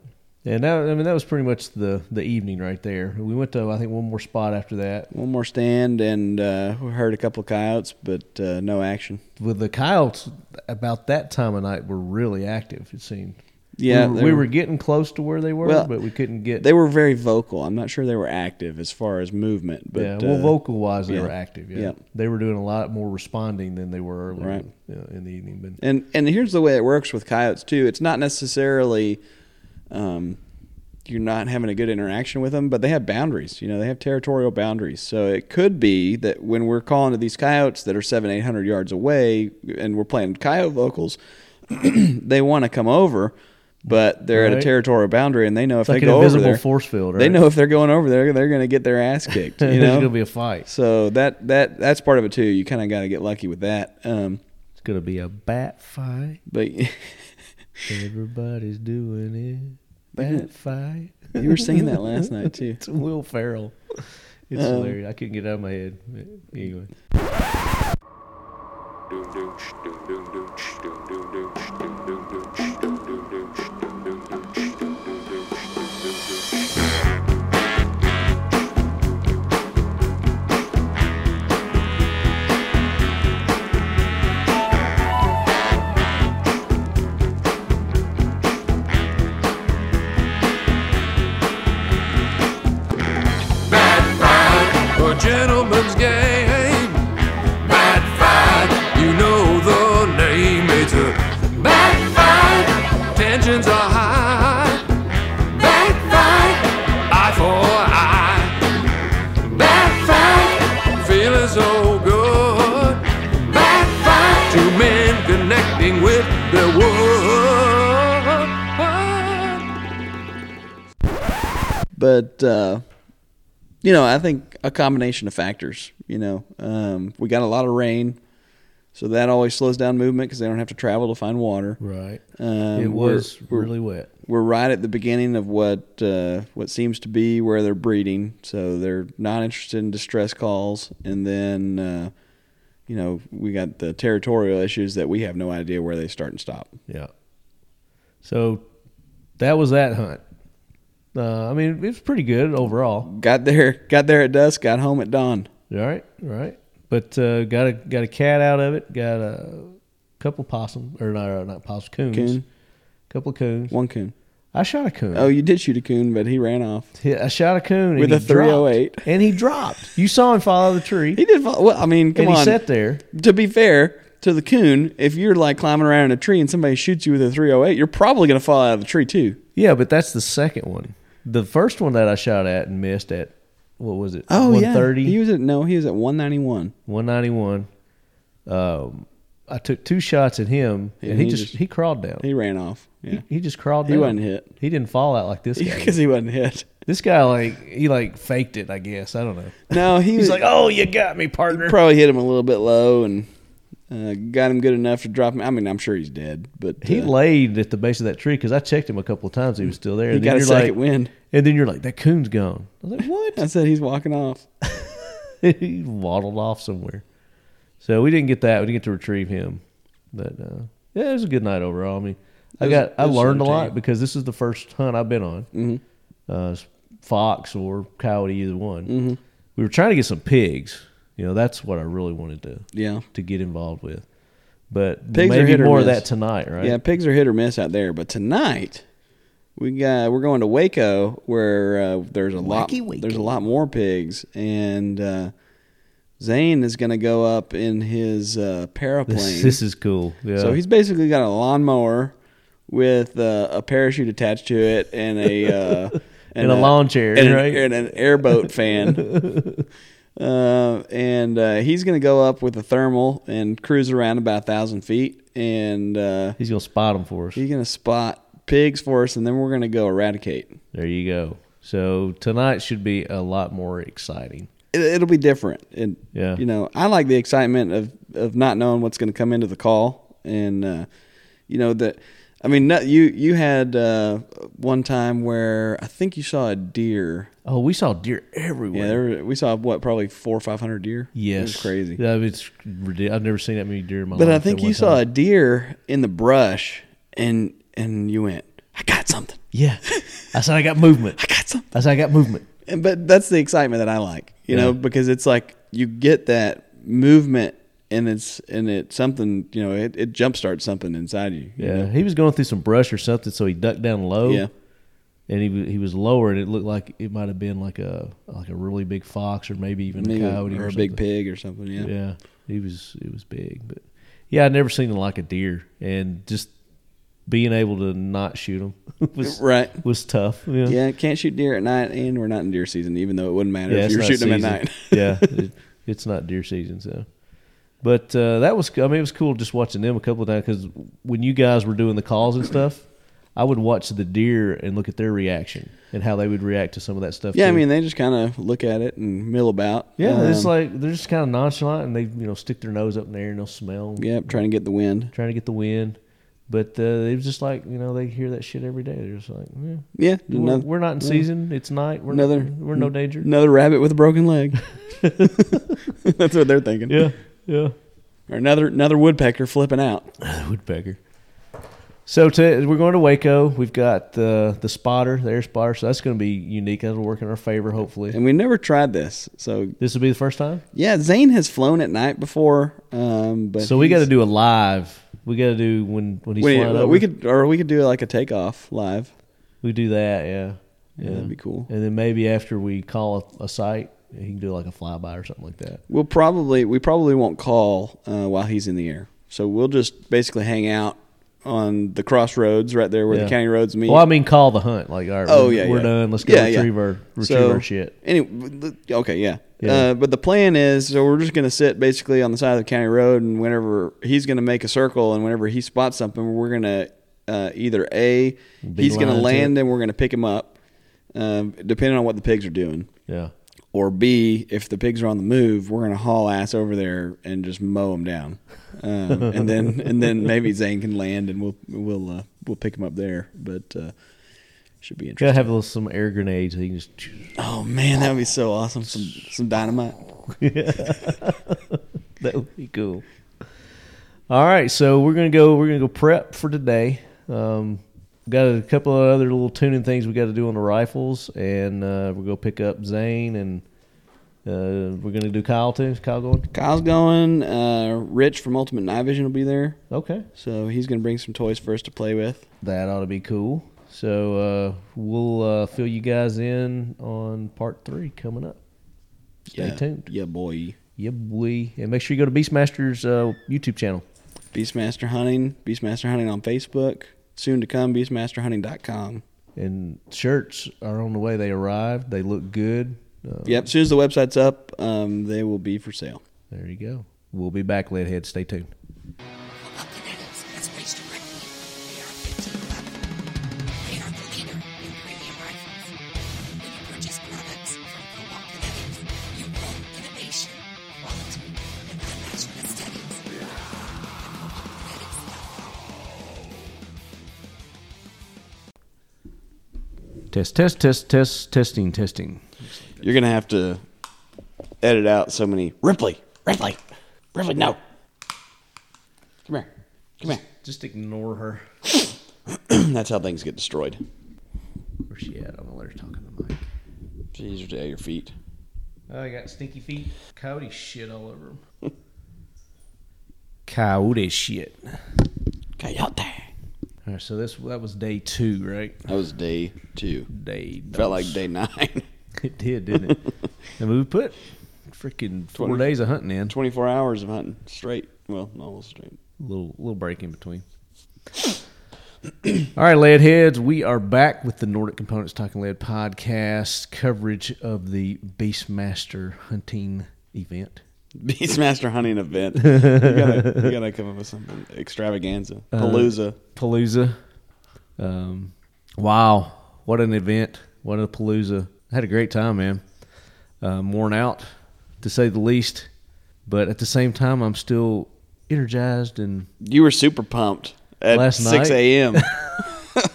[SPEAKER 1] And that, I mean, that was pretty much the the evening right there. We went to I think one more spot after that.
[SPEAKER 4] one more stand and uh, we heard a couple of coyotes, but uh, no action.
[SPEAKER 1] With the coyotes, about that time of night, were really active. It seemed.
[SPEAKER 4] Yeah,
[SPEAKER 1] we were,
[SPEAKER 4] they
[SPEAKER 1] we
[SPEAKER 4] were-
[SPEAKER 1] were getting close to where they were,
[SPEAKER 4] Well,
[SPEAKER 1] but we couldn't get.
[SPEAKER 4] They were very vocal. I'm not sure they were active as far as movement, but
[SPEAKER 1] yeah, well,
[SPEAKER 4] uh,
[SPEAKER 1] vocal wise, they
[SPEAKER 4] yeah.
[SPEAKER 1] were active. Yeah.
[SPEAKER 4] Yeah.
[SPEAKER 1] they were doing a lot more responding than they were earlier
[SPEAKER 4] Right.
[SPEAKER 1] you know, in the evening. But
[SPEAKER 4] And and here's the way it works with coyotes too. It's not necessarily um, you're not having a good interaction with them, but they have boundaries. You know, they have territorial boundaries. So it could be that when we're calling to these coyotes that are seven, eight hundred *clears throat* yards away, and we're playing coyote vocals, they want to come over, but they're at
[SPEAKER 1] Right.
[SPEAKER 4] a territorial boundary, and they know if
[SPEAKER 1] like
[SPEAKER 4] they
[SPEAKER 1] an
[SPEAKER 4] go over
[SPEAKER 1] invisible
[SPEAKER 4] there,
[SPEAKER 1] force field, *laughs*
[SPEAKER 4] they
[SPEAKER 1] right?
[SPEAKER 4] know if they're going over there, they're going to get
[SPEAKER 1] *laughs*
[SPEAKER 4] their ass kicked. You
[SPEAKER 1] There's
[SPEAKER 4] know,
[SPEAKER 1] gonna be a fight.
[SPEAKER 4] so that that that's part of it too. You kind of got to get lucky with that. Um,
[SPEAKER 1] It's gonna be a bat fight.
[SPEAKER 4] but *laughs* you
[SPEAKER 1] Everybody's doing it.
[SPEAKER 4] Man.
[SPEAKER 1] Bat *laughs* fight.
[SPEAKER 4] were singing that last night too.
[SPEAKER 1] It's Will Ferrell. It's
[SPEAKER 4] Um,
[SPEAKER 1] hilarious. I couldn't get it out of my head. Anyway.
[SPEAKER 5] a gentleman's game. Bad fight, you know the name. It's a bad fight, tensions are high. Bad fight, eye for eye. Bad fight, feeling so good. Bad fight, two men connecting with their wood.
[SPEAKER 4] But uh, you know, I think a combination of factors. You know, um, we got a lot of rain, so that always slows down movement because they don't have to travel to find water.
[SPEAKER 1] Right.
[SPEAKER 4] Um,
[SPEAKER 1] it
[SPEAKER 4] we're-
[SPEAKER 1] was
[SPEAKER 4] we're-
[SPEAKER 1] really wet.
[SPEAKER 4] we're right at the beginning of what uh, what seems to be where they're breeding, so they're not interested in distress calls. And then, uh, you know, we got the territorial issues that we have no idea where they start and stop.
[SPEAKER 1] Yeah. So that was that hunt. Uh, I mean, it was pretty good overall.
[SPEAKER 4] Got there, got there at dusk, got home at dawn.
[SPEAKER 1] All right, all right. But uh, got a got a cat out of it. Got a couple possum or not, uh, not possum coons.
[SPEAKER 4] Coon.
[SPEAKER 1] Couple coons.
[SPEAKER 4] One coon.
[SPEAKER 1] I shot a coon.
[SPEAKER 4] Oh, you did shoot a coon, but he ran off.
[SPEAKER 1] Yeah, I shot a coon and
[SPEAKER 4] With
[SPEAKER 1] he
[SPEAKER 4] a 308.
[SPEAKER 1] dropped. and he dropped. You saw him fall out of the tree.
[SPEAKER 4] He did. Fall, well, I mean, come
[SPEAKER 1] and he
[SPEAKER 4] on.
[SPEAKER 1] sat there.
[SPEAKER 4] To be fair to the coon, if you're like climbing around in a tree and somebody shoots you with a 308, you're probably gonna fall out of the tree too.
[SPEAKER 1] Yeah, but that's the second one. The first one that I shot at and missed at what was it?
[SPEAKER 4] Oh, He
[SPEAKER 1] 130,
[SPEAKER 4] was at no, he was at 191.
[SPEAKER 1] 191. Um, I took two shots at him and,
[SPEAKER 4] And
[SPEAKER 1] he,
[SPEAKER 4] he
[SPEAKER 1] just,
[SPEAKER 4] just-
[SPEAKER 1] he crawled down.
[SPEAKER 4] He ran off. Yeah.
[SPEAKER 1] He just crawled
[SPEAKER 4] He
[SPEAKER 1] down.
[SPEAKER 4] wasn't hit.
[SPEAKER 1] He didn't fall out
[SPEAKER 4] *laughs*
[SPEAKER 1] like this guy.
[SPEAKER 4] because he wasn't hit.
[SPEAKER 1] This guy like he like faked it, I guess. I don't know.
[SPEAKER 4] *laughs* No, he
[SPEAKER 1] He's
[SPEAKER 4] was
[SPEAKER 1] like, "Oh, you got me, partner."
[SPEAKER 4] probably hit him a little bit low and uh, got him good enough to drop him. I mean, I'm sure he's dead, but uh,
[SPEAKER 1] he laid at the base of that tree because I checked him a couple of times. He was still there.
[SPEAKER 4] he
[SPEAKER 1] And then
[SPEAKER 4] got a
[SPEAKER 1] you're
[SPEAKER 4] second
[SPEAKER 1] like,
[SPEAKER 4] wind.
[SPEAKER 1] And then you're like, "That coon's gone." I was like,
[SPEAKER 4] I
[SPEAKER 1] "What?"
[SPEAKER 4] said he's walking off.
[SPEAKER 1] *laughs* he waddled off somewhere. So we didn't get that. We didn't get to retrieve him. But uh, yeah, it was a good night overall. I mean, I
[SPEAKER 4] was-
[SPEAKER 1] got I
[SPEAKER 4] it was
[SPEAKER 1] learned a lot
[SPEAKER 4] entertaining.
[SPEAKER 1] because this is the first hunt I've been on. Mm-hmm. Uh, it's fox or coyote, either one.
[SPEAKER 4] Mm-hmm.
[SPEAKER 1] We were trying to get some pigs. You know, that's what I really wanted to
[SPEAKER 4] Yeah.
[SPEAKER 1] to get involved with. But
[SPEAKER 4] Pigs are
[SPEAKER 1] maybe
[SPEAKER 4] hit or
[SPEAKER 1] more of
[SPEAKER 4] miss.
[SPEAKER 1] that tonight, right? *laughs*
[SPEAKER 4] Yeah, pigs are hit or miss out there, but tonight we got we're going to Waco where uh, there's a lot there's a lot more pigs and uh, Zane is going to go up in his uh, paraplane.
[SPEAKER 1] This, this is cool. Yeah.
[SPEAKER 4] So he's basically got a lawnmower with uh, a parachute attached to it and a uh,
[SPEAKER 1] And a lawn chair,
[SPEAKER 4] and an-
[SPEAKER 1] right?
[SPEAKER 4] and an airboat fan. Uh, and uh, he's gonna go up with a thermal and cruise around about a thousand feet, and uh,
[SPEAKER 1] he's gonna spot them for us.
[SPEAKER 4] he's gonna spot pigs for us, and then we're gonna go eradicate.
[SPEAKER 1] There you go. So tonight should be a lot more exciting.
[SPEAKER 4] It, it'll be different, and
[SPEAKER 1] Yeah.
[SPEAKER 4] you know, I like the excitement of of not knowing what's gonna come into the call, and uh, you know that. I mean, no- you you had uh, one time where I think you saw a deer.
[SPEAKER 1] Oh, we saw deer everywhere.
[SPEAKER 4] Yeah, there were, we saw what probably four or five hundred deer.
[SPEAKER 1] Yes,
[SPEAKER 4] it was crazy.
[SPEAKER 1] Yeah, it's ridiculous. I've never seen that many deer in my life.
[SPEAKER 4] But I
[SPEAKER 1] at
[SPEAKER 4] think
[SPEAKER 1] one
[SPEAKER 4] you saw
[SPEAKER 1] time.
[SPEAKER 4] a deer in the brush, and and you went, "I got something,
[SPEAKER 1] Yeah, I said I got movement.
[SPEAKER 4] *laughs* I got something."
[SPEAKER 1] I said I got movement.
[SPEAKER 4] And, but that's the excitement that I like, you
[SPEAKER 1] Yeah.
[SPEAKER 4] know, because it's like you get that movement, and it's and it's something, you know, it, it jumpstarts something inside you. you
[SPEAKER 1] Yeah,
[SPEAKER 4] know?
[SPEAKER 1] he was going through some brush or something, so he ducked down low.
[SPEAKER 4] Yeah.
[SPEAKER 1] and he wa- he was lower, and it looked like it might have been like a like a really big fox or maybe even
[SPEAKER 4] Maybe-
[SPEAKER 1] a coyote
[SPEAKER 4] or,
[SPEAKER 1] or,
[SPEAKER 4] a
[SPEAKER 1] something.
[SPEAKER 4] big pig or something. Yeah.
[SPEAKER 1] Yeah, he was it was big, but yeah, I'd never seen him like a deer, and just being able to not shoot him *laughs* was
[SPEAKER 4] Right.
[SPEAKER 1] was tough. Yeah,
[SPEAKER 4] Yeah, can't shoot deer at night, and we're not in deer season, even though it wouldn't matter if
[SPEAKER 1] it's
[SPEAKER 4] you were
[SPEAKER 1] not
[SPEAKER 4] shooting them
[SPEAKER 1] season.
[SPEAKER 4] at night.
[SPEAKER 1] *laughs*
[SPEAKER 4] *laughs*
[SPEAKER 1] yeah, it, it's not deer season, so. But uh, that was, I mean, it was cool just watching them a couple of times because when you guys were doing the calls and stuff, I would watch the deer and look at their reaction and how they would react to some of that stuff.
[SPEAKER 4] Yeah, I
[SPEAKER 1] too.
[SPEAKER 4] mean, they just kind of look at it and mill about.
[SPEAKER 1] yeah, it's
[SPEAKER 4] Um,
[SPEAKER 1] like they're just kind of nonchalant and they you know stick their nose up in the air and they'll smell,
[SPEAKER 4] yep, trying to get the wind.
[SPEAKER 1] trying to get the wind. But uh, it was just like you know they hear that shit every day. They're just like, yeah,
[SPEAKER 4] Yeah,
[SPEAKER 1] we're,
[SPEAKER 4] another,
[SPEAKER 1] we're not in season. It's night. We're
[SPEAKER 4] another-
[SPEAKER 1] we're no danger.
[SPEAKER 4] another rabbit with a broken leg.
[SPEAKER 1] *laughs*
[SPEAKER 4] *laughs* That's what they're thinking.
[SPEAKER 1] Yeah, yeah.
[SPEAKER 4] Or another another woodpecker flipping out.
[SPEAKER 1] woodpecker. So to, we're going to Waco. We've got the the spotter, the air spotter. So that's going to be unique. That'll work in our favor, hopefully.
[SPEAKER 4] And we never tried this. So
[SPEAKER 1] This will be the first time.
[SPEAKER 4] yeah, Zane has flown at night before. Um, but
[SPEAKER 1] So we got to
[SPEAKER 4] he's-
[SPEAKER 1] do a live. We got to do when when he's
[SPEAKER 4] we,
[SPEAKER 1] flying over.
[SPEAKER 4] we could or we could do like a takeoff live.
[SPEAKER 1] we do that. Yeah.
[SPEAKER 4] Yeah, that'd be cool.
[SPEAKER 1] And then maybe after we call a, a site, he can do like a flyby or something like that.
[SPEAKER 4] We'll probably we probably won't call uh, while he's in the air. So we'll just basically hang out on the crossroads right there where
[SPEAKER 1] Yeah.
[SPEAKER 4] the county roads meet.
[SPEAKER 1] Well, I mean, call the hunt. Like, all right,
[SPEAKER 4] oh
[SPEAKER 1] we're,
[SPEAKER 4] yeah,
[SPEAKER 1] we're
[SPEAKER 4] yeah.
[SPEAKER 1] done. Let's go
[SPEAKER 4] Yeah, yeah.
[SPEAKER 1] retrieve our retrieve
[SPEAKER 4] So,
[SPEAKER 1] our shit.
[SPEAKER 4] Anyway, okay, yeah.
[SPEAKER 1] Yeah.
[SPEAKER 4] Uh, but the plan is, so we're just gonna sit basically on the side of the county road, and whenever he's gonna make a circle, and whenever he spots something, we're gonna uh, either a he's gonna
[SPEAKER 1] line to
[SPEAKER 4] land,
[SPEAKER 1] it.
[SPEAKER 4] and we're gonna pick him up, um, depending on what the pigs are doing,
[SPEAKER 1] Yeah.
[SPEAKER 4] or b if the pigs are on the move, we're gonna haul ass over there and just mow them down, um, and
[SPEAKER 1] *laughs*
[SPEAKER 4] then and then maybe Zane can land, and we'll we'll uh, we'll pick him up there, but. Uh, should be interesting.
[SPEAKER 1] Gotta have a little, some air grenades. He can just.
[SPEAKER 4] Oh man, that would be so awesome! Some some dynamite.
[SPEAKER 1] *laughs* that would be cool. All right, so we're gonna go. We're gonna go prep for today. Um, got a couple of other little tuning things we got to do on the rifles, and uh, we're gonna pick up Zane, and uh, we're gonna do Kyle too. Is Kyle going?
[SPEAKER 4] Kyle's going. Uh, Rich from Ultimate Night Vision will be there,
[SPEAKER 1] Okay,
[SPEAKER 4] so he's gonna bring some toys for us to play with.
[SPEAKER 1] that ought to be cool. So uh, we'll uh, fill you guys in on part three coming up. Stay
[SPEAKER 4] yeah.
[SPEAKER 1] tuned.
[SPEAKER 4] Yeah, boy.
[SPEAKER 1] Yeah, boy, and make sure you go to Beastmaster's uh, YouTube channel.
[SPEAKER 4] Beastmaster Hunting. Beastmaster Hunting on Facebook. Soon to come. BeastmasterHunting.com.
[SPEAKER 1] and shirts are on the way. They arrived. They look good. Uh,
[SPEAKER 4] Yep. As soon as the website's up,
[SPEAKER 2] uh,
[SPEAKER 4] um, they will be for sale.
[SPEAKER 1] There you go. We'll be back, Leadhead. Stay tuned.
[SPEAKER 6] Up and at us as race directly. They are fit to the level. They are the leader in premium rifles. When you purchase products from Cobalt Kinetics, you own innovation, quality, and unmatched aesthetics. At Cobalt Kinetics.com.
[SPEAKER 1] Test, test, test, test, testing, testing.
[SPEAKER 4] You're gonna have to edit out so many.
[SPEAKER 2] Ripley, Ripley, Ripley, no.
[SPEAKER 4] Come here. Come here.
[SPEAKER 1] Just ignore her.
[SPEAKER 4] *clears throat* That's how things get destroyed.
[SPEAKER 1] Where's she at? I'm gonna let her talk on the mic.
[SPEAKER 4] She's at your feet.
[SPEAKER 1] Oh, I got stinky feet. Coyote shit all over him. *laughs* Coyote shit.
[SPEAKER 4] Coyote.
[SPEAKER 1] All right, so this that was day two, right?
[SPEAKER 4] That was day two.
[SPEAKER 1] Day
[SPEAKER 4] Felt like day *laughs* nine.
[SPEAKER 1] *laughs* it did, didn't it? *laughs* and we put freaking four
[SPEAKER 4] Twenty-
[SPEAKER 1] days of hunting in.
[SPEAKER 4] 24 hours of hunting straight. Well, almost straight.
[SPEAKER 1] little little break in between. *clears throat* All right, lead heads, we are back with the Nordic Components Talking Lead podcast coverage of the Beastmaster hunting event.
[SPEAKER 4] *laughs* Beastmaster hunting *laughs* event. You gotta, you gotta come up with something extravaganza, palooza.
[SPEAKER 1] Palooza. Um, wow, what an event! What a palooza! I had a great time, man. Um, worn out, to say the least, but at the same time, I'm still energized and *laughs*
[SPEAKER 4] You were super pumped at
[SPEAKER 1] Last night?
[SPEAKER 4] six a.m.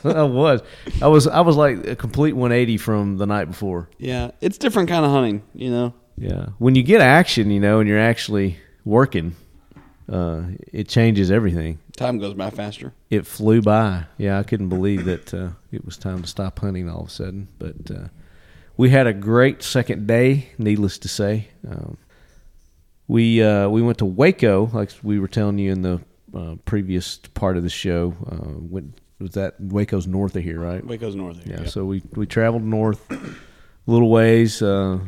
[SPEAKER 1] I was, I was, I was like a complete 180 from the night before.
[SPEAKER 4] yeah, it's different kind of hunting, you know.
[SPEAKER 1] Yeah. When you get action, you know, and you're actually working, uh, it changes everything.
[SPEAKER 4] Time goes by faster.
[SPEAKER 1] It flew by. Yeah, I couldn't believe that uh, it was time to stop hunting all of a sudden. But uh, we had a great second day, needless to say. Um, we uh, we went to Waco, like we were telling you in the uh, previous part of the show. Uh, went, was that Waco's north of here, right?
[SPEAKER 4] Waco's north here.
[SPEAKER 1] yeah,
[SPEAKER 4] Yeah,
[SPEAKER 1] so we we traveled north a little ways a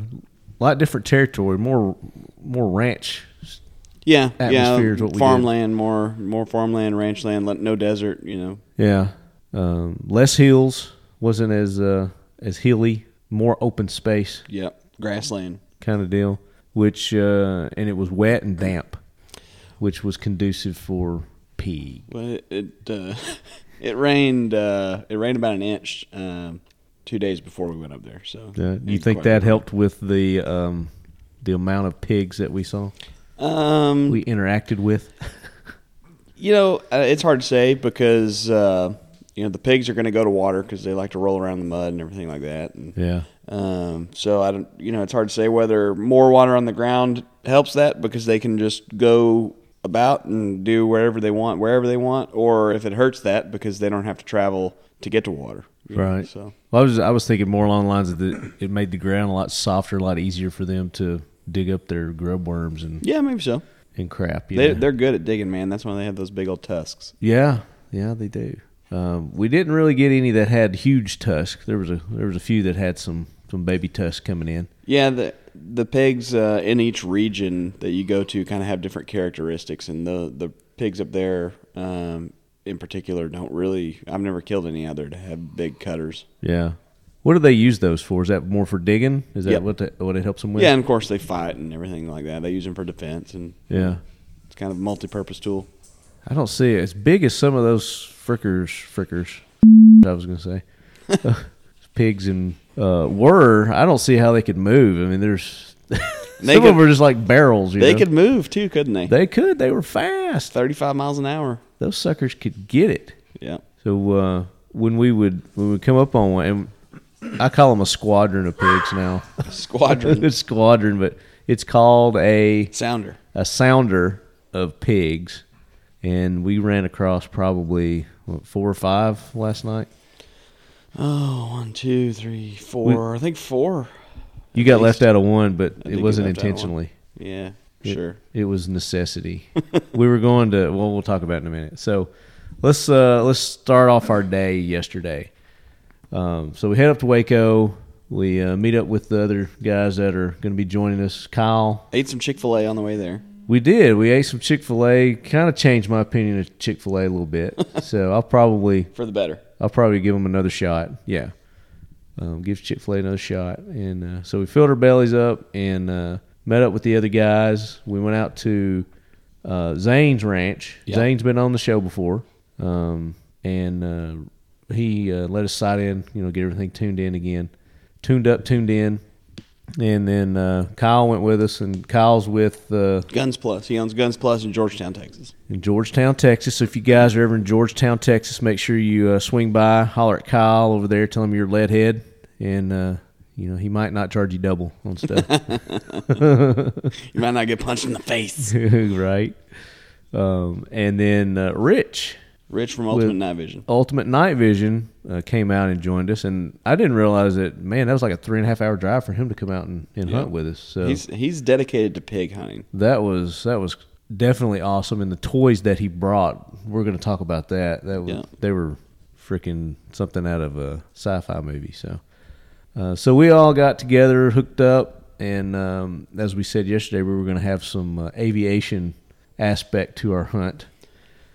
[SPEAKER 1] lot different territory more more ranch
[SPEAKER 4] yeah,
[SPEAKER 1] Atmosphere is what we did.
[SPEAKER 4] farmland, more, more farmland, ranch land, let- no desert. You know,
[SPEAKER 1] yeah um, less hills wasn't as uh, as hilly more open space
[SPEAKER 4] yeah, grassland.
[SPEAKER 1] kind of deal which uh, and it was wet and damp which was conducive for pig
[SPEAKER 4] But it, it uh,
[SPEAKER 2] *laughs* It rained. Uh, it rained about an inch um, two days before we went up there. So
[SPEAKER 1] Uh, you
[SPEAKER 2] It's
[SPEAKER 1] think
[SPEAKER 2] quite-
[SPEAKER 1] that helped with the um, the amount of pigs that we saw,
[SPEAKER 2] Um,
[SPEAKER 1] we interacted
[SPEAKER 2] *laughs*
[SPEAKER 1] with?
[SPEAKER 2] you know, uh, it's hard to say because uh, you know the pigs are going to go to water because they like to roll around in the mud and everything like that. And,
[SPEAKER 1] Yeah.
[SPEAKER 2] Um, so I don't, you know, it's hard to say whether more water on the ground helps that because they can just go about and do wherever they want, wherever they want, or if it hurts that because they don't have to travel to get to water. you know,
[SPEAKER 1] Right.
[SPEAKER 2] So
[SPEAKER 1] Well, I was I was thinking more along the lines of that it made the ground a lot softer, a lot easier for them to dig up their grub worms and
[SPEAKER 2] yeah, maybe so.
[SPEAKER 1] and crap. You
[SPEAKER 2] They,
[SPEAKER 1] know?
[SPEAKER 2] they're good at digging, man. That's why they have those big old tusks.
[SPEAKER 1] Yeah, yeah, they do. Um, we didn't really get any that had huge tusks. There was a there was a few that had some some baby tusks coming in.
[SPEAKER 2] Yeah, the the pigs uh, in each region that you go to kind of have different characteristics, and the the pigs up there um, in particular don't really. I've never killed any other to have big cutters.
[SPEAKER 1] Yeah. What do they use those for? Is that more for digging? Is that
[SPEAKER 2] Yep.
[SPEAKER 1] what that, what it helps them with?
[SPEAKER 2] Yeah, and of course they fight and everything like that. They use them for defense, and
[SPEAKER 1] Yeah.
[SPEAKER 2] it's kind of a multi-purpose tool.
[SPEAKER 1] I don't see it as big as some of those frickers, frickers. I was gonna
[SPEAKER 2] *laughs*
[SPEAKER 1] say *laughs* pigs and uh, were. I don't see how they could move. I mean, there's some
[SPEAKER 2] They
[SPEAKER 1] of them
[SPEAKER 2] could-
[SPEAKER 1] were just like barrels. You
[SPEAKER 2] They
[SPEAKER 1] know?
[SPEAKER 2] could move too, couldn't they?
[SPEAKER 1] They could. They were fast.
[SPEAKER 2] Thirty-five miles an hour.
[SPEAKER 1] Those suckers could get it.
[SPEAKER 2] Yeah.
[SPEAKER 1] So uh, when we would when we come up on one, and I call them a squadron of pigs now.
[SPEAKER 2] *laughs*
[SPEAKER 1] *laughs*
[SPEAKER 2] Squadron
[SPEAKER 1] it's squadron, but it's called a
[SPEAKER 2] sounder.
[SPEAKER 1] a sounder of pigs, and we ran across probably what, four or five last night.
[SPEAKER 2] Oh, one, two, three, four. I think four.
[SPEAKER 1] You got left
[SPEAKER 2] least.
[SPEAKER 1] out of one, but
[SPEAKER 2] I
[SPEAKER 1] it
[SPEAKER 2] think
[SPEAKER 1] wasn't
[SPEAKER 2] you left out one.
[SPEAKER 1] intentionally.
[SPEAKER 2] Yeah,
[SPEAKER 1] It-
[SPEAKER 2] sure.
[SPEAKER 1] it was necessity. we were going to. Well, we'll talk about it in a minute. So let's uh, let's start off our day yesterday. Um, so we head up to Waco. We uh, meet up with the other guys that are going to be joining us. Kyle,
[SPEAKER 2] Ate some Chick Fil A on the way there.
[SPEAKER 1] We did. We ate some Chick Fil A. Kind of changed my opinion of Chick Fil A a little bit. so I'll probably
[SPEAKER 2] For the better.
[SPEAKER 1] I'll probably give them another shot. Yeah, um, give Chick Fil A another shot. And uh, so we filled our bellies up and uh, met up with the other guys. We went out to uh, Zane's ranch. Zane's been on the show before, um, and uh, he uh, let us sight in. You know, get everything tuned in again, tuned up, tuned in. And then uh, Kyle went with us, and Kyle's with uh,
[SPEAKER 2] Guns Plus. He owns Guns Plus in Georgetown, Texas.
[SPEAKER 1] in Georgetown, Texas. So if you guys are ever in Georgetown, Texas, make sure you uh, swing by, holler at Kyle over there, tell him you're lead head, and uh, you know he might not charge you double on stuff, *laughs*
[SPEAKER 2] You might not get punched in
[SPEAKER 1] *laughs*
[SPEAKER 2] the face.
[SPEAKER 1] right? Um, and then uh, Rich,
[SPEAKER 2] Rich from Ultimate
[SPEAKER 1] With-
[SPEAKER 2] Night Vision.
[SPEAKER 1] Ultimate Night Vision, uh, came out and joined us, and I didn't realize that man that was like a three and a half hour drive for him to come out and, and hunt with us. So
[SPEAKER 2] He's he's dedicated to pig hunting.
[SPEAKER 1] that was that was definitely awesome and the toys that he brought we're going to talk about that that was,
[SPEAKER 2] Yeah.
[SPEAKER 1] they were freaking something out of a sci-fi movie so uh, so we all got together hooked up and um, as we said yesterday we were going to have some uh, aviation aspect to our hunt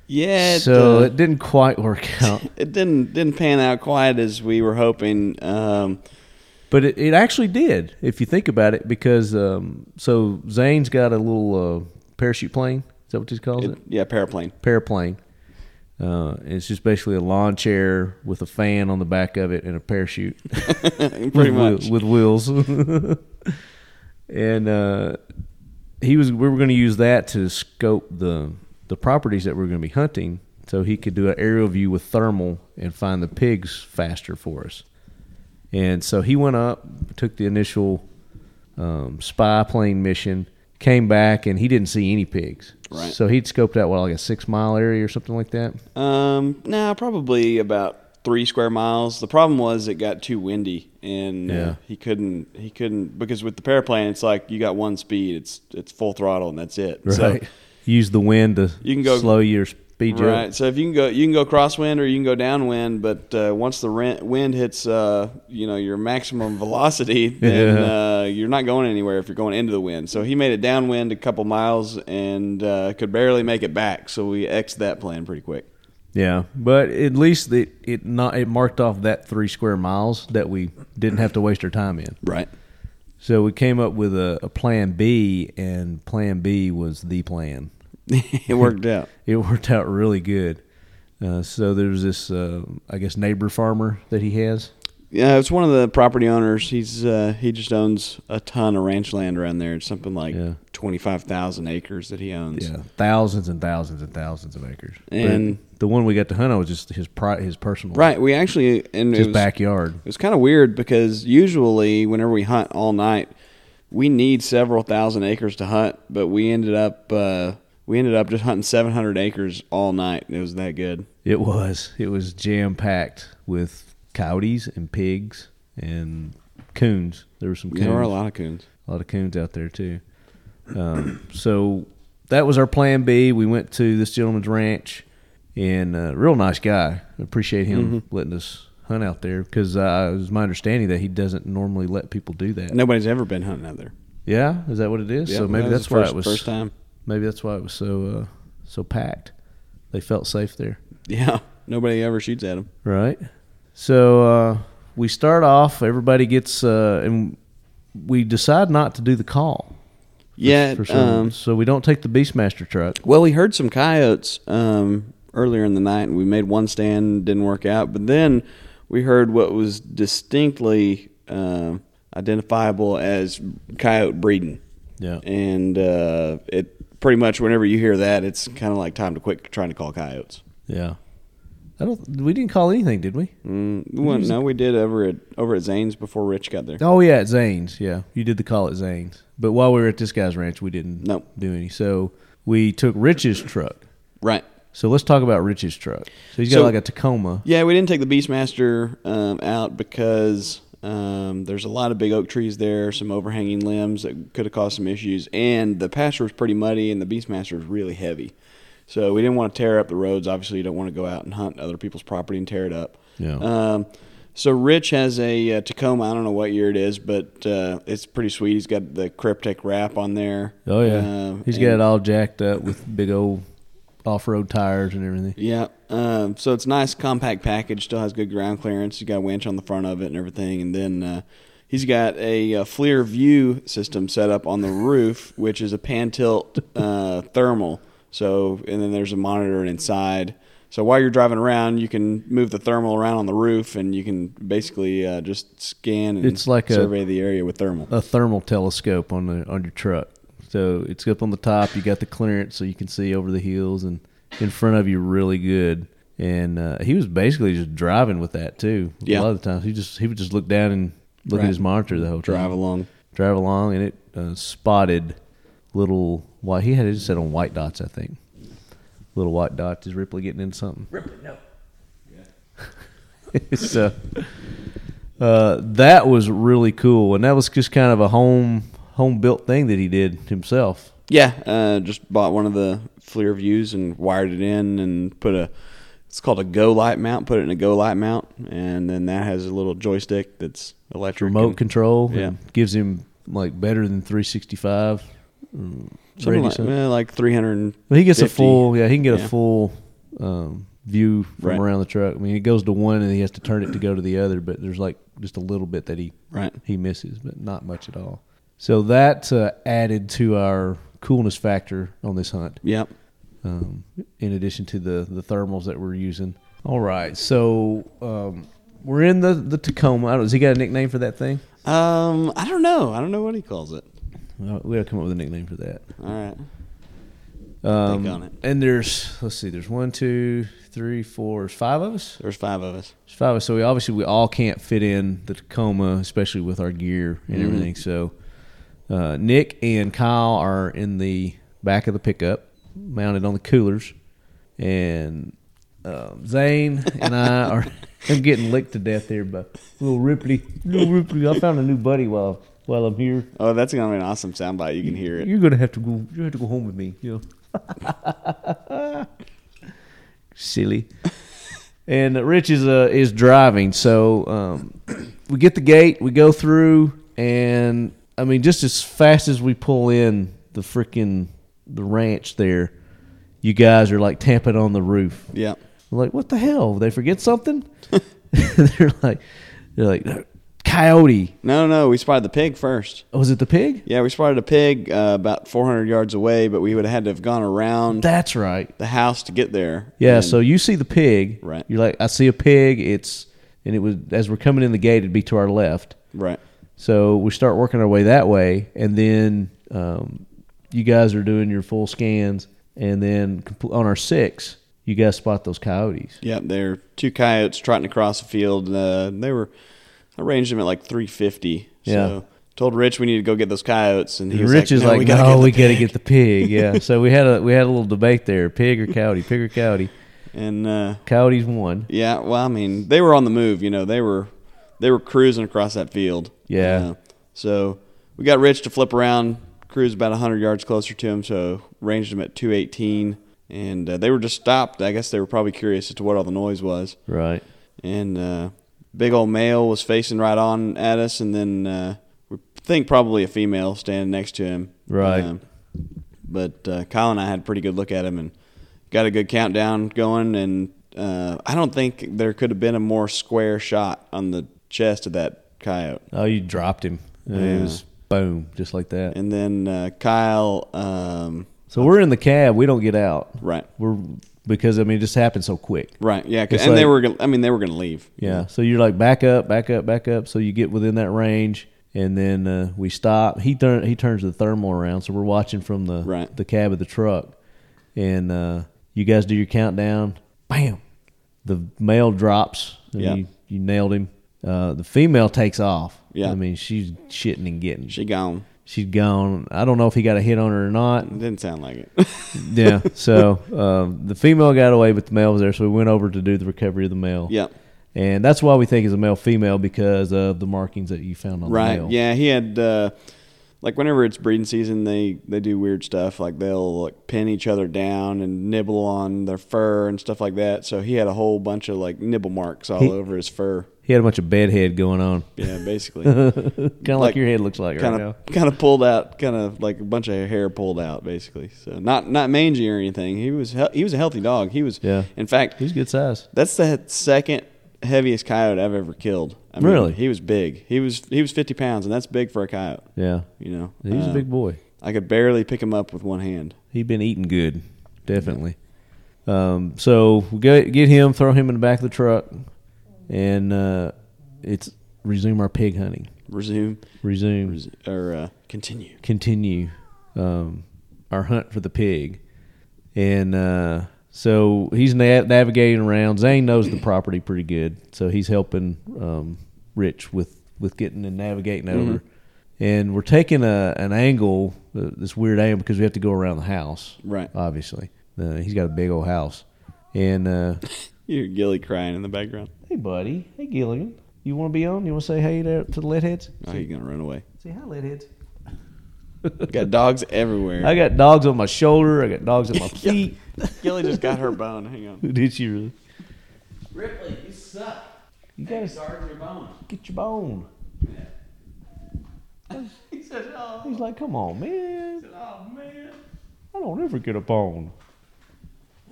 [SPEAKER 2] Yeah.
[SPEAKER 1] so
[SPEAKER 2] uh,
[SPEAKER 1] it didn't quite work *laughs* out
[SPEAKER 2] it didn't didn't pan out quite as we were hoping. Um,
[SPEAKER 1] But it, it actually did, if you think about it, because um, so Zane's got a little uh, parachute plane. Is that what he calls it?
[SPEAKER 2] it- yeah, paraplane.
[SPEAKER 1] Paraplane. Uh, and it's just basically a lawn chair with a fan on the back of it and a parachute.
[SPEAKER 2] *laughs* Pretty
[SPEAKER 1] with, wheel-
[SPEAKER 2] much.
[SPEAKER 1] with wheels. *laughs* and uh, he was we were going to use that to scope the the properties that we are going to be hunting, so he could do an aerial view with thermal and find the pigs faster for us. And so he went up, took the initial um, spy plane mission, came back, and he didn't see any pigs.
[SPEAKER 2] Right.
[SPEAKER 1] So he'd scoped out what like a six mile area or something like that.
[SPEAKER 2] Um, nah, probably about three square miles. The problem was it got too windy, and uh,
[SPEAKER 1] Yeah.
[SPEAKER 2] he couldn't he couldn't because with the paraplane, it's like you got one speed. It's it's full throttle, and *laughs* that's it. So,
[SPEAKER 1] Use the wind to
[SPEAKER 2] You can go-
[SPEAKER 1] slow your speed you up.
[SPEAKER 2] Right, so if you can go, you can go crosswind or you can go downwind. But uh, once the rent, wind hits, uh, you know your maximum velocity, *laughs* then uh, you're not going anywhere if you're going into the wind. So he made it downwind a couple miles and uh, could barely make it back. So we x that plan pretty quick.
[SPEAKER 1] Yeah, but at least it it not it marked off that three square miles that we didn't have to waste our time in.
[SPEAKER 2] *laughs* Right.
[SPEAKER 1] So we came up with a, a plan B, and plan B was the plan.
[SPEAKER 2] it worked out.
[SPEAKER 1] *laughs* It worked out really good. Uh, so there was this, uh, I guess, neighbor farmer that he has.
[SPEAKER 2] Yeah, it's one of the property owners. He's uh, he just owns a ton of ranch land around there. It's something like
[SPEAKER 1] Yeah.
[SPEAKER 2] twenty five thousand acres that he owns.
[SPEAKER 1] Yeah, thousands and thousands and thousands of acres.
[SPEAKER 2] And-
[SPEAKER 1] But the one we got to hunt on was just his pri- his personal
[SPEAKER 2] Right. We actually and it
[SPEAKER 1] his
[SPEAKER 2] was,
[SPEAKER 1] backyard.
[SPEAKER 2] It was kind of weird because usually whenever we hunt all night, we need several thousand acres to hunt, but we ended up uh, we ended up just hunting seven hundred acres all night. It was that good. *laughs*
[SPEAKER 1] It was it was jam packed with coyotes and pigs and coons. There were some coons.
[SPEAKER 2] There were a lot of coons.
[SPEAKER 1] a lot of coons out there too. Um, so that was our plan B. We went to this gentleman's ranch, and uh, real nice guy. I appreciate him
[SPEAKER 2] Mm-hmm.
[SPEAKER 1] letting us hunt out there because uh, it was my understanding that he doesn't normally let people do that.
[SPEAKER 2] Nobody's ever been hunting out there.
[SPEAKER 1] Yeah, is that what it is?
[SPEAKER 2] Yeah,
[SPEAKER 1] so maybe
[SPEAKER 2] that
[SPEAKER 1] that's
[SPEAKER 2] the
[SPEAKER 1] why
[SPEAKER 2] first,
[SPEAKER 1] it was.
[SPEAKER 2] first time.
[SPEAKER 1] Maybe that's why it was so uh, so packed. They felt safe there.
[SPEAKER 2] Yeah, nobody ever shoots at them.
[SPEAKER 1] Right. So uh, we start off. Everybody gets, uh, and we decide not to do the call.
[SPEAKER 2] Yeah.
[SPEAKER 1] For some,
[SPEAKER 2] um,
[SPEAKER 1] so we don't take the Beastmaster truck.
[SPEAKER 2] Well, we heard some coyotes um, earlier in the night, and we made one stand, didn't work out. But then we heard what was distinctly um identifiable as coyote breeding.
[SPEAKER 1] Yeah.
[SPEAKER 2] And uh, it pretty much whenever you hear that, it's kind of like time to quit trying to call coyotes.
[SPEAKER 1] Yeah. I don't. We didn't call anything, did we?
[SPEAKER 2] Mm, well, no, we did over at over at Zane's before Rich got there.
[SPEAKER 1] Oh yeah, at Zane's. Yeah, you did the call at Zane's. But while we were at this guy's ranch, we didn't
[SPEAKER 2] Nope.
[SPEAKER 1] do any. So we took Rich's truck.
[SPEAKER 2] Right.
[SPEAKER 1] So let's talk about Rich's truck. So he's got
[SPEAKER 2] So-
[SPEAKER 1] like a Tacoma.
[SPEAKER 2] Yeah, we didn't take the Beastmaster um, out because um, there's a lot of big oak trees there, some overhanging limbs that could have caused some issues, and the pasture was pretty muddy, and the Beastmaster was really heavy. So we didn't want to tear up the roads. Obviously, you don't want to go out and hunt other people's property and tear it up.
[SPEAKER 1] Yeah.
[SPEAKER 2] Um, so Rich has a uh, Tacoma. I don't know what year it is, but uh, it's pretty sweet. He's got the cryptic wrap on there.
[SPEAKER 1] Oh yeah,
[SPEAKER 2] Um,
[SPEAKER 1] he's
[SPEAKER 2] and-
[SPEAKER 1] got it all jacked up with big old off-road tires and everything.
[SPEAKER 2] Yeah. Um, so it's nice, compact package. Still has good ground clearance. You got a winch on the front of it and everything. And then uh, he's got a, uh FLIR view system set up on the roof, which is a pan tilt uh, thermal. So and then there's a monitor inside. So while you're driving around, you can move the thermal around on the roof, and you can basically uh, just scan and
[SPEAKER 1] It's like a-
[SPEAKER 2] survey the area with thermal.
[SPEAKER 1] a thermal telescope on the on your truck. So it's up on the top. You got the clearance, so you can see over the hills and in front of you really good. And uh, he was basically just driving with that too.
[SPEAKER 2] Yeah.
[SPEAKER 1] A lot of times he just he would just look down and look at
[SPEAKER 2] Right.
[SPEAKER 1] his monitor the whole time.
[SPEAKER 2] Drive along.
[SPEAKER 1] Drive along, and it uh, spotted little. Why he had it set on white dots, I think. Little white dots. Is Ripley getting into something? Ripley, *laughs* no. so uh, that was really cool, and that was just kind of a home home built thing that he did himself.
[SPEAKER 2] Yeah, uh, just bought one of the FLIR views and wired it in and put a. It's called a Go Light mount. Put it in a Go Light mount, and then that has a little joystick that's electric,
[SPEAKER 1] Remote
[SPEAKER 2] and-
[SPEAKER 1] control. and
[SPEAKER 2] yeah.
[SPEAKER 1] gives him like better than 365. mm,
[SPEAKER 2] something
[SPEAKER 1] radio
[SPEAKER 2] like,
[SPEAKER 1] stuff.
[SPEAKER 2] eh, like three hundred.
[SPEAKER 1] Well, he gets a full. Yeah, he can get
[SPEAKER 2] yeah.
[SPEAKER 1] a full um, view from
[SPEAKER 2] Right.
[SPEAKER 1] around the truck. I mean, it goes to one, and he has to turn it to go to the other. But there's like just a little bit that he
[SPEAKER 2] Right.
[SPEAKER 1] he misses, but not much at all. So that uh, added to our coolness factor on this hunt.
[SPEAKER 2] Yep.
[SPEAKER 1] Um, in addition to the the thermals that we're using. All right, so um, we're in the the Tacoma. I don't, has he got a nickname for that thing?
[SPEAKER 2] Um, I don't know. I don't know what he calls it.
[SPEAKER 1] Uh, We gotta come up with a nickname for that.
[SPEAKER 2] All right.
[SPEAKER 1] Um,
[SPEAKER 2] on it.
[SPEAKER 1] And there's let's see, there's one, two, three, four, there's five of us.
[SPEAKER 2] There's five of us.
[SPEAKER 1] There's five of us, so we obviously we all can't fit in the Tacoma, especially with our gear and
[SPEAKER 2] Mm-hmm.
[SPEAKER 1] everything. So uh, Nick and Kyle are in the back of the pickup, mounted on the coolers, and um, Zane and
[SPEAKER 2] *laughs*
[SPEAKER 1] I are. I'm getting licked to death here, but little Ripley, little Ripley. I found a new buddy while while I'm here.
[SPEAKER 2] Oh, that's gonna be an awesome soundbite. You can hear it.
[SPEAKER 1] You're gonna have to go. You have to go home with me. You know. Silly. *laughs* And uh, Rich is uh, is driving, so um, we get the gate, we go through, and I mean, just as fast as we pull in the freaking the ranch there, you guys are like tamping on the roof.
[SPEAKER 2] Yep.
[SPEAKER 1] *laughs* We're like, what the hell? They forget something? they're like, they're like, coyote.
[SPEAKER 2] No, no, we spotted the pig first.
[SPEAKER 1] Oh, was it the pig?
[SPEAKER 2] Yeah, we spotted a pig uh, about 400 yards away, but we would have had to have gone around
[SPEAKER 1] That's right.
[SPEAKER 2] the house to get there.
[SPEAKER 1] Yeah,
[SPEAKER 2] And-
[SPEAKER 1] so you see the pig.
[SPEAKER 2] Right.
[SPEAKER 1] You're like, I see a pig. It's and it was as we're coming in the gate, it'd be to our left.
[SPEAKER 2] right.
[SPEAKER 1] So we start working our way that way, and then um, you guys are doing your full scans, and then compl- on our six, you guys spot those coyotes.
[SPEAKER 2] Yeah, there are two coyotes trotting across the field. and, Uh, they were, I ranged them at like 350.
[SPEAKER 1] Yeah.
[SPEAKER 2] So told Rich we need to go get those coyotes, and he was
[SPEAKER 1] Rich
[SPEAKER 2] like,
[SPEAKER 1] is
[SPEAKER 2] "No,
[SPEAKER 1] like,
[SPEAKER 2] we gotta
[SPEAKER 1] no, we
[SPEAKER 2] get the
[SPEAKER 1] got to
[SPEAKER 2] pig."
[SPEAKER 1] get the pig.
[SPEAKER 2] *laughs*
[SPEAKER 1] Yeah. so we had a we had a little debate there: pig or coyote, pig or coyote.
[SPEAKER 2] And uh,
[SPEAKER 1] Coyotes won.
[SPEAKER 2] yeah, well, I mean, they were on the move. You know, they were, they were cruising across that field.
[SPEAKER 1] Yeah.
[SPEAKER 2] Uh, so we got Rich to flip around, cruise about 100 yards closer to him. So ranged them at 218, and uh, they were just stopped. I guess they were probably curious as to what all the noise was.
[SPEAKER 1] Right.
[SPEAKER 2] and uh, big old male was facing right on at us, and then uh, we think probably a female standing next to him.
[SPEAKER 1] Right.
[SPEAKER 2] Um, but uh, Kyle and I had a pretty good look at him and got a good countdown going, and uh, I don't think there could have been a more square shot on the chest of that coyote.
[SPEAKER 1] Oh, you dropped him. It was boom, just like that.
[SPEAKER 2] And then uh, Kyle, um,
[SPEAKER 1] So we're in the cab. We don't get out.
[SPEAKER 2] Right.
[SPEAKER 1] We're because I mean it just happened so quick.
[SPEAKER 2] right? Yeah, 'cause-
[SPEAKER 1] It's
[SPEAKER 2] and they
[SPEAKER 1] like-
[SPEAKER 2] were. Gonna, I mean, they were going to leave.
[SPEAKER 1] Yeah. So you're like back up, back up, back up. So you get within that range, and then uh, we stop. He turn he turns the thermal around, so we're watching from the
[SPEAKER 2] Right.
[SPEAKER 1] the cab of the truck, and uh, you guys do your countdown. Bam, the male drops. And
[SPEAKER 2] Yeah.
[SPEAKER 1] You, you nailed him. Uh, the female takes off.
[SPEAKER 2] Yeah.
[SPEAKER 1] I mean she's shitting and getting.
[SPEAKER 2] She gone.
[SPEAKER 1] She's gone. I don't know if he got a hit on her or not.
[SPEAKER 2] Didn't sound like
[SPEAKER 1] *laughs*
[SPEAKER 2] it.
[SPEAKER 1] Yeah. So um, the female got away, but the male was there. So we went over to do the recovery of the male.
[SPEAKER 2] Yeah.
[SPEAKER 1] And that's why we think it's a male female because of the markings that you found on
[SPEAKER 2] Right.
[SPEAKER 1] the male.
[SPEAKER 2] Yeah, he had uh, like whenever it's breeding season, they they do weird stuff. Like they'll like pin each other down and nibble on their fur and stuff like that. So he had a whole bunch of like nibble marks all
[SPEAKER 1] He- *laughs*
[SPEAKER 2] over his fur.
[SPEAKER 1] He had a bunch of bedhead going on,
[SPEAKER 2] Yeah,
[SPEAKER 1] *laughs*
[SPEAKER 2] basically. kind
[SPEAKER 1] kind of like, your head looks like
[SPEAKER 2] kind
[SPEAKER 1] right now.
[SPEAKER 2] *laughs* of kind of pulled out, kind of like a bunch of hair pulled out, basically. So not not mangy or anything. He was he, he was a healthy dog. He was.
[SPEAKER 1] Yeah.
[SPEAKER 2] In fact,
[SPEAKER 1] He's good size.
[SPEAKER 2] that's the second heaviest coyote I've ever killed. I
[SPEAKER 1] Really?
[SPEAKER 2] He was big. He was he was fifty pounds, and that's big for a coyote.
[SPEAKER 1] Yeah.
[SPEAKER 2] You know,
[SPEAKER 1] He's a
[SPEAKER 2] Uh,
[SPEAKER 1] big boy.
[SPEAKER 2] I could barely pick him up with one hand.
[SPEAKER 1] He'd been eating good, definitely. Um, so we go get him, throw him in the back of the truck, and uh, it's resume our pig hunting.
[SPEAKER 2] Resume
[SPEAKER 1] Resume.
[SPEAKER 2] or uh, continue.
[SPEAKER 1] continue um, our hunt for the pig. And uh, so he's na- navigating around. Zane knows the property pretty good, so he's helping um, Rich with, with getting and navigating over. And we're taking a an angle, uh, this weird angle, because we have to go around the house.
[SPEAKER 2] Right.
[SPEAKER 1] Obviously, uh, he's got a big old house. And uh,
[SPEAKER 2] You hear Gilly crying in the background.
[SPEAKER 1] hey, buddy, hey Gilligan, you want to be on? You want to say hey there to the leadheads?
[SPEAKER 2] Oh, he's gonna run away.
[SPEAKER 1] Say hi, leadheads.
[SPEAKER 2] Got dogs everywhere.
[SPEAKER 1] I got dogs on my shoulder. I got dogs at my feet.
[SPEAKER 2] Gilly just got her bone. Hang on.
[SPEAKER 1] *laughs* Did she really?
[SPEAKER 2] Ripley, you suck.
[SPEAKER 1] You gotta
[SPEAKER 2] Guard your bone.
[SPEAKER 1] get your bone.
[SPEAKER 2] *laughs* He says, "Oh,
[SPEAKER 1] He's like, come on, man.
[SPEAKER 2] oh man."
[SPEAKER 1] I don't ever get a bone.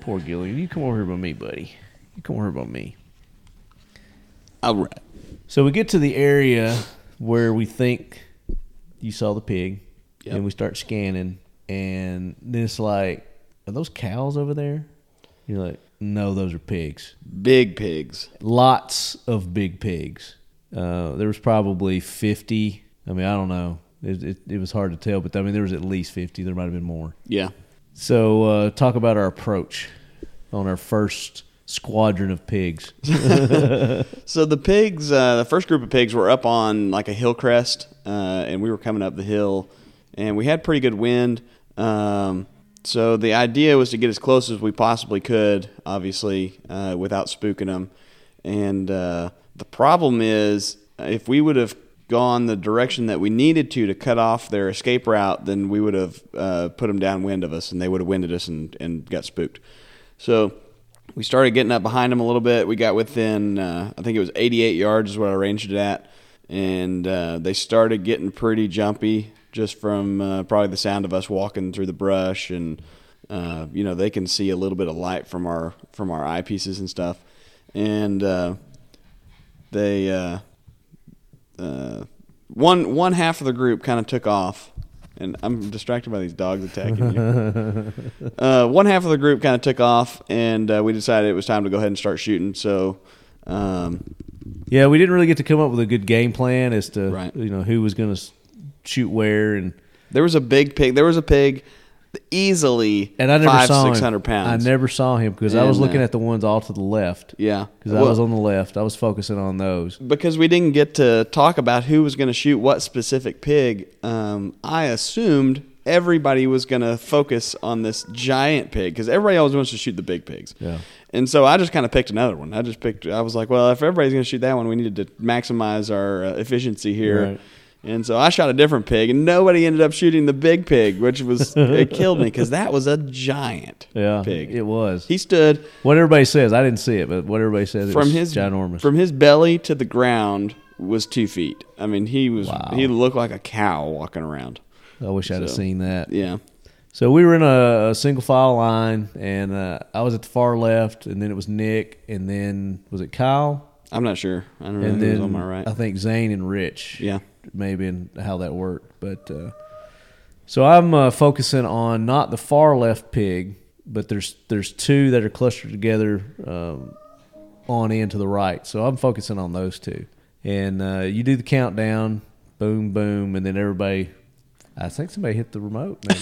[SPEAKER 1] Poor Gillian. You come over here by me, buddy. You come over here by me.
[SPEAKER 2] All right.
[SPEAKER 1] So we get to the area where we think you saw the pig, and we start scanning, and then it's like, are those cows over there? You're like, no, those are pigs.
[SPEAKER 2] Big pigs.
[SPEAKER 1] lots of big pigs. Uh, there was probably 50. I mean, I don't know. It, it, it was hard to tell, but I mean, there was at least 50. There might have been more.
[SPEAKER 2] Yeah.
[SPEAKER 1] So, uh, talk about our approach on our first squadron of pigs.
[SPEAKER 2] So the pigs, uh, the first group of pigs were up on like a hill crest, uh, and we were coming up the hill, and we had pretty good wind. Um, so the idea was to get as close as we possibly could, obviously, uh, without spooking them. And uh, the problem is, if we would have gone the direction that we needed to to cut off their escape route, then we would have uh, put them downwind of us, and they would have winded us and, and got spooked. So we started getting up behind him a little bit. We got within, uh, I think it was 88 yards is what I ranged it at, and uh, they started getting pretty jumpy just from uh, probably the sound of us walking through the brush, and uh, you know they can see a little bit of light from our from our eyepieces and stuff, and uh, they. Uh, uh, one one half of the group kind of took off, and I'm distracted by these dogs attacking you. uh, one half of the group kind of took off, and uh, we decided it was time to go ahead and start shooting. So, um,
[SPEAKER 1] Yeah, we didn't really get to come up with a good game plan as to
[SPEAKER 2] Right.
[SPEAKER 1] you know who was going to shoot where and
[SPEAKER 2] there was a big pig. There was a pig, easily
[SPEAKER 1] and I never
[SPEAKER 2] five
[SPEAKER 1] saw
[SPEAKER 2] six
[SPEAKER 1] him.
[SPEAKER 2] hundred pounds.
[SPEAKER 1] I never saw him because I
[SPEAKER 2] And,
[SPEAKER 1] was looking
[SPEAKER 2] uh,
[SPEAKER 1] at the ones all to the left.
[SPEAKER 2] Yeah.
[SPEAKER 1] because I
[SPEAKER 2] Well- Mm,
[SPEAKER 1] was on the left. I was focusing on those.
[SPEAKER 2] because we didn't get to talk about who was going to shoot what specific pig, um, I assumed everybody was going to focus on this giant pig because everybody always wants to shoot the big pigs.
[SPEAKER 1] Yeah.
[SPEAKER 2] And so I just kind of picked another one. I just picked. I was like, well, if everybody's going to shoot that one, we needed to maximize our uh, efficiency here.
[SPEAKER 1] Right.
[SPEAKER 2] And so I shot a different pig, and nobody ended up shooting the big pig,
[SPEAKER 1] *laughs*
[SPEAKER 2] which was it killed me because that was a giant
[SPEAKER 1] Yeah,
[SPEAKER 2] pig.
[SPEAKER 1] it was.
[SPEAKER 2] He stood
[SPEAKER 1] what everybody says, I didn't see it, but what everybody says,
[SPEAKER 2] from his
[SPEAKER 1] ginormous.
[SPEAKER 2] from his belly to the ground was two feet. I mean, he was he looked like a cow walking around.
[SPEAKER 1] I wish I'd have
[SPEAKER 2] so,
[SPEAKER 1] seen that.
[SPEAKER 2] Yeah,
[SPEAKER 1] So we were in a, a single file line, and uh, I was at the far left, and then it was Nick, and then was it Kyle,
[SPEAKER 2] I'm not sure. I don't know
[SPEAKER 1] and
[SPEAKER 2] who was
[SPEAKER 1] then
[SPEAKER 2] on my right.
[SPEAKER 1] I think Zane and Rich.
[SPEAKER 2] Yeah.
[SPEAKER 1] maybe and how that worked, but uh, so I'm uh, focusing on not the far left pig, but there's there's two that are clustered together um, on end to the right. So I'm focusing on those two, and uh, you do the countdown, boom, boom, and then everybody. I think somebody hit the remote. Maybe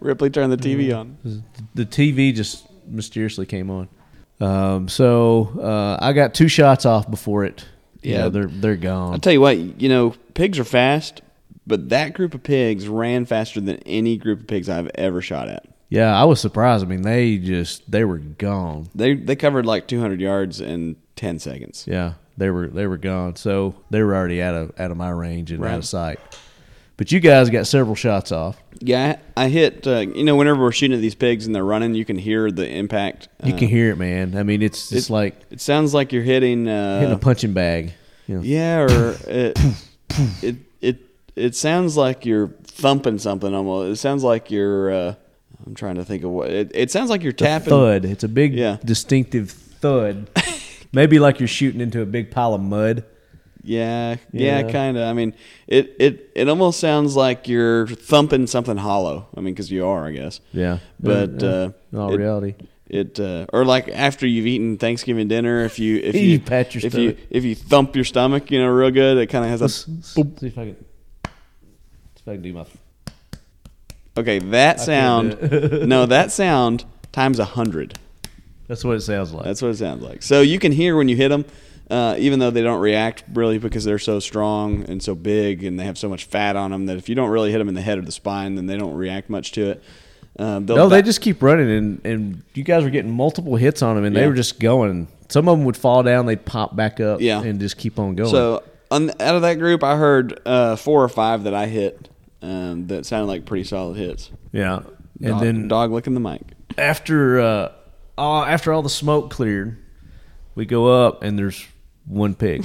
[SPEAKER 2] Ripley turned the TV on.
[SPEAKER 1] Mm-hmm. the TV just mysteriously came on. Um, so uh, I got two shots off before it. Yeah,
[SPEAKER 2] Yeah.
[SPEAKER 1] they're they're gone.
[SPEAKER 2] I'll tell you what. You know, pigs are fast, but that group of pigs ran faster than any group of pigs I've ever shot at.
[SPEAKER 1] yeah, I was surprised. I mean, they just they were gone.
[SPEAKER 2] They they covered like 200 yards in 10 seconds.
[SPEAKER 1] Yeah, they were they were gone. So they were already out of out of my range and out
[SPEAKER 2] Right.
[SPEAKER 1] of sight. But you guys got several shots off.
[SPEAKER 2] Yeah, I I hit. Uh, you know, whenever we're shooting at these pigs and they're running, you can hear the impact.
[SPEAKER 1] You
[SPEAKER 2] Uh,
[SPEAKER 1] can hear it, man. I mean, it's just
[SPEAKER 2] it-
[SPEAKER 1] like
[SPEAKER 2] it sounds like you're hitting uh,
[SPEAKER 1] hitting a punching bag. You know.
[SPEAKER 2] Yeah, or it, it it it sounds like you're thumping something almost. It sounds like you're. Uh, I'm trying to think of what it. It sounds like you're tapping.
[SPEAKER 1] thud. It's a big,
[SPEAKER 2] Yeah.
[SPEAKER 1] distinctive thud.
[SPEAKER 2] *laughs*
[SPEAKER 1] Maybe like you're shooting into a big pile of mud.
[SPEAKER 2] Yeah, yeah,
[SPEAKER 1] Yeah.
[SPEAKER 2] kind of. I mean, it it it almost sounds like you're thumping something hollow. I mean, because you are, I guess.
[SPEAKER 1] Yeah,
[SPEAKER 2] But uh,
[SPEAKER 1] in all
[SPEAKER 2] it-
[SPEAKER 1] reality,
[SPEAKER 2] It uh, or like after you've eaten Thanksgiving dinner, if you if you,
[SPEAKER 1] *laughs* You pat your
[SPEAKER 2] if
[SPEAKER 1] stomach.
[SPEAKER 2] you if you thump your stomach, you know, real good, it kind of
[SPEAKER 1] *laughs*
[SPEAKER 2] has
[SPEAKER 1] Let's,
[SPEAKER 2] a
[SPEAKER 1] see if I can. If I can do my.
[SPEAKER 2] okay. That sound,
[SPEAKER 1] *laughs*
[SPEAKER 2] no, that sound times a hundred.
[SPEAKER 1] That's what it sounds like.
[SPEAKER 2] That's what it sounds like. So you can hear when you hit them, uh, even though they don't react really because they're so strong and so big and they have so much fat on them that if you don't really hit them in the head or the spine, then they don't react much to it. Um, they'll
[SPEAKER 1] no, Oh, they
[SPEAKER 2] di-
[SPEAKER 1] just keep running, and and you guys were getting multiple hits on them, and
[SPEAKER 2] Yeah.
[SPEAKER 1] they were just going. Some of them would fall down, they'd pop back up,
[SPEAKER 2] Yeah.
[SPEAKER 1] and just keep on going.
[SPEAKER 2] So on, out of that group, I heard uh, four or five that I hit um, that sounded like pretty solid hits.
[SPEAKER 1] yeah, and
[SPEAKER 2] Dog-
[SPEAKER 1] then
[SPEAKER 2] dog licking the mic.
[SPEAKER 1] after uh, all, after all the smoke cleared, we go up, and there's one
[SPEAKER 2] *laughs*
[SPEAKER 1] pig,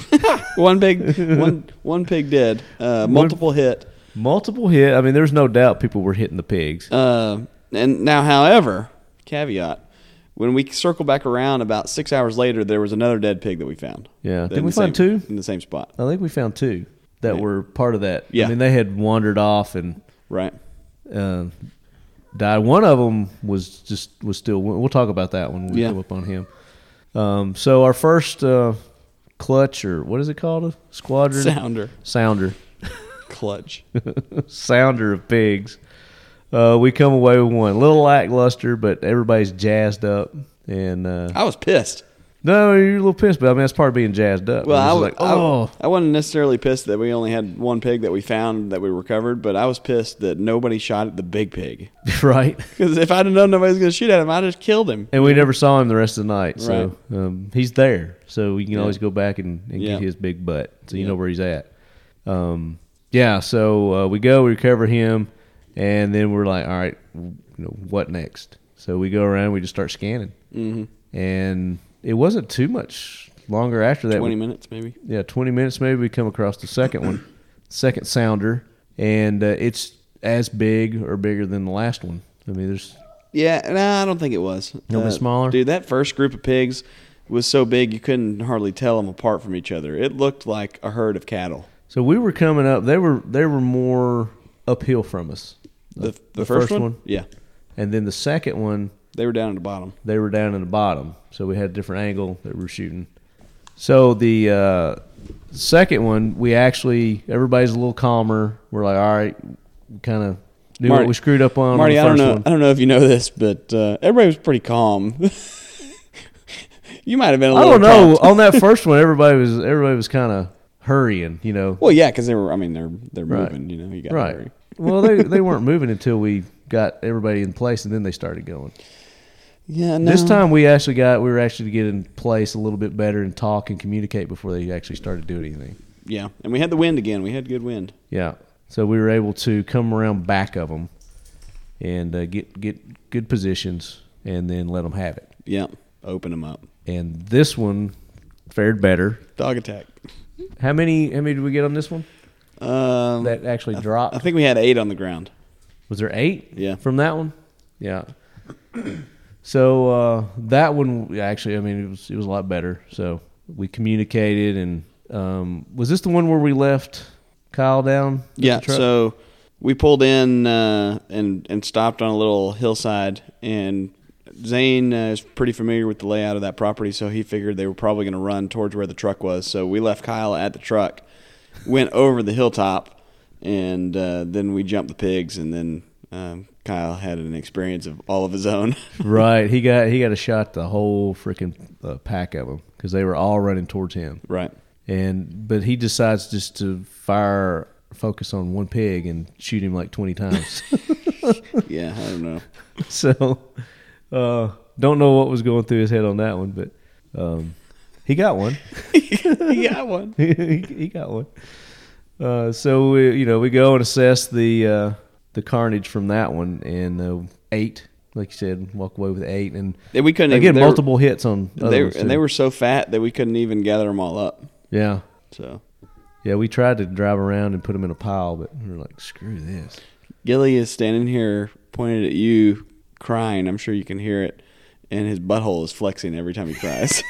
[SPEAKER 2] One pig, one one pig dead.
[SPEAKER 1] *laughs*
[SPEAKER 2] Uh, multiple hit.
[SPEAKER 1] multiple hit. I mean, there's no doubt people were hitting the pigs.
[SPEAKER 2] Uh, and now, however, caveat: when we circle back around about six hours later, there was another dead pig that we found.
[SPEAKER 1] Yeah.
[SPEAKER 2] In
[SPEAKER 1] Didn't we
[SPEAKER 2] the
[SPEAKER 1] find
[SPEAKER 2] same-
[SPEAKER 1] two?
[SPEAKER 2] in the same spot?
[SPEAKER 1] I think we found two that were part of that.
[SPEAKER 2] Yeah.
[SPEAKER 1] I mean, they had wandered off and
[SPEAKER 2] Right.
[SPEAKER 1] uh, died. One of them was just was still. We'll talk about that when we
[SPEAKER 2] Yeah.
[SPEAKER 1] go up on him. Um, so our first uh, clutch or what is it called? A squadron
[SPEAKER 2] Sounder
[SPEAKER 1] sounder
[SPEAKER 2] clutch.
[SPEAKER 1] *laughs* sounder of pigs. Uh, we come away with one. A little lackluster, but everybody's jazzed up. And uh,
[SPEAKER 2] I was pissed.
[SPEAKER 1] no, you're a little pissed, but I mean that's part of being jazzed up.
[SPEAKER 2] Well, I was
[SPEAKER 1] It's just like, oh,
[SPEAKER 2] I, I wasn't necessarily pissed that we only had one pig that we found that we recovered, but I was pissed that nobody shot at the big pig.
[SPEAKER 1] oh, *laughs* right.
[SPEAKER 2] Because if I'd have known nobody was going to shoot at him, I'd have just killed him.
[SPEAKER 1] And we never saw him the rest of the night. So um, he's there. So we can always go back and, and
[SPEAKER 2] Yeah.
[SPEAKER 1] get his big butt. So you
[SPEAKER 2] Yeah.
[SPEAKER 1] know where he's at. Um, yeah. So uh, we go, we recover him. And then we're like, all right, you know, what next? So we go around, we just start scanning. Mm-hmm. And it wasn't too much longer after that.
[SPEAKER 2] Twenty
[SPEAKER 1] we-
[SPEAKER 2] minutes, maybe.
[SPEAKER 1] yeah, 20 minutes maybe we come across the second
[SPEAKER 2] *coughs*
[SPEAKER 1] one, second sounder. And uh, it's as big or bigger than the last one. I mean, there's
[SPEAKER 2] Yeah, no, I don't think it was. Uh, A
[SPEAKER 1] little bit smaller?
[SPEAKER 2] dude. That first group of pigs, was so big you couldn't hardly tell them apart from each other. It looked like a herd of cattle.
[SPEAKER 1] So we were coming up. They were they were more uphill from us.
[SPEAKER 2] The, the, first, one? Yeah.
[SPEAKER 1] and then the second one
[SPEAKER 2] They were down at the bottom.
[SPEAKER 1] they were down in the bottom, so we had a different angle that we were shooting. So the uh, second one, we actually everybody's a little calmer. We're like, all right, kind of knew
[SPEAKER 2] Marty-
[SPEAKER 1] what we screwed up on.
[SPEAKER 2] Marty,
[SPEAKER 1] on the
[SPEAKER 2] I don't
[SPEAKER 1] first
[SPEAKER 2] know.
[SPEAKER 1] One.
[SPEAKER 2] I don't know if you know this, but uh, everybody was pretty calm. *laughs* you might have been. I
[SPEAKER 1] I don't know. on that
[SPEAKER 2] *laughs*
[SPEAKER 1] first one, everybody was everybody was kind of hurrying, you know.
[SPEAKER 2] Well, yeah, because they were. I mean, they're they're
[SPEAKER 1] Right.
[SPEAKER 2] moving. You know, you got
[SPEAKER 1] right.
[SPEAKER 2] hurry.
[SPEAKER 1] well, they they weren't moving until we got everybody in place, and then they started going.
[SPEAKER 2] Yeah. No.
[SPEAKER 1] This time we actually got we were actually to get in place a little bit better and talk and communicate before they actually started doing anything.
[SPEAKER 2] Yeah, and we had the wind again. We had good wind.
[SPEAKER 1] Yeah. So we were able to come around back of them and uh, get get good positions and then let them have it.
[SPEAKER 2] Yeah. Open them up.
[SPEAKER 1] And this one fared better.
[SPEAKER 2] Dog attack.
[SPEAKER 1] How many how many did we get on this one?
[SPEAKER 2] Um,
[SPEAKER 1] That actually dropped.
[SPEAKER 2] I think we had eight on the ground.
[SPEAKER 1] Was there eight?
[SPEAKER 2] Yeah.
[SPEAKER 1] From that one? Yeah. So uh, that one actually, I mean, it was it was a lot better. So we communicated, and um, was this the one where we left Kyle down? at the
[SPEAKER 2] Yeah.
[SPEAKER 1] truck?
[SPEAKER 2] So we pulled in uh, and and stopped on a little hillside, and Zane uh, is pretty familiar with the layout of that property, so he figured they were probably going to run towards where the truck was. So we left Kyle at the truck, went over the hilltop, and uh, then we jumped the pigs, and then um, Kyle had an experience of all of his
[SPEAKER 1] *laughs*
[SPEAKER 2] own.
[SPEAKER 1] right, he got he got a shot the whole freaking uh, pack of them because they were all running towards him.
[SPEAKER 2] right.
[SPEAKER 1] And but he decides just to fire focus on one pig and shoot him like twenty times.
[SPEAKER 2] *laughs*
[SPEAKER 1] *laughs*
[SPEAKER 2] Yeah. I don't know.
[SPEAKER 1] so uh, don't know what was going through his head on that one, but um, he got one.
[SPEAKER 2] *laughs* he got one.
[SPEAKER 1] *laughs* he, he got one. Uh, so we, you know, we go and assess the uh, the carnage from that one, and uh, eight, like you said, walk away with eight, and
[SPEAKER 2] *laughs* And we couldn't
[SPEAKER 1] again
[SPEAKER 2] even- they were-
[SPEAKER 1] multiple hits on. Other
[SPEAKER 2] They,
[SPEAKER 1] ones, too.
[SPEAKER 2] and they were so fat that we couldn't even gather them all up.
[SPEAKER 1] yeah,
[SPEAKER 2] So
[SPEAKER 1] yeah. We tried to drive around and put them in a pile, but we were like, screw this.
[SPEAKER 2] Gilly is standing here pointed at you, crying. I'm sure you can hear it. And his butthole is flexing every time he cries.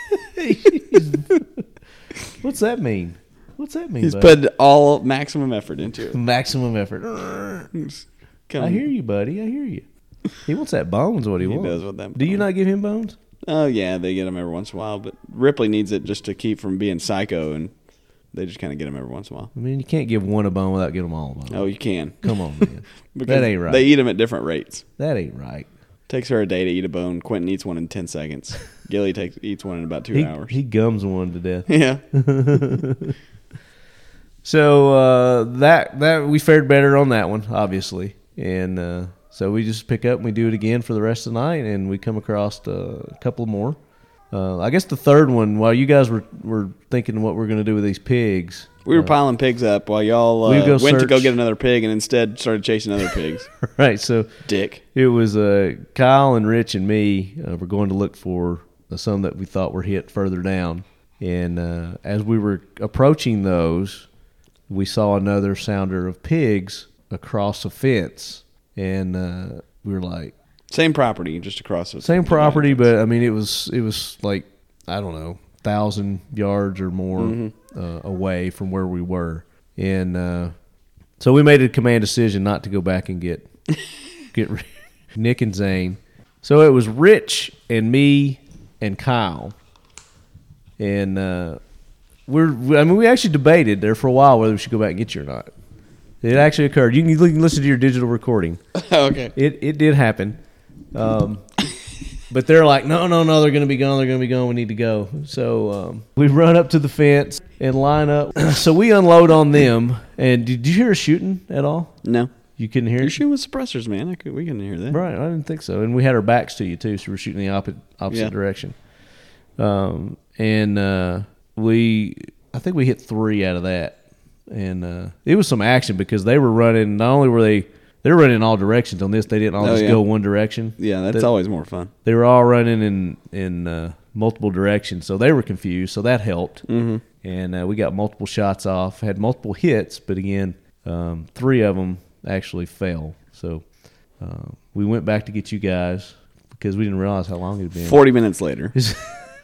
[SPEAKER 1] What's that mean? What's that mean?
[SPEAKER 2] He's
[SPEAKER 1] bud?
[SPEAKER 2] put all maximum effort into it.
[SPEAKER 1] maximum effort.
[SPEAKER 2] Come,
[SPEAKER 1] I hear you, buddy. I hear you. He wants that bones. What he, wants.
[SPEAKER 2] does *laughs* want that
[SPEAKER 1] Do you
[SPEAKER 2] bone.
[SPEAKER 1] not give him bones?
[SPEAKER 2] Oh yeah, they get him every once in a while, but Ripley needs it just to keep from being psycho, and they just kind of get him every once in a while.
[SPEAKER 1] I mean, you can't give one a bone without giving them all a bone.
[SPEAKER 2] Oh, you can.
[SPEAKER 1] Come on, man.
[SPEAKER 2] *laughs* Because
[SPEAKER 1] that ain't right.
[SPEAKER 2] They eat them at different rates.
[SPEAKER 1] that ain't right.
[SPEAKER 2] Takes her a day to eat a bone. Quentin eats one in ten *laughs* seconds. Gilly takes eats one in about two
[SPEAKER 1] He,
[SPEAKER 2] hours.
[SPEAKER 1] he gums one to death.
[SPEAKER 2] yeah.
[SPEAKER 1] *laughs* So uh, that that we fared better on that one, obviously, and uh, so we just pick up and we do it again for the rest of the night, and we come across uh, a couple more. Uh, I guess the third one, while you guys were, were thinking what we're going to do with these pigs, *laughs*
[SPEAKER 2] We were piling pigs up while y'all uh,
[SPEAKER 1] We go
[SPEAKER 2] went to go
[SPEAKER 1] search-
[SPEAKER 2] get another pig and instead started chasing other
[SPEAKER 1] *laughs*
[SPEAKER 2] pigs.
[SPEAKER 1] right? So
[SPEAKER 2] Dick.
[SPEAKER 1] It was uh, Kyle and Rich and me uh, were going to look for some that we thought were hit further down. And uh, as we were approaching those, we saw another sounder of pigs across a fence. And uh, we were like,
[SPEAKER 2] Same property, just across the
[SPEAKER 1] same property, but I mean, it was it was like I don't know, thousand yards or more uh, away from where we were, and uh, so we made a command decision not to go back and get get rid- Nick and Zane. So it was Rich and me and Kyle, and uh, we're I mean, we actually debated there for a while whether we should go back and get you or not. It actually occurred. You can you can listen to your digital recording.
[SPEAKER 2] okay.
[SPEAKER 1] It it did happen. Um, but they're like, no, no, no, they're going to be gone. They're going to be gone. We need to go. So um, we run up to the fence and line up. *clears throat* so we unload on them. And did you hear a shooting at all?
[SPEAKER 2] No.
[SPEAKER 1] You couldn't hear
[SPEAKER 2] Your
[SPEAKER 1] it?
[SPEAKER 2] shoe was suppressors, man. I could, we can hear that.
[SPEAKER 1] Right. I didn't think so. And we had our backs to you, too. So we're shooting the opposite, opposite
[SPEAKER 2] Yeah.
[SPEAKER 1] direction. Um, and uh, we, I think we hit three out of that. And uh, it was some action because they were running. Not only were they, they were running in all directions on this. They didn't all
[SPEAKER 2] Oh,
[SPEAKER 1] just
[SPEAKER 2] yeah.
[SPEAKER 1] go one direction.
[SPEAKER 2] Yeah, that's
[SPEAKER 1] They-
[SPEAKER 2] always more fun.
[SPEAKER 1] they were all running in in uh, multiple directions, so they were confused. So that helped, mm-hmm. and uh, we got multiple shots off, had multiple hits, but again, um, three of them actually fell. So um, *laughs* uh, we went back to get you guys because we didn't realize how long it had been.
[SPEAKER 2] Forty minutes later.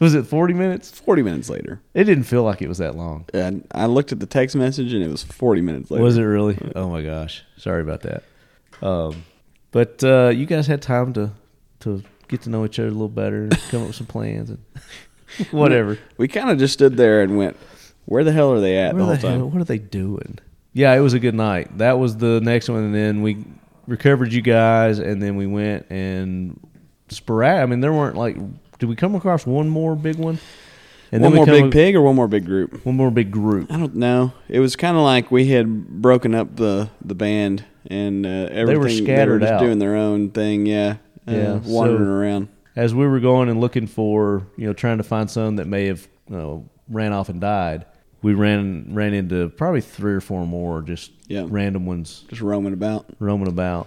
[SPEAKER 1] was it 40 minutes?
[SPEAKER 2] 40 minutes later.
[SPEAKER 1] It didn't feel like it was that long.
[SPEAKER 2] And I looked at the text message and it was 40 minutes later.
[SPEAKER 1] Was it really? Oh my gosh. Sorry about that. Um, but uh, you guys had time to to get to know each other a little better, and come up with some plans and whatever.
[SPEAKER 2] We kind of just stood there and went, where the hell are they at the
[SPEAKER 1] Where
[SPEAKER 2] whole
[SPEAKER 1] the hell-
[SPEAKER 2] time?
[SPEAKER 1] what are they doing? Yeah, it was a good night. That was the next one, and then we recovered you guys, and then we went and sporadic. I mean, there weren't like, did we come across one more big one? And
[SPEAKER 2] One
[SPEAKER 1] we
[SPEAKER 2] more
[SPEAKER 1] come
[SPEAKER 2] big
[SPEAKER 1] ac-
[SPEAKER 2] pig or one more big group?
[SPEAKER 1] One more big group.
[SPEAKER 2] I don't know. It was kind of like we had broken up the the band and uh, everything.
[SPEAKER 1] were
[SPEAKER 2] They were
[SPEAKER 1] scattered
[SPEAKER 2] just
[SPEAKER 1] out.
[SPEAKER 2] doing their own thing. Yeah, uh,
[SPEAKER 1] Yeah,
[SPEAKER 2] wandering
[SPEAKER 1] so-
[SPEAKER 2] around.
[SPEAKER 1] as we were going and looking for, you know, trying to find some that may have you know, ran off and died, we ran ran into probably three or four more just
[SPEAKER 2] Yeah.
[SPEAKER 1] random ones
[SPEAKER 2] just roaming about.
[SPEAKER 1] roaming about.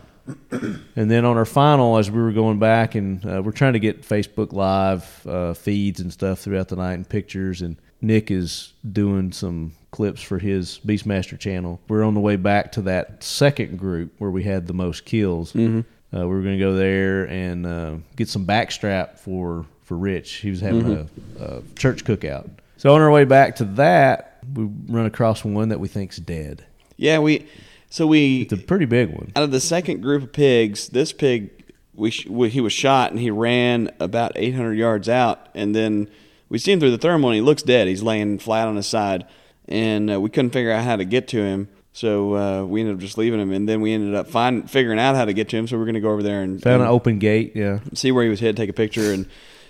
[SPEAKER 1] and then on our final, as we were going back and uh, we're trying to get Facebook Live uh, feeds and stuff throughout the night and pictures, and Nick is doing some clips for his Beastmaster channel. We're on the way back to that second group where we had the most kills. Uh, we were going to go there and uh, get some backstrap for for Rich. He was having a, a church cookout. So on our way back to that, we run across one that we think's dead.
[SPEAKER 2] Yeah, we. So we
[SPEAKER 1] It's a pretty big one.
[SPEAKER 2] out of the second group of pigs, this pig we, sh- we he was shot and he ran about 800 yards out, and then we see him through the thermal and he looks dead. He's laying flat on his side, and uh, we couldn't figure out how to get to him. So uh, we ended up just leaving him, and then we ended up find, figuring out how to get to him. So we're gonna go over there and,
[SPEAKER 1] Found an
[SPEAKER 2] and
[SPEAKER 1] open gate. Yeah.
[SPEAKER 2] see where he was headed, take a picture, and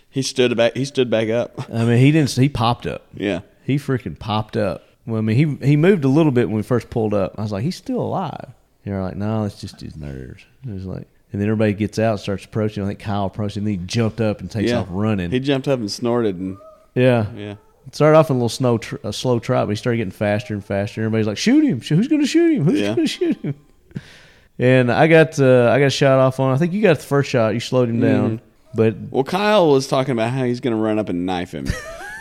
[SPEAKER 2] he stood back. He stood back up. *laughs*
[SPEAKER 1] I mean, he didn't. He popped up.
[SPEAKER 2] Yeah,
[SPEAKER 1] He freaking popped up. Well, I mean, he he moved a little bit when we first pulled up. I was like, he's still alive. And they're like, no, it's just his nerves. And It was like, and then everybody gets out, starts approaching. I think Kyle approached, and then he jumped up and takes
[SPEAKER 2] yeah,
[SPEAKER 1] off running.
[SPEAKER 2] He jumped up and snorted, and
[SPEAKER 1] yeah,
[SPEAKER 2] yeah.
[SPEAKER 1] It started off in a little snow, tr- a slow trot, but he started getting faster and faster. Everybody's like, "Shoot him! Sh- Who's going to shoot him? Who's
[SPEAKER 2] Yeah.
[SPEAKER 1] going to shoot him?" *laughs* And I got uh, I got shot off on. I think you got the first shot. You slowed him down,
[SPEAKER 2] Mm-hmm.
[SPEAKER 1] but
[SPEAKER 2] Well, Kyle was talking about how he's going to run up and
[SPEAKER 1] *laughs*
[SPEAKER 2] knife him.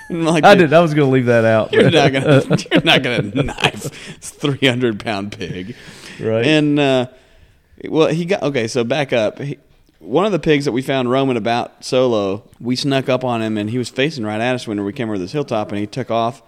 [SPEAKER 2] And I'm like,
[SPEAKER 1] I did. I was going to leave that out.
[SPEAKER 2] You're not gonna, you're not gonna knife this 300 pound pig,
[SPEAKER 1] Right.
[SPEAKER 2] And uh, well, he got okay. So back up. He, one of the pigs that we found roaming about solo, we snuck up on him, and he was facing right at us when we came over this hilltop, and he took off.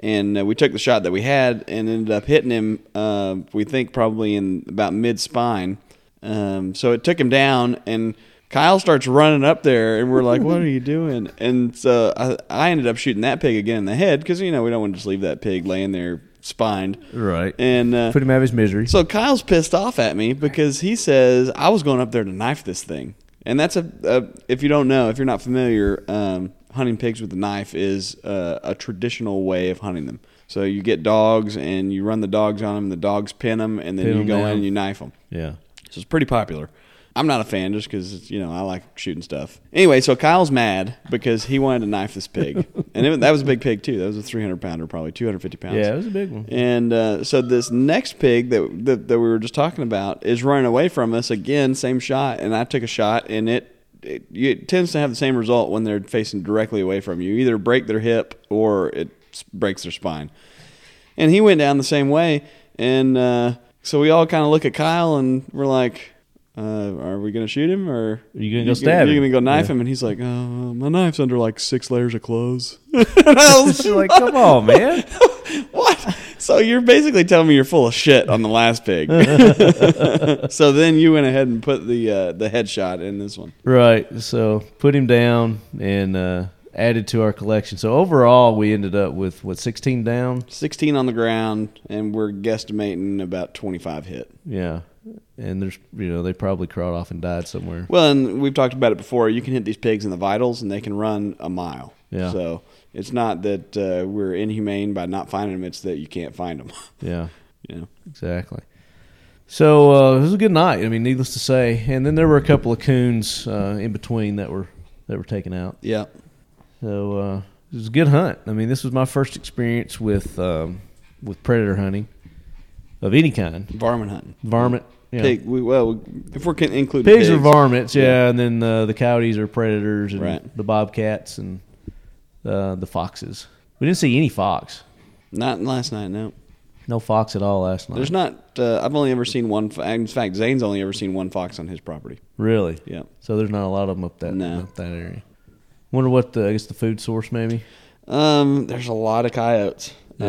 [SPEAKER 2] And uh, we took the shot that we had, and ended up hitting him. Uh, we think probably in about mid spine. Um, so it took him down, and Kyle starts running up there, and we're like, "What are you doing?" And so I, I ended up shooting that pig again in the head because you know we don't want to just leave that pig laying there spined,
[SPEAKER 1] Right.
[SPEAKER 2] And uh,
[SPEAKER 1] Put him out of his misery.
[SPEAKER 2] so Kyle's pissed off at me because he says I was going up there to knife this thing, and that's a, a if you don't know, if you're not familiar, um, hunting pigs with a knife is uh, a traditional way of hunting them. So you get dogs and you run the dogs on them, the dogs pin them, and then
[SPEAKER 1] Pin
[SPEAKER 2] you
[SPEAKER 1] 'em
[SPEAKER 2] go
[SPEAKER 1] down.
[SPEAKER 2] in and you knife them.
[SPEAKER 1] yeah.
[SPEAKER 2] So it's pretty popular. I'm not a fan just because you know I like shooting stuff. Anyway, so Kyle's mad because he wanted to knife
[SPEAKER 1] *laughs*
[SPEAKER 2] this pig, and it, that was a big pig too. That was a 300 pounder, probably 250 pounds.
[SPEAKER 1] Yeah, it was a big one.
[SPEAKER 2] And uh, so this next pig that, that that we were just talking about is running away from us again, same shot, and I took a shot, and it it, it tends to have the same result when they're facing directly away from you. You Either break their hip or it s- breaks their spine. And he went down the same way, and uh, so we all kind of look at Kyle and we're like. Uh, are we gonna shoot him, or
[SPEAKER 1] Are you gonna go stab
[SPEAKER 2] You're
[SPEAKER 1] him?
[SPEAKER 2] gonna go knife
[SPEAKER 1] Yeah.
[SPEAKER 2] him, and he's like, "Oh, my knife's under like six layers of clothes." And I
[SPEAKER 1] *laughs*
[SPEAKER 2] was
[SPEAKER 1] like, come on, man.
[SPEAKER 2] what? So you're basically telling me you're full of shit on the last pig. *laughs* so then you went ahead and put the uh, the headshot in this one.
[SPEAKER 1] Right. So put him down and uh, added to our collection. So overall, we ended up with what sixteen down.
[SPEAKER 2] 16 on the ground, and we're guesstimating about 25 hit.
[SPEAKER 1] Yeah, and there's you know they probably crawled off and died somewhere.
[SPEAKER 2] Well, and we've talked about it before. You can hit these pigs in the vitals, and they can run a mile.
[SPEAKER 1] Yeah.
[SPEAKER 2] So it's not that uh, we're inhumane by not finding them; it's that you can't find them.
[SPEAKER 1] Yeah,
[SPEAKER 2] *laughs* you know.
[SPEAKER 1] exactly. So uh, it was a good night. I mean, needless to say. And then there were a couple of coons uh, in between that were that were taken out.
[SPEAKER 2] Yeah.
[SPEAKER 1] So uh, it was a good hunt. I mean, this was my first experience with um, with predator hunting of any kind,
[SPEAKER 2] Varmint hunting.
[SPEAKER 1] varmint. Yeah.
[SPEAKER 2] Pig. We, well, if we're con- including
[SPEAKER 1] pigs,
[SPEAKER 2] pigs
[SPEAKER 1] are varmints, yeah, and then uh, the coyotes are predators, and
[SPEAKER 2] Right.
[SPEAKER 1] the bobcats and uh, the foxes. We didn't see any fox,
[SPEAKER 2] Not last night. No.
[SPEAKER 1] no fox at all last night.
[SPEAKER 2] There's not. Uh, I've only ever seen one. fo- In fact, Zane's only ever seen one fox on his property.
[SPEAKER 1] really,
[SPEAKER 2] Yeah.
[SPEAKER 1] So there's not a lot of them up that
[SPEAKER 2] No.
[SPEAKER 1] up that area. Wonder what the I guess the food source maybe.
[SPEAKER 2] Um, there's a lot of coyotes, uh,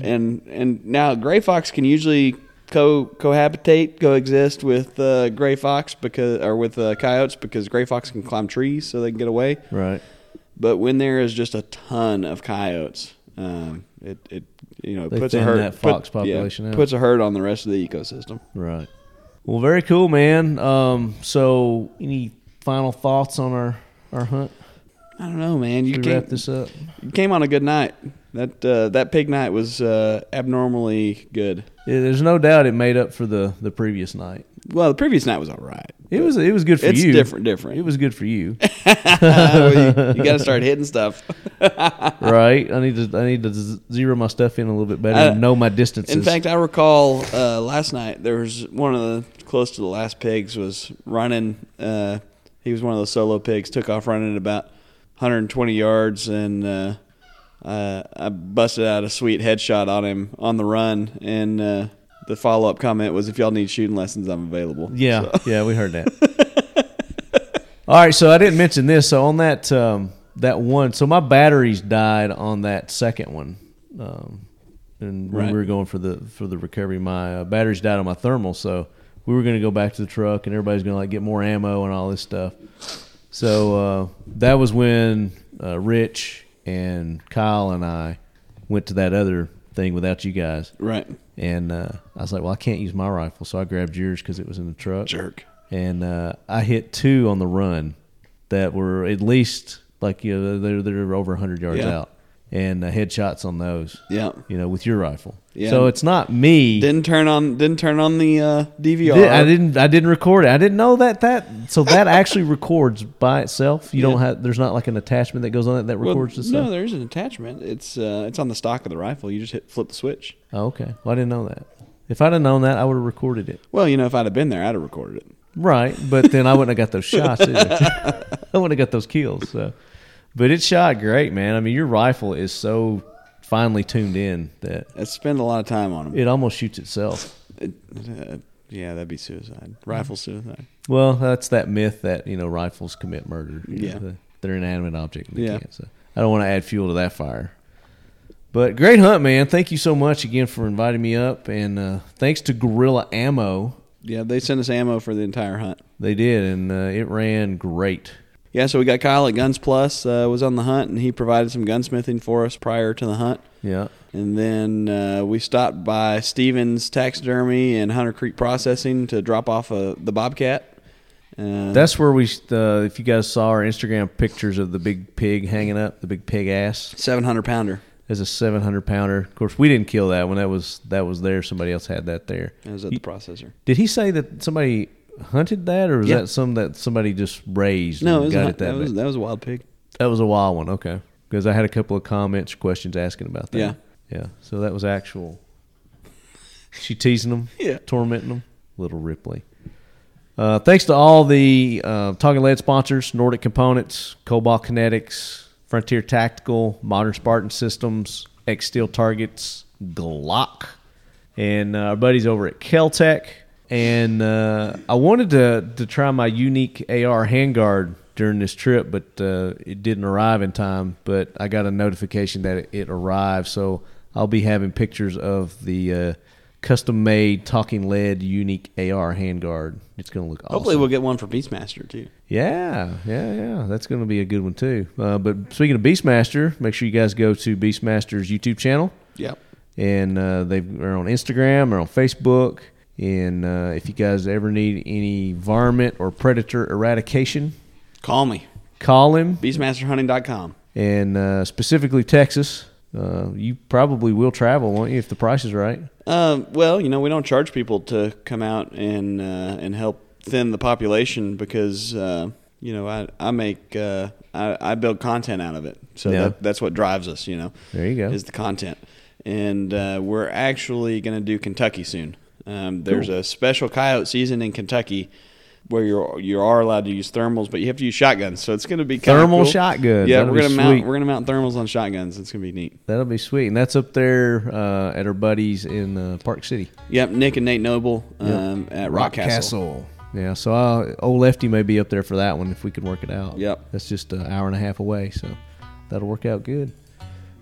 [SPEAKER 2] and and now gray fox can usually co cohabitate, coexist with uh, gray fox because or with uh, coyotes because gray fox can climb trees so they can get away.
[SPEAKER 1] Right.
[SPEAKER 2] But when there is just a ton of coyotes, um, it, it you know
[SPEAKER 1] They
[SPEAKER 2] puts a
[SPEAKER 1] thin
[SPEAKER 2] hurt
[SPEAKER 1] that fox
[SPEAKER 2] put- yeah,
[SPEAKER 1] population out.
[SPEAKER 2] puts a hurt on the rest of the ecosystem.
[SPEAKER 1] Right. Well, very cool, man. Um, so any final thoughts on our our hunt?
[SPEAKER 2] I don't know, man. You
[SPEAKER 1] Should we wrap
[SPEAKER 2] can't
[SPEAKER 1] this up.
[SPEAKER 2] you came on a good night. That uh, that pig night was uh, abnormally good.
[SPEAKER 1] Yeah, there's no doubt it made up for the the previous night.
[SPEAKER 2] Well, the previous night was all right.
[SPEAKER 1] It was it was good for
[SPEAKER 2] It's
[SPEAKER 1] you.
[SPEAKER 2] different, different. *laughs*
[SPEAKER 1] It was good for you,
[SPEAKER 2] Well, you you got
[SPEAKER 1] *laughs*
[SPEAKER 2] to start hitting stuff.
[SPEAKER 1] right? I need to I need to z- zero my stuff in a little bit better
[SPEAKER 2] Uh,
[SPEAKER 1] and know my distances.
[SPEAKER 2] In fact, I recall uh, last night there was one of the close to the last pigs was running. Uh, he was one of those solo pigs. Took off running at about 120 yards, and uh, uh, I busted out a sweet headshot on him on the run. And uh, the follow up comment was, "If y'all need shooting lessons, I'm available."
[SPEAKER 1] yeah, yeah, we heard that. *laughs* All right, so I didn't mention this. So on that um, that one, so my batteries died on that second one, um, and when
[SPEAKER 2] Right.
[SPEAKER 1] we were going for the for the recovery, my uh, batteries died on my thermal. So we were going to go back to the truck, and everybody's going to like get more ammo and all this stuff. So uh, that was when uh, Rich and Kyle and I went to that other thing without you guys.
[SPEAKER 2] Right.
[SPEAKER 1] And uh, I was like, well, I can't use my rifle, so I grabbed yours because it was in the truck.
[SPEAKER 2] Jerk.
[SPEAKER 1] And uh, I hit two on the run that were at least like you know they're they're over hundred yards
[SPEAKER 2] Yeah.
[SPEAKER 1] out, and uh, headshots on those.
[SPEAKER 2] Yeah.
[SPEAKER 1] You know, with your rifle.
[SPEAKER 2] Yeah.
[SPEAKER 1] So it's not me.
[SPEAKER 2] Didn't turn on. Didn't turn on the uh, DVR.
[SPEAKER 1] Did- I didn't. I didn't record it. I didn't know that. That so that actually records by itself. You don't
[SPEAKER 2] Yeah.
[SPEAKER 1] have. There's not like an attachment that goes on it that
[SPEAKER 2] Well,
[SPEAKER 1] records the
[SPEAKER 2] no,
[SPEAKER 1] stuff.
[SPEAKER 2] there is an attachment. It's uh, it's on the stock of the rifle. You just hit flip the switch.
[SPEAKER 1] Oh, okay. Well, I didn't know that. If I'd have known that, I would have recorded it.
[SPEAKER 2] Well, you know, if I'd have been there, I'd have recorded it.
[SPEAKER 1] Right, but then I wouldn't have got those shots.
[SPEAKER 2] *laughs*
[SPEAKER 1] Either. I wouldn't have got those kills. So, but it shot great, man. I mean, your rifle is so finely tuned in that
[SPEAKER 2] I'd spend a lot of time on them.
[SPEAKER 1] it almost shoots itself.
[SPEAKER 2] Uh, yeah, that'd be suicide. Rifle suicide.
[SPEAKER 1] Well, that's that myth that you know rifles commit murder. You know,
[SPEAKER 2] Yeah.
[SPEAKER 1] the- they're an inanimate object. and They
[SPEAKER 2] Yeah.
[SPEAKER 1] can't, so I don't want to add fuel to that fire. But great hunt, man. Thank you so much again for inviting me up, and uh, thanks to Gorilla Ammo,
[SPEAKER 2] Yeah, they sent us ammo for the entire hunt.
[SPEAKER 1] they did, and uh, it ran great.
[SPEAKER 2] Yeah, so we got Kyle at Guns Plus, uh, was on the hunt, and he provided some gunsmithing for us prior to the hunt.
[SPEAKER 1] Yeah.
[SPEAKER 2] And then uh, we stopped by Stevens Taxidermy and Hunter Creek Processing to drop off uh, the Bobcat. Uh,
[SPEAKER 1] That's where we, uh, if you guys saw our Instagram pictures of the big pig hanging up, the big pig ass
[SPEAKER 2] 700 pounder.
[SPEAKER 1] as a 700 pounder. Of course, we didn't kill that one. That was that was there. Somebody else had that there.
[SPEAKER 2] That was at the processor.
[SPEAKER 1] Did he say that somebody hunted that, or was
[SPEAKER 2] Yeah.
[SPEAKER 1] that some that somebody just raised? and
[SPEAKER 2] No, it was a
[SPEAKER 1] got
[SPEAKER 2] hun-
[SPEAKER 1] it that,
[SPEAKER 2] that, was,
[SPEAKER 1] big?
[SPEAKER 2] that was a wild pig.
[SPEAKER 1] that was a wild one. Okay, because I had a couple of comments, questions asking about that.
[SPEAKER 2] Yeah.
[SPEAKER 1] yeah. So that was actual. She teasing them,
[SPEAKER 2] *laughs* Yeah.
[SPEAKER 1] tormenting them, little Ripley. Uh, thanks to all the uh, Talking Lead sponsors, Nordic Components, Cobalt Kinetics, Frontier Tactical, Modern Spartan Systems, X Steel Targets, Glock, and uh, our buddies over at Keltec. And uh, I wanted to, to try my unique AR handguard during this trip, but uh, it didn't arrive in time. But I got a notification that it, it arrived, so I'll be having pictures of the uh, custom made talking lead unique AR handguard. It's going to look awesome.
[SPEAKER 2] Hopefully, we'll get one for Beastmaster, too.
[SPEAKER 1] Yeah, yeah, yeah. That's going to be a good one too. Uh, but speaking of Beastmaster, make sure you guys go to Beastmaster's YouTube channel,
[SPEAKER 2] Yep.
[SPEAKER 1] and uh, they are on Instagram, they're on Facebook. And uh, if you guys ever need any varmint or predator eradication,
[SPEAKER 2] Call me.
[SPEAKER 1] call him.
[SPEAKER 2] BeastmasterHunting.com.
[SPEAKER 1] And uh, specifically Texas, uh, you probably will travel, won't you, if the price is right?
[SPEAKER 2] Um, well, you know, we don't charge people to come out and uh, and help thin the population because uh, you know I I make uh, I, I build content out of it, so
[SPEAKER 1] Yeah.
[SPEAKER 2] that, that's what drives us. You know,
[SPEAKER 1] There you go.
[SPEAKER 2] is the content, and uh, we're actually going to do Kentucky soon. Um, there's a special coyote season in Kentucky where you're you are allowed to use thermals, but you have to use shotguns. So it's going to be kinda
[SPEAKER 1] Thermal
[SPEAKER 2] cool.
[SPEAKER 1] shotguns.
[SPEAKER 2] Yeah,
[SPEAKER 1] That'll
[SPEAKER 2] we're
[SPEAKER 1] be
[SPEAKER 2] gonna mount
[SPEAKER 1] sweet.
[SPEAKER 2] we're gonna mount thermals on shotguns. It's gonna be neat.
[SPEAKER 1] That'll be sweet. And that's up there uh, at our buddies in uh, Park City.
[SPEAKER 2] Yep, Nick and Nate Noble um, at Rock Castle.
[SPEAKER 1] Castle. Yeah, so i old lefty may be up there for that one if we can work it out.
[SPEAKER 2] Yep.
[SPEAKER 1] that's just an hour and a half away, so that'll work out good.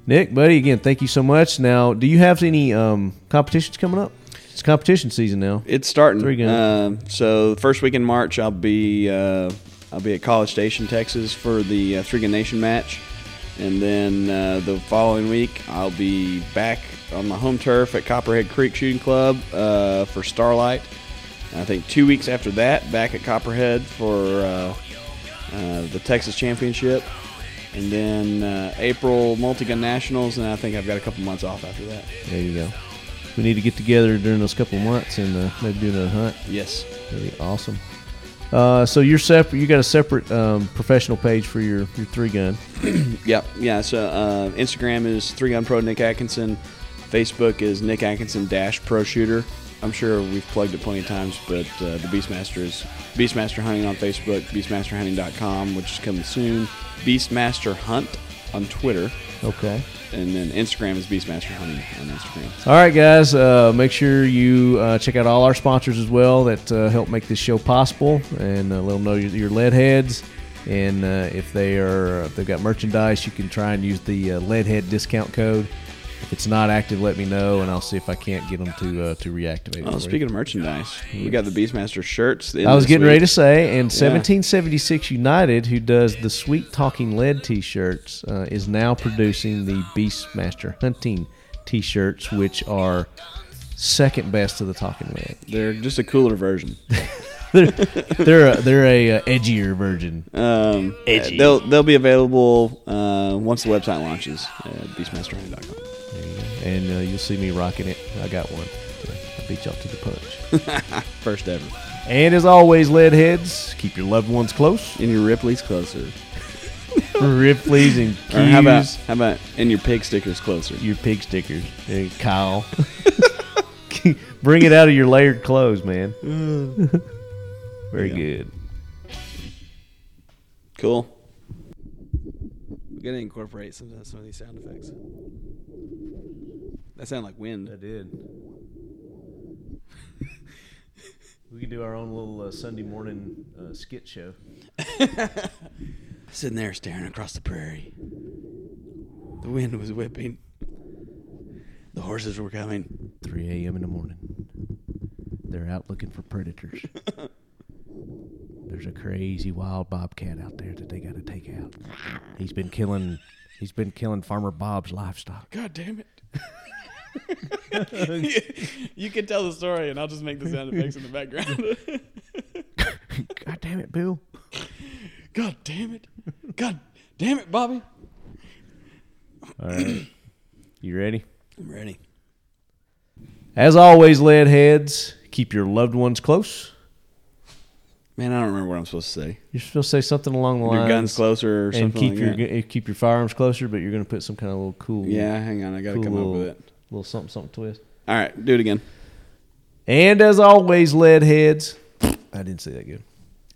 [SPEAKER 1] Nick, buddy, again, thank you so much. Now, do you have any um, competitions coming up? It's competition season now.
[SPEAKER 2] It's starting.
[SPEAKER 1] Three guns.
[SPEAKER 2] Um, so the first week in March, I'll be uh, I'll be at College Station, Texas, for the uh, Three Gun Nation match, and then uh, the following week, I'll be back on my home turf at Copperhead Creek Shooting Club uh, for Starlight. I think two weeks after that, back at Copperhead for uh, uh, the Texas Championship, and then uh, April Multi Gun Nationals, and I think I've got a couple months off after that.
[SPEAKER 1] There you go. We need to get together during those couple of months and uh, maybe do another hunt.
[SPEAKER 2] Yes.
[SPEAKER 1] That'd be awesome. Uh, so you're separate. You got a separate um, professional page for your, your three gun.
[SPEAKER 2] Yep. Yeah. So uh, Instagram is Three Gun Pro Nick Atkinson. Facebook is Nick Atkinson Dash Pro Shooter. I'm sure we've plugged it plenty of times, but uh, the Beastmaster is Beastmaster Hunting on Facebook, BeastmasterHunting.com, which is coming soon. Beastmaster Hunt on Twitter,
[SPEAKER 1] Okay.
[SPEAKER 2] and then Instagram is Beastmaster Hunting on Instagram.
[SPEAKER 1] All right, guys. Uh, make sure you uh, check out all our sponsors as well that uh, help make this show possible, and uh, let them know your, your lead heads. And uh, if they are, if they've got merchandise, you can try and use the uh, lead head discount code. If it's not active, let me know, and I'll see if I can't get them to uh, to reactivate. it.
[SPEAKER 2] Oh,
[SPEAKER 1] for you.
[SPEAKER 2] speaking of merchandise, we got the Beastmaster shirts.
[SPEAKER 1] I was getting ready to say, and 1776 United, who does the Sweet Talking Lead T-shirts, uh, is now producing the Beastmaster Hunting T-shirts, which are second best to the Talking Lead. *laughs*
[SPEAKER 2] They're just a cooler version.
[SPEAKER 1] They're they're a, they're a uh, edgier version.
[SPEAKER 2] *laughs* Um, They'll they'll be available uh, once the website launches uh, at BeastmasterHunting.com.
[SPEAKER 1] and uh, you'll see me rocking it. I got one. I beat y'all to the
[SPEAKER 2] *laughs*
[SPEAKER 1] punch.
[SPEAKER 2] First ever.
[SPEAKER 1] and as always, lead heads, keep your loved ones close,
[SPEAKER 2] *laughs* In your Ripley's closer.
[SPEAKER 1] Ripley's and cues.
[SPEAKER 2] Or how about how about in your pig stickers closer?
[SPEAKER 1] your pig stickers, hey, Kyle. *laughs* Bring it out of your layered clothes, man. Very good.
[SPEAKER 2] Cool. We gotta incorporate some of- some of these sound effects. That sound like wind.
[SPEAKER 1] did. we could do our own little uh, Sunday morning uh, skit show.
[SPEAKER 2] Sitting there staring across the prairie. The wind was whipping. The horses were coming.
[SPEAKER 1] 3 a.m. in the morning. They're out looking for *laughs* predators. There's a crazy wild bobcat out there that they got to take out. He's been killing. He's been killing Farmer Bob's livestock.
[SPEAKER 2] God damn it. *laughs* you can tell the story and I'll just make the sound effects in the background.
[SPEAKER 1] *laughs* God damn it, Bill!
[SPEAKER 2] *laughs* God damn it. God damn it, Bobby.
[SPEAKER 1] You ready?
[SPEAKER 2] I'm ready.
[SPEAKER 1] As always, lead heads, keep your loved ones close.
[SPEAKER 2] Man, I don't remember what I'm supposed to say.
[SPEAKER 1] You're supposed to say something along the
[SPEAKER 2] Your
[SPEAKER 1] lines.
[SPEAKER 2] guns closer or
[SPEAKER 1] Uh, and
[SPEAKER 2] something.
[SPEAKER 1] keep
[SPEAKER 2] like
[SPEAKER 1] your gu-
[SPEAKER 2] that.
[SPEAKER 1] keep your firearms closer, but you're going to put some kind of little cool,
[SPEAKER 2] Yeah, hang on. I got to
[SPEAKER 1] cool
[SPEAKER 2] come up
[SPEAKER 1] little,
[SPEAKER 2] with it.
[SPEAKER 1] little something something twist.
[SPEAKER 2] All right, do it again.
[SPEAKER 1] And as always, lead heads. I didn't say that good.